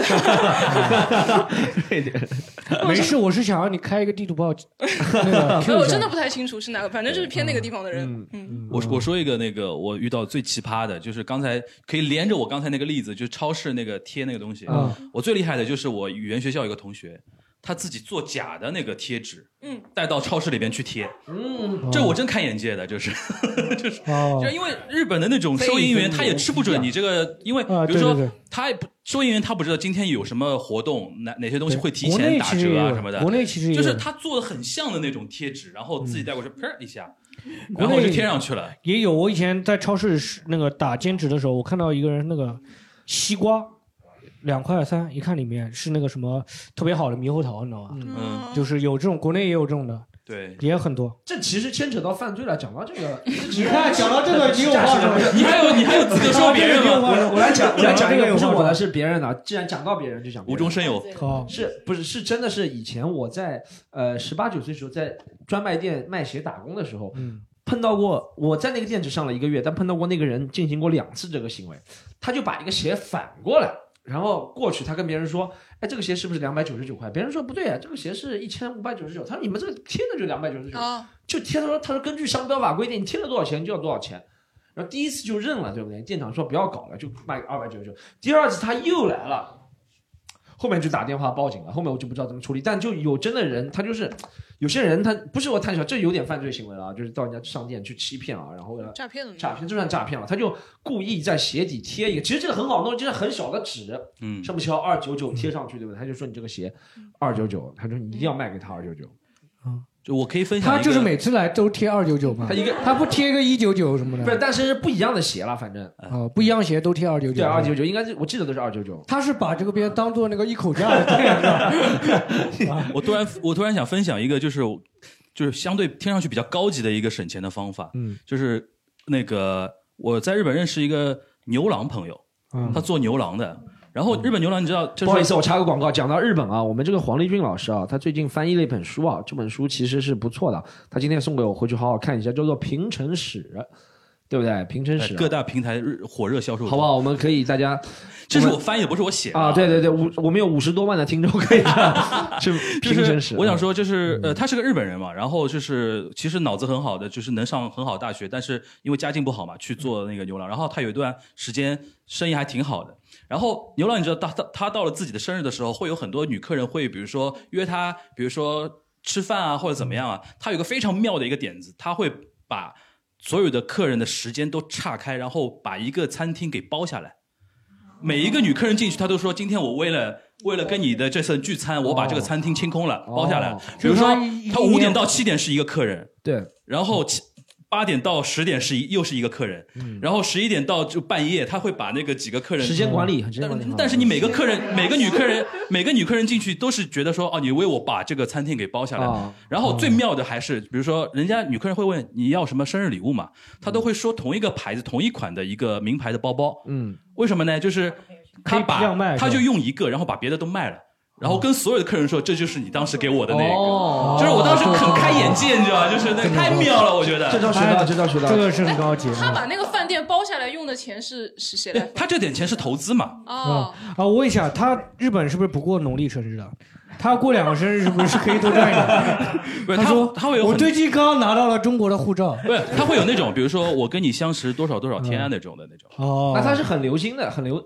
没事， 我是想让你开一个地图炮， 那个 Q 我一下真的不太清楚是哪个，反正就是偏那个地方的人。嗯，我我说一个那个我遇到最奇葩的，就是刚才可以连着我刚才那个例子，就是超市那个贴那个东西。嗯我最厉害的就是我语言学校有一个同学，他自己做假的那个贴纸，嗯，带到超市里边去贴。嗯这我哦真开眼界的，就是 就是哦就因为日本的那种收银员，他也吃不准你这个，因为啊比如对对说对他也不收银员，他不知道今天有什么活动，哪哪些东西会提国前内打其实折也啊有什么的。国内其实也就是有他做的很像的那种贴纸，然后自己带过去，啪一下，嗯国然后内就贴上去了。也有，我以前在超市是那个打兼职的时候，我看到一个人那个西瓜两块三，一看里面是那个什么特别好的猕猴桃，你知道吗？嗯就是有这种，国内也有这种的，对，也很多。这其实牵扯到犯罪了。讲到这 个，你看讲到这个你有话说你还有你还有资格说别人吗我我来讲，我来讲一 讲到这个个有不是话我说的，是别人的。既然讲到别人，就讲别人无中生有。是不是是真的是以前我在呃十八九岁时候在专卖店卖鞋打工的时候，嗯，碰到过我在那个店只上了一个月，但碰到过那个人进行过两次这个行为，他就把一个鞋反过来。然后过去，他跟别人说：“哎，这个鞋是不是两百九十九块？”别人说：“不对啊，这个鞋是一千五百九十九。”他说：“你们这个贴的就两百九十九啊，就贴。”他说：“他说根据商标法规定，你贴了多少钱就要多少钱。”然后第一次就认了，对不对？店长说不要搞了，就卖二百九十九。第二次他又来了，后面就打电话报警了，后面我就不知道怎么处理。但就有真的人，他就是有些人，他不是我贪小，这有点犯罪行为了啊，就是到人家商店去欺骗啊，然后为了嗯诈骗了呢诈骗就算诈骗了，他就故意在鞋底贴一个，其实这个很好弄，就是很小的纸，嗯，上面写二九九贴上去，对不对？他就说你这个鞋嗯二九九，他说你一定要卖给他二九九。嗯就我可以分享一他个，就是每次来都贴二九九嘛，他一个他不贴个一九九什么的，不是，但是是不一样的鞋了，反正啊哦，不一样鞋都贴二九九，对二九九，应该是我记得都是二九九。他是把这个边当做那个一口价来贴的，我突然我突然想分享一个，就是我就是相对听上去比较高级的一个省钱的方法，嗯，就是那个我在日本认识一个牛郎朋友，嗯他做牛郎的，然后日本牛郎你知道，就是不好意思，我插个广告。讲到日本啊，我们这个黄丽君老师啊，她最近翻译了一本书啊，这本书其实是不错的。她今天送给我，回去好好看一下，叫做《平成史》，对不对？《平成呃史》各大平台日火热销售，啊好不好？我们可以大家，这是我我们翻译的，不是我写的啊，对对对，五我们有五十多万的听众可以看，是 就平成是史。啊我想说，就是呃，他是个日本人嘛，然后就是其实脑子很好的，就是能上很好大学，但是因为家境不好嘛，去做那个牛郎。然后他有一段时间生意还挺好的。然后牛郎，你知道他他他到了自己的生日的时候，会有很多女客人会，比如说约他，比如说吃饭啊，或者怎么样啊。他有个非常妙的一个点子，他会把所有的客人的时间都岔开，然后把一个餐厅给包下来。每一个女客人进去，她都说：“今天我为了为了跟你的这次聚餐，我把这个餐厅清空了，哦包下来了。”比如说就是，她她一五点到七点是一个客人，对，然后七八点到十点是一又是一个客人，然后十一点到就半夜，她会把那个几个客人嗯时间管理很时间管理很好但嗯但是你每个客人每个女客人每个女客人进去都是觉得说：“哦，你为我把这个餐厅给包下来。哦然后最妙的还是，比如说人家女客人会问你要什么生日礼物嘛，她都会说同一个牌子同一款的一个名牌的包包。嗯，为什么呢？就是他可以批量把卖他是吧就用一个，然后把别的都卖了。然后跟所有的客人说，这就是你当时给我的那个，哦就是我当时很开眼界，你知道吗？就是那太妙了，我觉得这招学到这招学这个是很高级。他把那个饭店包下来用的钱是是谁来？他这点钱是投资嘛？哦，啊，我问一下，他日本是不是不过农历生日的？他过两个生日是不是可以多赚一 不点？是他说，他会有很我最近刚拿到了中国的护照。 不是，他会有那种，比如说我跟你相识多少多少天啊那种的那种，哦，那他是很留心的，很留，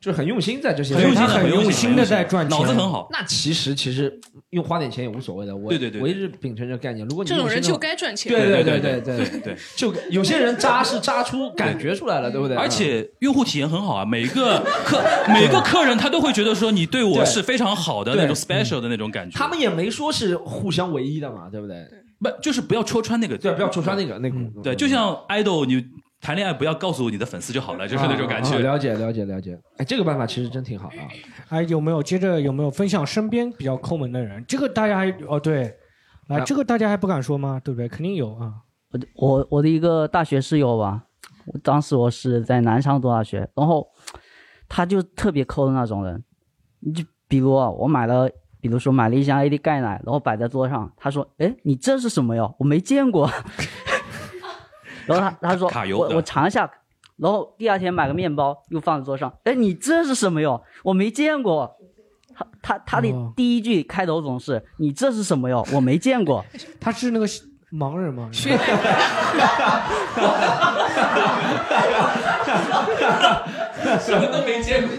就是很用心在这些，很用心的很用心的在赚钱脑子很好。那其实其实用花点钱也无所谓的，我对对对我一直秉承这个概念，如果你这种用心人的就话该赚钱对对对对对对对，就有些人渣是渣出 感觉出来了，对嗯不对？而且用户体验很好啊，每个 客每个客人他都会觉得说你对我对是非常好的对那种 special 的那种感觉，他们也没说是互相唯一的嘛，对不对？不就是不要戳穿那个，对，不要戳穿那个那个。对，就像 idol 你谈恋爱不要告诉你的粉丝就好了，就是那种感啊啊觉。了解 了解了解，哎，这个办法其实真挺好的啊。还哎有没有接着有没有分享身边比较抠门的人？这个大家还哦对，啊来那这个大家还不敢说吗？对不对？肯定有啊。我的我我的一个大学室友吧，我当时我是在南昌读大学，然后他就特别抠的那种人，你就比如啊，我买了，比如说买了一箱 AD 钙奶，然后摆在桌上，他说：“哎，你这是什么呀？我没见过。” 然后他他说卡油：“我的我尝一下。”然后第二天买个面包又放在桌上，哎，你这是什么哟？我没见过。他他他哦的第一句开头总是：“你这是什么哟？我没见过。” 他是那个盲人吗？ 什么都没见过。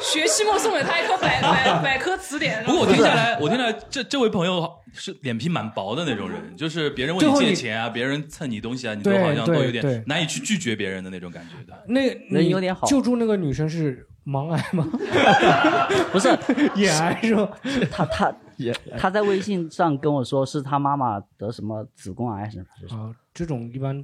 学期末送给他一套百百百科词典。不过我听下来，我听下来，这这位朋友是脸皮蛮薄的那种人，就是别人问你最后借你钱啊，别人蹭你东西啊，你都对好像都有对对点难以去拒绝别人的那种感觉的。那人你有点好救助那个女生是盲癌吗？ 不是眼癌是吧？ 他他他在微信上跟我说是他妈妈得什么子宫癌什么什么。啊，这种一般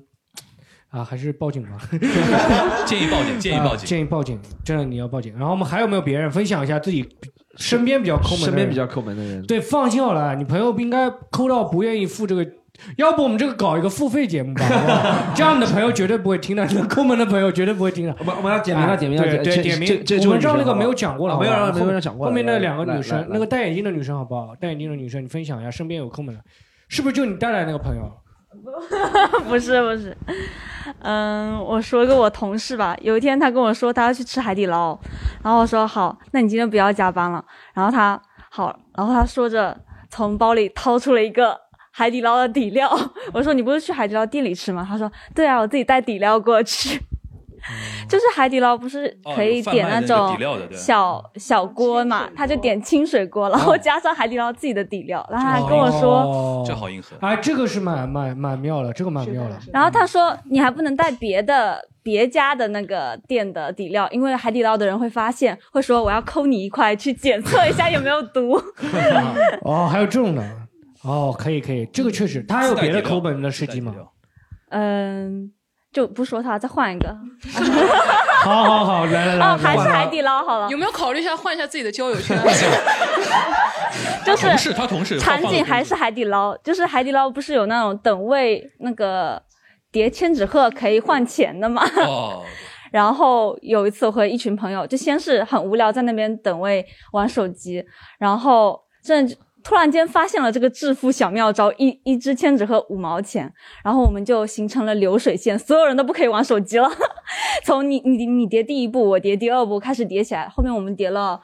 啊还是报警吧。 建议报警，建议报警啊。建议报警，真的你要报警。然后我们还有没有别人分享一下自己身边比较抠门的人？身边比较抠门的人，对，放心好了，你朋友不应该抠到不愿意付这个。要不我们这个搞一个付费节目吧，好 不好这样你的朋友绝对不会听的，你的抠门的朋友绝对不会听的。我们我们要点名了点名了对这对，点名这这。这我们这让那这个没有讲过了，啊没有好不好让没有后让讲过了后面那来两个来女来生来，那个戴眼镜的女生好不好？戴眼镜的女生，你分享一下身边有抠门的，是不是就你带来那个朋友？ 不是不是，嗯，我说个我同事吧，有一天他跟我说他要去吃海底捞，然后我说好，那你今天不要加班了。然后他好，然后他说着从包里掏出了一个海底捞的底料， 我说你不是去海底捞店里吃吗？他说对啊，我自己带底料过去。 就是海底捞不是可以嗯哦有点贩卖的那个种底料的对哦小、小锅嘛，他就点清水锅，然后加上海底捞自己的底料，然后他还跟我说，哦这好硬核。哎，这个是蛮蛮蛮妙了，这个蛮妙了。然后他说你还不能带别的别家的那个店的底料，因为海底捞的人会发现，会说我要抠你一块去检测一下有没有毒。 哦，还有这种的，哦，可以可以，这个确实。他还有别的抠门的事迹吗？嗯，就不说他，再换一个。好好好，来来来，哦，还是来海底捞好了。有没有考虑一下换一下自己的交友圈？ 就他同事是他同事场放放景个还是海底捞，就是海底捞不是有那种等位那个叠千纸鹤可以换钱的吗？哦，然后有一次我和一群朋友，就先是很无聊在那边等位玩手机，然后这突然间发现了这个致富小妙招，一一支千纸鹤五毛钱，然后我们就形成了流水线，所有人都不可以玩手机了， 从你你你叠第一步，我叠第二步开始叠起来，后面我们叠了。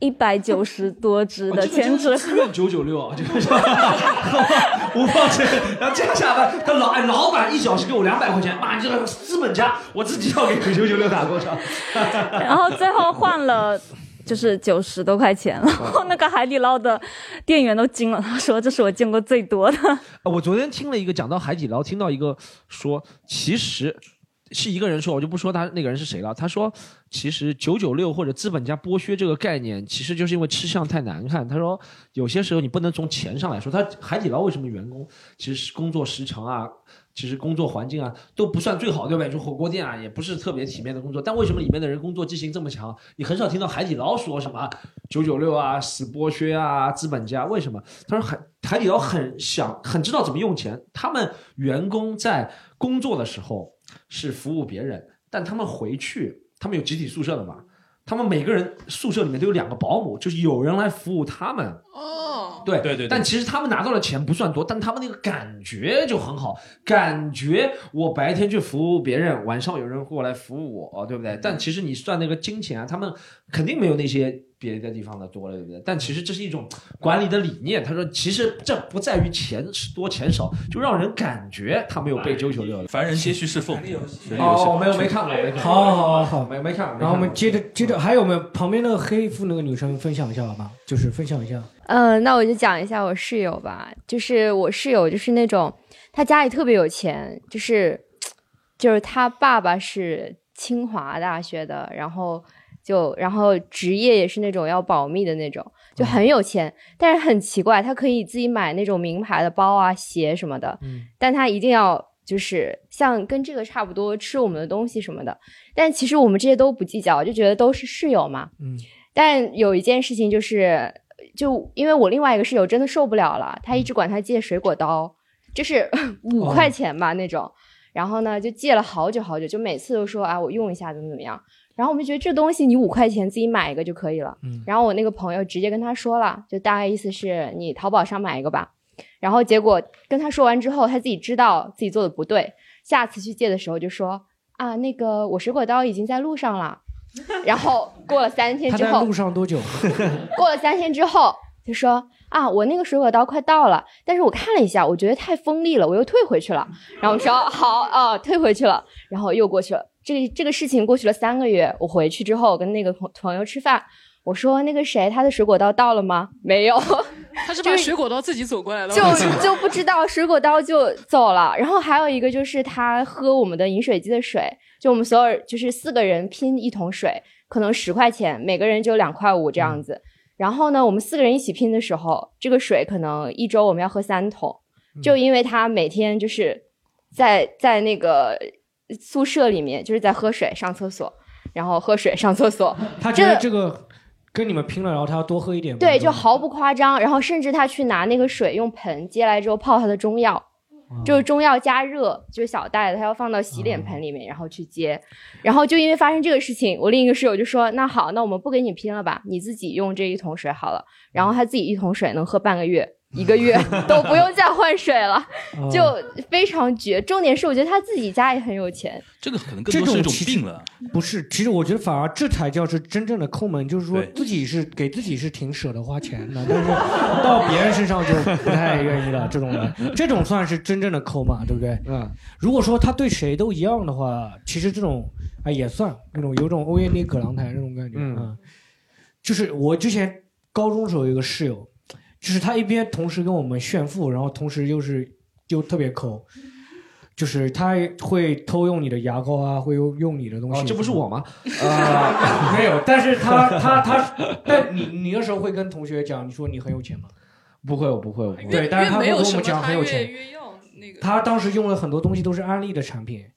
一百九十多只啊的哦千纸鹤，愿九九六啊，这个 是五毛钱，然后这样下班，他老哎老板一小时给我两百块钱，妈你这个资本家，我自己要给九九六打过去。 然后最后换了就是九十多块钱，然后那个海底捞的店员都惊了，他说这是我见过最多的。啊我昨天听了一个讲到海底捞，听到一个说，其实是一个人说，我就不说他那个人是谁了。他说，其实九九六或者资本家剥削这个概念，其实就是因为吃相太难看。他说，有些时候你不能从钱上来说。他海底捞为什么员工其实工作时长啊？其实工作环境啊都不算最好，对吧？你说火锅店啊也不是特别体面的工作，但为什么里面的人工作激情这么强？你很少听到海底捞说什么九九六啊、死剥削啊、资本家，为什么？他说海海底捞很想很知道怎么用钱，他们员工在工作的时候是服务别人，但他们回去，他们有集体宿舍的嘛，他们每个人宿舍里面都有两个保姆，就是有人来服务他们。哦，对对对。但其实他们拿到的钱不算多，但他们那个感觉就很好，感觉我白天去服务别人，晚上有人过来服务我，对不对？嗯但其实你算那个金钱啊，他们肯定没有那些别的地方的多了，对不对？但其实这是一种管理的理念。他说，其实这不在于钱是多钱少，就让人感觉他没有被九九六。凡人皆须是凤。哦，没有没看过，没看过。好好好，没没看过。没看过然后我们接着接着，还有没有旁边那个黑腹那个女生分享一下好吗？就是分享一下。嗯，那我就讲一下我室友吧，就是我室友就是那种他家里特别有钱，就是就是他爸爸是清华大学的，然后就然后职业也是那种要保密的那种，就很有钱，但是很奇怪，他可以自己买那种名牌的包啊、鞋什么的，嗯但他一定要就是像跟这个差不多吃我们的东西什么的，但其实我们这些都不计较，就觉得都是室友嘛，嗯但有一件事情就是，就因为我另外一个室友真的受不了了，他一直嗯管他借水果刀，就是哦五块钱吧那种，然后呢就借了好久好久，就每次都说啊我用一下怎么怎么样，然后我们就觉得这东西你五块钱自己买一个就可以了，嗯然后我那个朋友直接跟他说了，就大概意思是你淘宝上买一个吧，然后结果跟他说完之后，他自己知道自己做的不对，下次去借的时候就说啊那个我水果刀已经在路上了。然后过了三天她之在后，路 上多久？过了三天之后，就说啊，我那个水果刀快到了，但是我看了一下，我觉得太锋利了，我又退回去了。然后我说好啊，退回去了，然后又过去了。这个这个事情过去了三个月，我回去之后跟那个朋朋友吃饭，我说那个谁，他的水果刀到了吗？没有。他是把水果刀自己走过来了，就 就不知道水果刀就走了。然后还有一个就是他喝我们的饮水机的水，就我们所有人就是四个人拼一桶水，可能十块钱，每个人就两块五这嗯样子。然后呢，我们四个人一起拼的时候，这个水可能一周我们要喝三桶，嗯就因为他每天就是在在那个宿舍里面就是在喝水、上厕所，然后喝水、上厕所。她觉得这这个跟你们拼了，然后她要多喝一点吗。对，就毫不夸张。然后甚至他去拿那个水用盆接来之后泡他的中药，啊就是中药加热，就是小袋的，他要放到洗脸盆里面，然后去接。然后就因为发生这个事情，我另一个室友就说：“那好，那我们不给你拼了吧，你自己用这一桶水好了。”然后他自己一桶水能喝半个月。一个 月都不用再换水啊了，就非常绝。重点是，我觉得他自己家也很有钱，这个可能这更多是一种其实病了。不是，其实我觉得反而这才叫是真正的抠门，就是说自己是给自己是挺舍得花钱的，但是到别人身上就不太愿意了。这种人， 这种算是真正的抠嘛，对不对？嗯。如果说他对谁都一样的话，其实这种啊、也算那种有种欧耶尼葛朗台那种感觉。嗯就是我之前高中时候有一个室友，就是他一边同时跟我们炫富，然后同时又是又特别抠。就是他会偷用你的牙膏啊，会用用你的东西。哦这不是 我吗？呃啊、没有，但是他他他，但你你那时候会跟同学讲，你说你很有钱吗？不会，我不会，我不对，会。但是他会没跟有我什么，们讲他很有越钱。越要那个。他当时用了很多东西都是安利的产品，嗯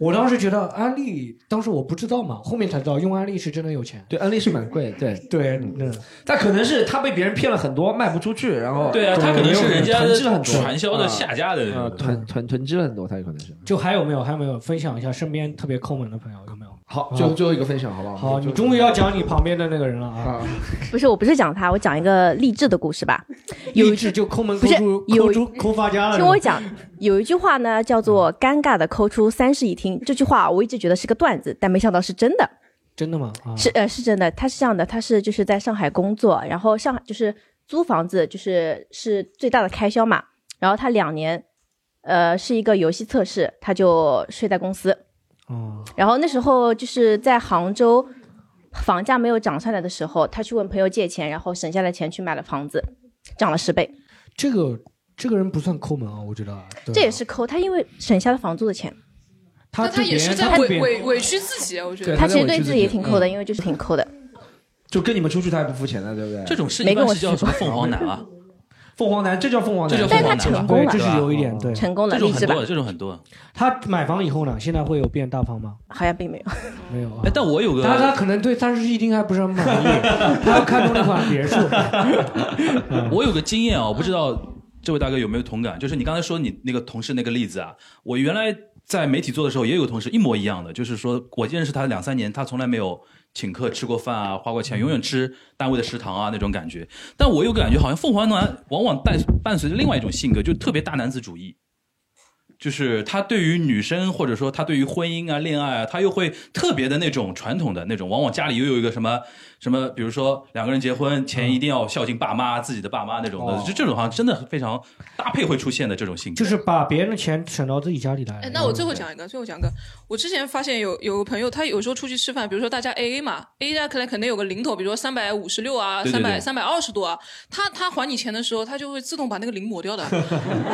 我当时觉得安利，当时我不知道嘛，后面才知道用安利是真的有钱。对，安利是蛮贵，对对，嗯，但可能是他被别人骗了很多，卖不出去，然后对啊他可能是人家囤积了很多传销的下家的啊啊囤囤囤积了很多，他有可能是。就还有没有还有没有分享一下身边特别抠门的朋友有没有？好啊最后最后一个分享好不好好，就你终于要讲你旁边的那个人了啊！不是，我不是讲他，我讲一个励志的故事吧。有励志就抠门不抠是出有抠出抠发家了。听我讲，有一句话呢，叫做“尴尬的抠出三室一厅”。这句话我一直觉得是个段子，但没想到是真的。真的吗？啊是呃是真的，他是这样的，他是就是在上海工作，然后上海就是租房子就是是最大的开销嘛，然后他两年，呃是一个游戏测试，他就睡在公司，哦，然后那时候就是在杭州，房价没有涨上来的时候，他去问朋友借钱，然后省下来钱去买了房子，涨了十倍，这个这个人不算抠门啊，我觉得。对这也是抠，他因为省下了房租的钱，他他也是在委委委屈自己，啊我觉得他其实对自己也挺抠的，嗯因为就是挺抠的。就跟你们出去他也不付钱的，对不对？这种事没一跟般我是叫去什么凤凰男啊？ 凤凰男，这叫凤凰这男，叫凤凰男吧，对这是有一点对嗯成功了这种励志很吧多，这种很多。啊他买房以后呢，现在会有变大方吗？好像并 没有。没有啊。哎，但我有个，但他可能对三室一厅还不是很满意，他要看中那款 别墅。我有个经验啊，我不知道这位大哥有没有同感，就是你刚才说你那个同事那个例子啊，我原来在媒体做的时候也有个同事一模一样的，就是说我认识他两三年，他从来没有请客吃过饭啊，花过钱，永远吃单位的食堂啊那种感觉。但我又感觉好像凤凰男往往带伴随着另外一种性格，就特别大男子主义，就是他对于女生或者说他对于婚姻啊、恋爱啊，他又会特别的那种传统的那种，往往家里又有一个什么什么，比如说两个人结婚前一定要孝敬爸妈，自己的爸妈那种的，哦就这种好像真的非常搭配会出现的这种性格。就是把别人的钱省到自己家里来嗯哎，。那我最后讲一个，最后讲一个。我之前发现有有个朋友，他有时候出去吃饭，比如说大家 A A 嘛，A A 家可能肯定有个零头，比如说三百五十六啊，对三对百对三百二十多啊。他他还你钱的时候，他就会自动把那个零抹掉的。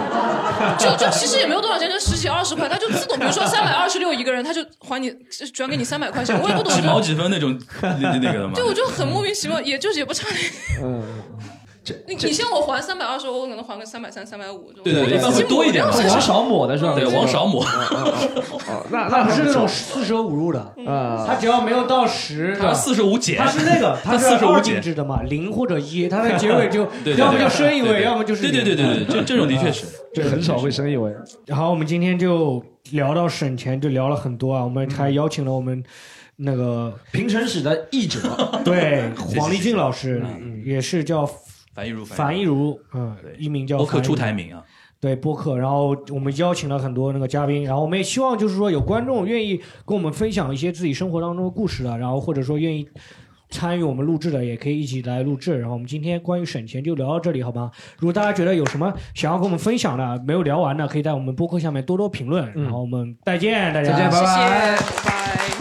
就就 其实也没有多少钱，就十几二十块，他就自动，比如说三百二十六一个人，他就还你转给你三百块钱，我也不懂。几毛几分那种那那个的嘛。对，我就很莫名其妙，也就是也不差 嗯，你你像我还三百二十，我可能还个三百三、三百五。对对对，一般会多一点嘛，往少抹的是吧？对，往少抹。 哦，那他那不是嗯那种四舍五入嗯的啊，他只要没有到十，呃他45减他是那 个，他是45二减进制的嘛，零或者一，他的结尾就对对对要么就升一对位，对要么就是对对对零对对这这种的确是啊这很少会升一位。好，我们今天就聊到省钱，就聊了很多啊，我们嗯还邀请了我们那 个平城史的译者 对谢谢黄立俊老师嗯，也是叫樊亦儒樊亦儒，嗯，艺名叫博客樊亦儒出台名啊。对播客，然后我们邀请了很多那个嘉宾，然后我们也希望就是说有观众愿意跟我们分享一些自己生活当中的故事的，然后或者说愿意参与我们录制的，也可以一起来录制。然后我们今天关于省钱就聊到这里，好吧？如果大家觉得有什么想要跟我们分享的，没有聊完的，可以在我们播客下面多多评论。然后我们再见，大家再见拜拜谢谢拜拜。